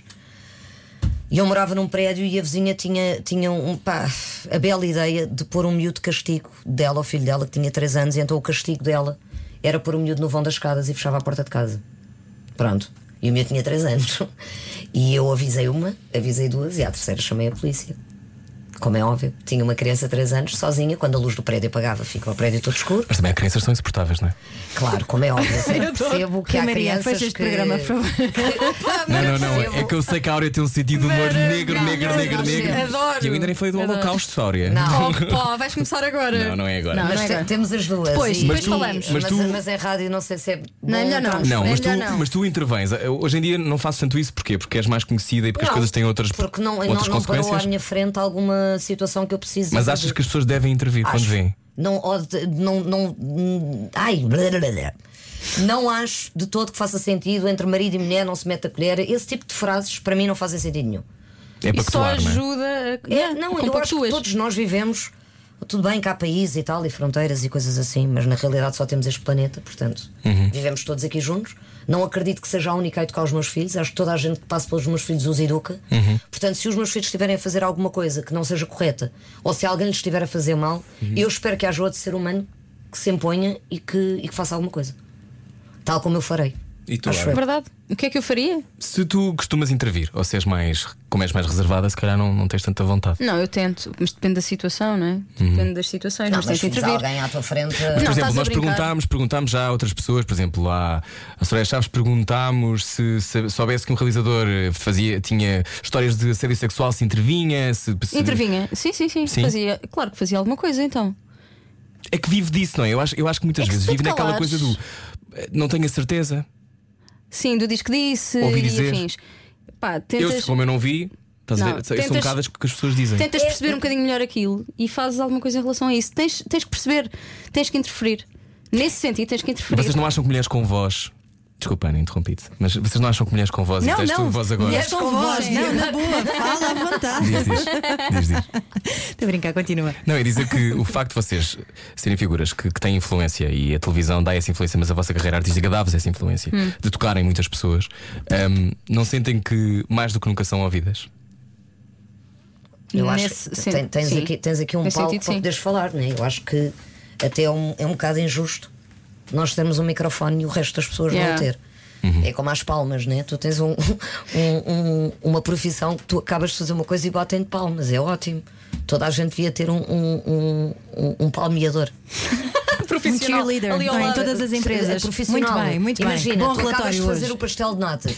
Speaker 5: E eu morava num prédio e a vizinha tinha, tinha um, pá, a bela ideia de pôr um miúdo de castigo dela, ao filho dela, que tinha 3 anos, e então o castigo dela era pôr o miúdo no vão das escadas e fechava a porta de casa. Pronto. E o miúdo tinha 3 anos. E eu avisei uma, avisei duas e à terceira chamei a polícia. Como é óbvio, tinha uma criança de 3 anos sozinha, quando a luz do prédio apagava, ficava o prédio todo escuro.
Speaker 2: Mas também as crianças são insuportáveis, não é?
Speaker 5: Claro, como é óbvio, eu
Speaker 3: Eu adoro.
Speaker 5: percebo que há
Speaker 3: Maria,
Speaker 5: crianças
Speaker 3: fecha este
Speaker 5: que...
Speaker 3: programa, por favor.
Speaker 2: Não, não, não. É que eu sei que a Áurea tem um sentido de humor negro, negro, negro,
Speaker 6: não,
Speaker 2: negro.
Speaker 6: adoro.
Speaker 2: E eu ainda nem falei do
Speaker 6: Adoro.
Speaker 2: Holocausto, Áurea.
Speaker 5: Não.
Speaker 6: Oh, pá, vais começar agora.
Speaker 2: Não, não é agora.
Speaker 6: Não,
Speaker 5: Mas
Speaker 6: não é
Speaker 5: te-
Speaker 6: agora.
Speaker 5: temos as duas.
Speaker 6: Depois,
Speaker 5: e-
Speaker 6: depois
Speaker 5: e-
Speaker 6: falamos.
Speaker 2: Mas
Speaker 5: Mas,
Speaker 2: tu-
Speaker 5: mas em rádio não sei se é.
Speaker 6: Não, é melhor não.
Speaker 2: Não, mas tu,
Speaker 6: Melhor não.
Speaker 2: mas tu intervens. Eu, hoje em dia não faço tanto isso porquê? porque és mais conhecida e porque as
Speaker 5: Não,
Speaker 2: coisas têm outras,
Speaker 5: Porque não, não,
Speaker 2: outras
Speaker 5: não parou à
Speaker 2: consequências.
Speaker 5: minha frente alguma situação que eu preciso.
Speaker 2: Mas
Speaker 5: de-
Speaker 2: achas que as pessoas devem intervir
Speaker 5: Acho.
Speaker 2: quando vêm?
Speaker 5: Não, ó, de- não, não, hum, ai, blá, blá, blá, blá. não acho de todo que faça sentido entre marido e mulher não se mete a colher. Esse tipo de frases para mim não fazem sentido nenhum.
Speaker 2: É
Speaker 6: E
Speaker 2: para
Speaker 6: só
Speaker 2: não é?
Speaker 6: ajuda a.
Speaker 5: É, não, eu acho que
Speaker 6: compactuas.
Speaker 5: todos nós vivemos tudo bem que há países e tal, e fronteiras e coisas assim, mas na realidade só temos este planeta, portanto,
Speaker 12: Uhum.
Speaker 5: vivemos todos aqui juntos. Não acredito que seja a única a educar os meus filhos, acho que toda a gente que passa pelos meus filhos os educa.
Speaker 12: Uhum.
Speaker 5: Portanto, se os meus filhos estiverem a fazer alguma coisa que não seja correta, ou se alguém lhes estiver a fazer mal,
Speaker 12: Uhum.
Speaker 5: eu espero que haja outro ser humano que se imponha e que, e que faça alguma coisa. Tal como eu farei.
Speaker 2: E tu,
Speaker 5: Acho
Speaker 2: Laura?
Speaker 5: eu.
Speaker 6: Verdade. O que é que eu faria?
Speaker 2: Se tu costumas intervir, ou se és mais, como és mais reservada, se calhar não, não tens tanta vontade.
Speaker 6: Não, eu tento, mas depende da situação, não é?
Speaker 2: Uhum.
Speaker 6: Depende das situações,
Speaker 5: Não,
Speaker 6: mas,
Speaker 5: mas
Speaker 6: tento
Speaker 5: se
Speaker 6: intervir.
Speaker 5: alguém à tua frente.
Speaker 2: Mas, por
Speaker 6: Não,
Speaker 2: exemplo,
Speaker 6: estás a
Speaker 2: nós
Speaker 6: brincar.
Speaker 2: perguntámos, perguntámos já a outras pessoas, por exemplo, à, à Soraya Chaves, perguntámos se, se soubesse que um realizador eh, fazia, tinha histórias de assédio sexual, se intervinha, se, se-
Speaker 6: Intervinha. Sim, sim, sim,
Speaker 2: Sim.
Speaker 6: Fazia. Claro que fazia alguma coisa então.
Speaker 2: É que vive disso, não é? Eu acho, eu acho que muitas
Speaker 6: É que
Speaker 2: vezes
Speaker 6: se tu
Speaker 2: vive
Speaker 6: te
Speaker 2: naquela
Speaker 6: calares-
Speaker 2: coisa do eh, não tenho a certeza.
Speaker 6: Sim, do disco disse
Speaker 2: Ouvi
Speaker 6: e
Speaker 2: dizer.
Speaker 6: afins. Pá,
Speaker 2: Eu,
Speaker 6: tentas,
Speaker 2: como eu não vi, estás a
Speaker 6: Não,
Speaker 2: ver? São
Speaker 6: tentas-
Speaker 2: bocadas que as pessoas dizem.
Speaker 5: É,
Speaker 6: tentas perceber um bocadinho melhor aquilo e fazes alguma coisa em relação a isso. Tens, tens que perceber, tens que interferir. Nesse sentido, tens que interferir.
Speaker 2: Vocês não acham que mulheres com voz. Desculpa, Ana, interrompi-te. Mas vocês não acham que mulheres com voz e
Speaker 3: Não,
Speaker 2: tens
Speaker 3: não.
Speaker 2: tu voz agora?
Speaker 3: Mulheres com voz, não, na boa, fala à vontade. Um
Speaker 2: Diz, diz. Diz, diz.
Speaker 3: Estou a brincar, continua.
Speaker 2: Não, é dizer que o facto de vocês serem figuras que, que têm influência e a televisão dá essa influência, mas a vossa carreira artística dá-vos essa influência,
Speaker 6: Hum.
Speaker 2: de tocarem muitas pessoas, ahm, não sentem que mais do que nunca são ouvidas?
Speaker 5: Eu
Speaker 6: Nesse
Speaker 5: acho que
Speaker 6: sen-
Speaker 5: ten- tens,
Speaker 6: sim.
Speaker 5: aqui, tens aqui um
Speaker 6: Nesse
Speaker 5: palco
Speaker 6: sentido,
Speaker 5: para
Speaker 6: sim.
Speaker 5: poderes falar, né? Eu acho que até é um, é um bocado injusto nós termos um microfone e o resto das pessoas não
Speaker 6: Yeah.
Speaker 5: o ter. É como as palmas, né? Tu tens um- um- um- uma profissão que tu acabas de fazer uma coisa e batem de palmas, é ótimo. Toda a gente devia ter um, um, um, um- um palmeador.
Speaker 3: Um cheerleader
Speaker 5: Ali ao
Speaker 3: não é? em
Speaker 5: lado.
Speaker 3: todas as empresas.
Speaker 5: Profissional.
Speaker 3: Muito bem, muito
Speaker 5: Imagina,
Speaker 3: bem. Bom
Speaker 5: tu acabas
Speaker 3: relatório
Speaker 5: de fazer
Speaker 3: hoje.
Speaker 5: o pastel de nata.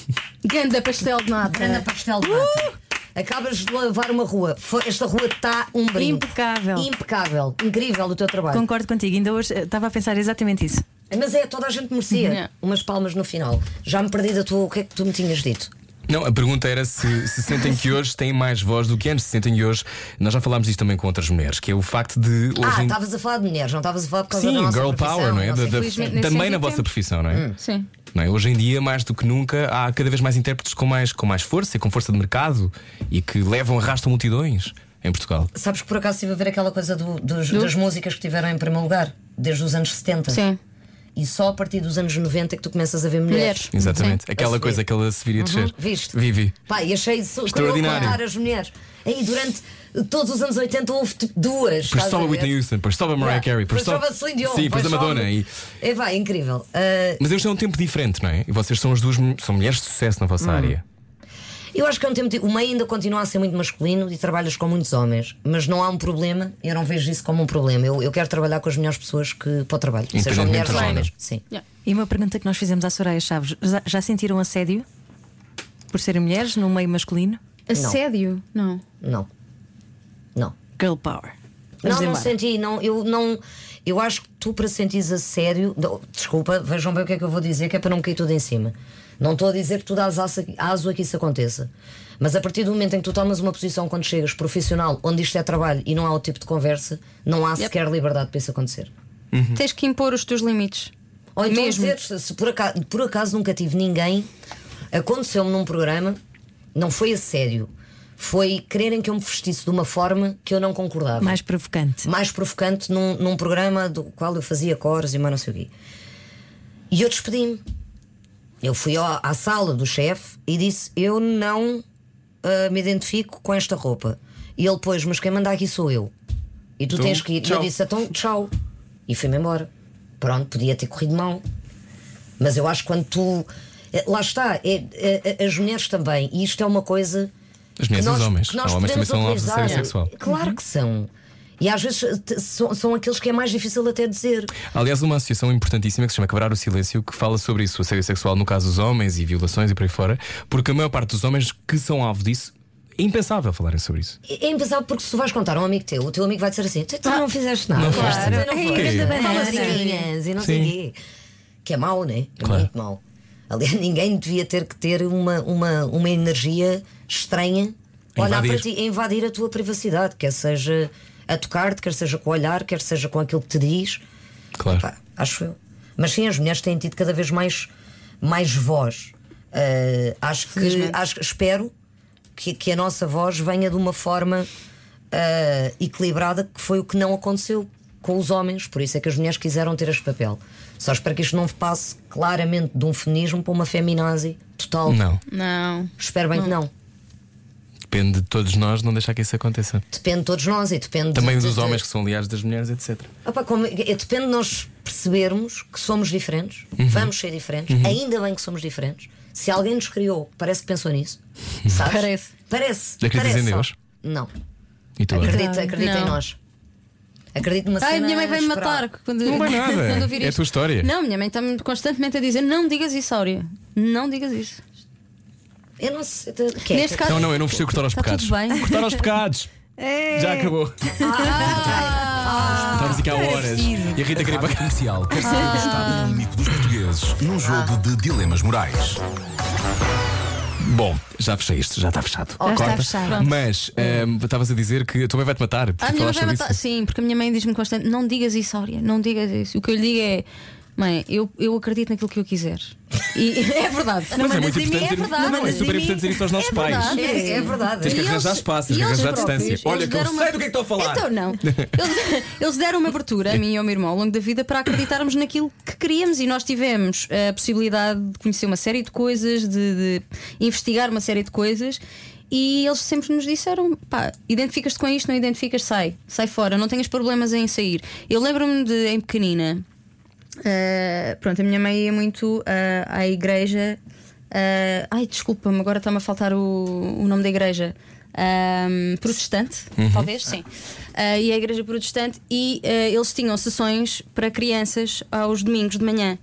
Speaker 6: Ganda pastel de nata.
Speaker 5: Ganda pastel de nata. Acabas de lavar uma rua. Foi- Esta rua está um brinco.
Speaker 3: Impecável.
Speaker 5: Impecável. Incrível o teu trabalho.
Speaker 3: Concordo contigo, ainda hoje eh, estava a pensar exatamente isso.
Speaker 5: Mas é, toda a gente merecia
Speaker 3: Yeah.
Speaker 5: umas palmas no final. Já me perdi da tua, o que é que tu me tinhas dito?
Speaker 2: Não, a pergunta era se, se sentem que hoje têm mais voz do que antes. Se sentem que hoje, nós já falámos disto também com outras mulheres, que é o facto de hoje.
Speaker 5: ah,
Speaker 2: em-
Speaker 5: estavas a falar de mulheres, não estavas a falar por causa
Speaker 2: Sim,
Speaker 5: da nossa
Speaker 2: girl
Speaker 5: profissão,
Speaker 2: power, não é?
Speaker 5: nossa
Speaker 2: Da- da-
Speaker 5: infeliz-
Speaker 2: também na vossa profissão, não é?
Speaker 5: Hum.
Speaker 6: Sim.
Speaker 2: Não é? Hoje em dia, mais do que nunca, há cada vez mais intérpretes com mais, com mais força e com força de mercado e que levam, arrastam multidões em Portugal.
Speaker 5: Sabes que por acaso estive a ver aquela coisa do- dos-
Speaker 6: Do?
Speaker 5: das músicas que tiveram em primeiro lugar, desde os anos 70.
Speaker 6: Sim.
Speaker 5: E só a partir dos anos 90 é que tu começas a ver mulheres.
Speaker 2: Exatamente.
Speaker 5: A
Speaker 2: Aquela
Speaker 5: subir.
Speaker 2: coisa que ela se viria a descer.
Speaker 5: Uhum, viste?
Speaker 2: Vivi.
Speaker 5: Pá, e achei isso quando eu
Speaker 2: Extraordinário.
Speaker 5: contar as mulheres. Aí durante todos os anos 80 houve tipo,
Speaker 2: Depois
Speaker 5: duas. estás
Speaker 2: sobe
Speaker 5: a
Speaker 2: a
Speaker 5: ver?
Speaker 2: Whitney Houston, depois sobe a Mariah
Speaker 5: Yeah.
Speaker 2: Carey,
Speaker 5: Depois
Speaker 2: sobe-
Speaker 5: sobe a Celine Dion,
Speaker 2: Sim, depois
Speaker 5: depois
Speaker 2: a Madonna.
Speaker 5: sobe-
Speaker 2: E...
Speaker 5: É, vai, incrível. Ah,
Speaker 2: Mas hoje é um tempo diferente, não é? E vocês são as duas mu- são mulheres de sucesso na vossa
Speaker 5: Hum.
Speaker 2: área.
Speaker 5: Eu acho que é um tempo. de- O meio ainda continua a ser muito masculino e trabalhas com muitos homens, mas não há um problema. Eu não vejo isso como um problema. Eu, eu quero trabalhar com as melhores pessoas que para o trabalho, sejam
Speaker 2: Independentemente
Speaker 5: mulheres
Speaker 2: do
Speaker 5: ou
Speaker 2: género.
Speaker 5: homens. Sim.
Speaker 3: E uma pergunta que nós fizemos à Soraya Chaves: já, já sentiram assédio? Por serem mulheres no meio masculino?
Speaker 6: Assédio? Não.
Speaker 5: Não. Não.
Speaker 3: Girl power. Vamos
Speaker 5: Não, não
Speaker 3: embora.
Speaker 5: senti. Não, eu não. Eu acho que tu para sentires a sério. não, Desculpa, vejam bem o que é que eu vou dizer, que é para não me cair tudo em cima. Não estou a dizer que tu dás aça- aso a que isso aconteça. Mas a partir do momento em que tu tomas uma posição quando chegas profissional, onde isto é trabalho e não há o tipo de conversa, não há
Speaker 6: Yep.
Speaker 5: sequer liberdade para isso acontecer.
Speaker 2: Uhum.
Speaker 6: Tens que impor os teus limites.
Speaker 5: Ou então
Speaker 6: Mesmo.
Speaker 5: dizer, se se por acaso, por acaso nunca tive ninguém, aconteceu-me num programa, não foi a sério, foi quererem que eu me vestisse de uma forma que eu não concordava.
Speaker 3: Mais provocante.
Speaker 5: Mais provocante num, num programa do qual eu fazia cores e mais não sei o quê. E eu despedi-me. Eu fui ao- à sala do chefe e disse: Eu não ah, me identifico com esta roupa. E ele pôs: Mas quem manda aqui sou eu. E tu
Speaker 12: Então,
Speaker 5: tens que ir. E eu
Speaker 12: tchau.
Speaker 5: disse: Então, tchau. E fui-me embora. Pronto, podia ter corrido mal. Mas eu acho que quando tu. eh, Lá está, é, é, é, as mulheres também, e isto é uma coisa.
Speaker 2: As mulheres e
Speaker 5: que
Speaker 2: os
Speaker 5: nós-
Speaker 2: homens.
Speaker 5: que nós
Speaker 2: Os homens também
Speaker 5: podemos
Speaker 2: são alvos de
Speaker 5: utilizar.
Speaker 2: assédio sexual.
Speaker 5: Claro que são. E às vezes eh, te- são, são aqueles que é mais difícil até dizer.
Speaker 2: Aliás, uma associação importantíssima que se chama Quebrar o Silêncio, que fala sobre isso, o assédio sexual, no caso dos homens e violações e por aí fora, porque a maior parte dos homens que são alvo disso é impensável falarem sobre isso.
Speaker 5: É é impensável porque se tu vais contar a um amigo teu, o teu amigo vai dizer assim: Tu, tu não fizeste nada.
Speaker 2: Não foste.
Speaker 5: Claro, não
Speaker 2: Ei,
Speaker 5: foste.
Speaker 2: grande
Speaker 5: Fala
Speaker 2: banana.
Speaker 5: assim, e não sei
Speaker 2: Sim.
Speaker 5: quê. Que é mau, né? É
Speaker 2: Claro.
Speaker 5: muito mau. Aliás, ninguém devia ter que ter uma, uma, uma energia estranha a olhar para ti,
Speaker 12: Invadir.
Speaker 5: a invadir a tua privacidade, quer seja a tocar-te, quer seja com o olhar, quer seja com aquilo que te diz.
Speaker 2: Claro.
Speaker 5: Acho eu. Mas sim, as mulheres têm tido cada vez mais, mais voz. Ah, acho que
Speaker 12: Felizmente.
Speaker 5: acho, espero que, que a nossa voz venha de uma forma uh, equilibrada, que foi o que não aconteceu com os homens. Por isso é que as mulheres quiseram ter este papel. Só espero que isto não passe claramente de um feminismo para uma feminazi total.
Speaker 2: Não.
Speaker 7: Não.
Speaker 5: Espero bem que não.
Speaker 2: Depende de todos nós não deixar que isso aconteça.
Speaker 5: Depende de todos nós e depende
Speaker 2: Também
Speaker 5: de-
Speaker 2: dos
Speaker 5: de-
Speaker 2: homens que são aliados das mulheres, etc.
Speaker 5: Opa, como- é- depende de nós percebermos que somos diferentes,
Speaker 2: Uhum.
Speaker 5: vamos ser diferentes,
Speaker 2: Uhum.
Speaker 5: ainda bem que somos diferentes. Se alguém nos criou, parece que pensou nisso. Sabes? Parece. Parece.
Speaker 2: Acreditas
Speaker 5: parece
Speaker 2: Uhum. em
Speaker 5: só.
Speaker 2: Deus?
Speaker 5: Não.
Speaker 2: E tu, Ana?
Speaker 5: Acredito, acredito em
Speaker 7: Não.
Speaker 5: nós. Acredito numa
Speaker 7: Ai,
Speaker 5: cena
Speaker 7: minha mãe vai me
Speaker 5: esperada.
Speaker 7: matar quando,
Speaker 2: Não vai nada.
Speaker 7: quando ouvir
Speaker 2: É a
Speaker 7: isto.
Speaker 2: tua história.
Speaker 7: Não, minha mãe está-me constantemente a dizer: não digas isso, Áurea. Não digas isso.
Speaker 5: Eu não sei.
Speaker 2: É,
Speaker 7: Neste caso,
Speaker 2: Não, não, eu não fechei o cortar aos
Speaker 7: Tá
Speaker 2: pecados.
Speaker 7: tudo bem. É.
Speaker 2: Cortar aos pecados! Já acabou.
Speaker 7: Ah.
Speaker 2: Estamos aqui há horas. E a Rita queria para
Speaker 13: comercial. Quer saber o estado anímico dos portugueses num
Speaker 7: Ah.
Speaker 13: jogo de dilemas morais.
Speaker 2: Bom, já fechei isto, já está fechado.
Speaker 7: Já está
Speaker 2: Corta.
Speaker 7: fechado. Pronto.
Speaker 2: Mas ehm, estavas a dizer que a tua mãe vai te matar.
Speaker 7: A
Speaker 2: porque
Speaker 7: minha mãe
Speaker 2: falaste
Speaker 7: vai matar.
Speaker 2: disso.
Speaker 7: Sim, porque a minha mãe diz-me constante: não digas isso, Áurea, não digas isso. O que eu lhe digo é: mãe, eu, eu acredito naquilo que eu quiser. E é verdade.
Speaker 2: Mas é muito importante dizer- não, é super importante dizer isso aos nossos pais.
Speaker 7: verdade.
Speaker 5: É, é verdade.
Speaker 2: Tens que
Speaker 7: E
Speaker 2: arranjar
Speaker 7: eles-
Speaker 2: espaço, tens
Speaker 7: e
Speaker 2: que
Speaker 7: eles
Speaker 2: arranjar
Speaker 7: próprios,
Speaker 2: distância. Olha
Speaker 7: eles
Speaker 2: que eu
Speaker 7: deram
Speaker 2: sei do que é que estou a falar.
Speaker 7: Então não. Eles, eles deram uma abertura, a mim e ao meu irmão, ao longo da vida, para acreditarmos naquilo que queríamos e nós tivemos a possibilidade de conhecer uma série de coisas, de, de investigar uma série de coisas. E eles sempre nos disseram: pá, identificas-te com isto, não identificas, sai, sai fora, não tenhas problemas em sair. Eu lembro-me de, em pequenina, Uh, pronto, a minha mãe ia muito uh, à igreja. uh, ai, desculpa-me, agora está-me a faltar o, o nome da igreja. Um, protestante,
Speaker 14: Uhum.
Speaker 7: talvez, sim. Uh, e a igreja protestante, e uh, eles tinham sessões para crianças aos domingos de manhã.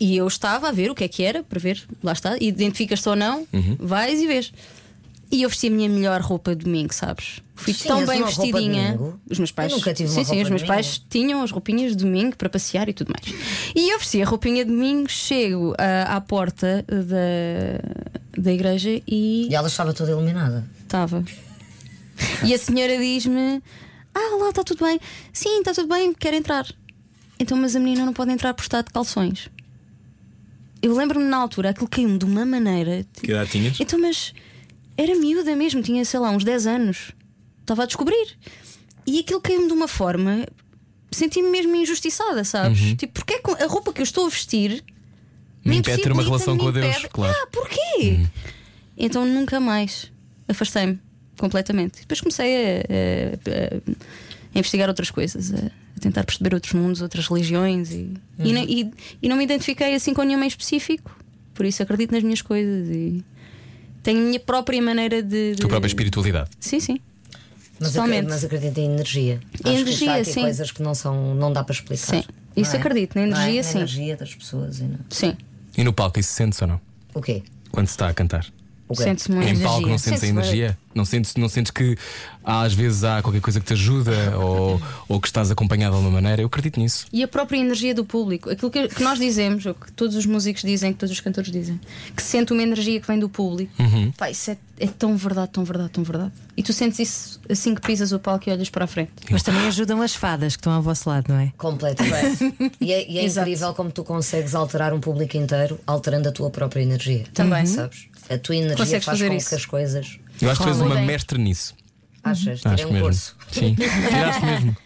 Speaker 7: E eu estava a ver o que é que era, para ver, lá está, identificas-te ou não,
Speaker 14: Uhum.
Speaker 7: vais e vês. E eu vesti a minha melhor roupa de domingo, sabes? Fui
Speaker 5: Sim,
Speaker 7: tão
Speaker 5: és
Speaker 7: bem
Speaker 5: uma roupa de
Speaker 7: vestidinha.
Speaker 5: domingo?
Speaker 7: Os meus pais.
Speaker 5: Eu nunca tive
Speaker 7: sim,
Speaker 5: uma
Speaker 7: sim,
Speaker 5: roupa
Speaker 7: os
Speaker 5: de
Speaker 7: meus
Speaker 5: domingo.
Speaker 7: pais tinham as roupinhas de domingo para passear e tudo mais. E eu ofereci a roupinha de domingo, chego ah, à porta da, da igreja e.
Speaker 5: E ela estava toda iluminada.
Speaker 7: Estava. E a senhora diz-me: Ah, olá, está tudo bem? Sim, está tudo bem, quero entrar. Então, mas a menina não pode entrar por estar de calções. Eu lembro-me na altura, aquilo caiu-me de uma maneira.
Speaker 2: Que idade tinhas?
Speaker 7: Então, mas era miúda mesmo, tinha, sei lá, uns 10 anos. Estava a descobrir. E aquilo caiu-me de uma forma. Senti-me mesmo injustiçada, sabes?
Speaker 2: Uhum.
Speaker 7: Tipo, porque é que a roupa que eu estou a vestir
Speaker 2: Me impede de ter uma
Speaker 7: impossibilita,
Speaker 2: relação
Speaker 7: me
Speaker 2: com a Deus,
Speaker 7: impede.
Speaker 2: claro.
Speaker 7: então
Speaker 2: Hum.
Speaker 7: Ah, porquê? Então nunca mais afastei-me completamente. Depois comecei a, a- a- a investigar outras coisas, a, a tentar perceber outros mundos, outras religiões e, e,
Speaker 2: Hum.
Speaker 14: Uhum.
Speaker 7: não- e- e não me identifiquei assim com nenhuma em específico. Por isso acredito nas minhas coisas e tenho a minha própria maneira de. de-
Speaker 2: Tua própria espiritualidade.
Speaker 7: Sim, sim.
Speaker 5: Mas,
Speaker 7: Totalmente.
Speaker 5: acredito, mas acredito em energia. Acho que
Speaker 7: Energia,
Speaker 5: está aqui
Speaker 7: sim.
Speaker 5: coisas que não, são, não dá para explicar.
Speaker 7: Sim. Isso
Speaker 5: Não é?
Speaker 7: acredito, na
Speaker 5: Não é?
Speaker 7: energia,
Speaker 5: na
Speaker 7: sim.
Speaker 5: energia das pessoas. E na...
Speaker 7: Sim.
Speaker 2: E no palco, isso sente-se ou não?
Speaker 5: O quê?
Speaker 2: Quando se está a cantar?
Speaker 5: O quê?
Speaker 7: Sente-se muito
Speaker 2: Em palco
Speaker 7: energia.
Speaker 2: não sentes a
Speaker 7: Sente-se bem.
Speaker 2: energia? Não sentes, não sentes que há, às vezes há qualquer coisa que te ajuda ou, ou que estás acompanhado de alguma maneira? Eu acredito nisso.
Speaker 7: E a própria energia do público, aquilo que, que nós dizemos, ou que todos os músicos dizem, que todos os cantores dizem, que se sente uma energia que vem do público.
Speaker 14: Uhum.
Speaker 7: Pá, isso é, é tão verdade, tão verdade, tão verdade. E tu sentes isso assim que pisas o palco e olhas para a frente.
Speaker 3: Mas também ajudam as fadas que estão ao vosso lado, não é?
Speaker 5: Completamente. e é, e é incrível como tu consegues alterar um público inteiro alterando a tua própria energia. Também. Sabes? A tua energia
Speaker 7: Consegues
Speaker 5: faz
Speaker 7: fazer
Speaker 5: com
Speaker 7: isso. Uhum.
Speaker 5: que as coisas.
Speaker 2: Eu acho que tu és uma
Speaker 5: Correm.
Speaker 2: mestre nisso.
Speaker 5: Achas?
Speaker 2: Acho
Speaker 5: Tirei um
Speaker 2: mesmo.
Speaker 5: curso.
Speaker 2: Sim, tiraste mesmo.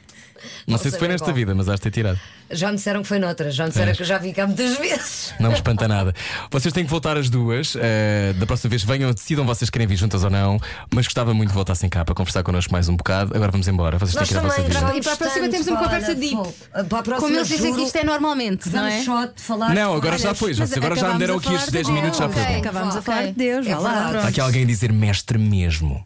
Speaker 2: Não
Speaker 5: Não
Speaker 2: sei se
Speaker 5: sei
Speaker 2: foi
Speaker 5: bem
Speaker 2: nesta
Speaker 5: qual.
Speaker 2: vida, mas acho que ter tirado.
Speaker 5: Já me disseram que foi noutras, já me disseram
Speaker 2: Pois.
Speaker 5: que eu já vim cá muitas vezes.
Speaker 2: Não me espanta nada. Vocês têm que voltar as duas. eh, da próxima vez venham, decidam vocês querem vir juntas ou não. Mas gostava muito de voltar sem cá para conversar connosco mais um bocado. Agora vamos embora. Vocês
Speaker 5: Nós
Speaker 2: têm que ir à vossa
Speaker 5: também
Speaker 2: vida.
Speaker 5: gravamos
Speaker 7: E para a próxima
Speaker 5: tanto,
Speaker 7: temos uma
Speaker 5: pá,
Speaker 7: conversa
Speaker 5: olha,
Speaker 7: deep.
Speaker 5: fogo. Para a próxima,
Speaker 7: Como eles dizem
Speaker 5: juro,
Speaker 7: que isto é normalmente, não
Speaker 5: Vamos
Speaker 7: é?
Speaker 5: só de falar.
Speaker 2: Não, agora já foi, já se- agora já me deram aqui estes 10 minutos, já foi bom.
Speaker 3: Acabámos a falar de
Speaker 7: É
Speaker 3: Deus, vá lá.
Speaker 2: Está aqui alguém a dizer mestre mesmo.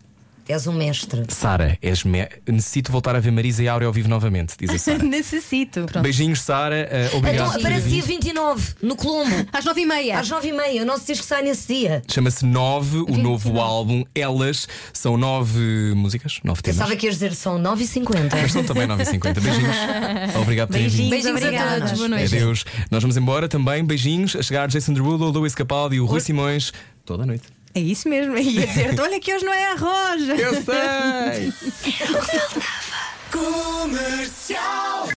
Speaker 5: É És um mestre.
Speaker 2: Sara, és me... necessito voltar a ver Marisa e Áurea ao vivo novamente, diz a Sara.
Speaker 3: Necessito.
Speaker 2: Beijinhos, Sara. eh, obrigado
Speaker 5: então,
Speaker 2: por ter
Speaker 5: para dia
Speaker 2: vindo.
Speaker 5: 29, no Colombo.
Speaker 7: Às 9h30.
Speaker 5: Às 9h30, o nosso disco sai nesse dia.
Speaker 2: Chama-se Nove, o novo álbum. Elas são nove músicas, nove temas.
Speaker 5: Pensava que ias dizer são 9h50.
Speaker 2: Mas são também 9h50. Beijinhos. Obrigado por terem vindo.
Speaker 5: Beijinhos a
Speaker 3: obrigada.
Speaker 5: todos. Boa
Speaker 3: noite.
Speaker 2: Adeus. Nós vamos embora também. Beijinhos. A chegar Jason Derulo, Luís Capaldi e o Rui Simões toda a noite.
Speaker 3: É isso mesmo, eu ia dizer olha que hoje não é arroz.
Speaker 2: Eu sei.
Speaker 3: Comercial.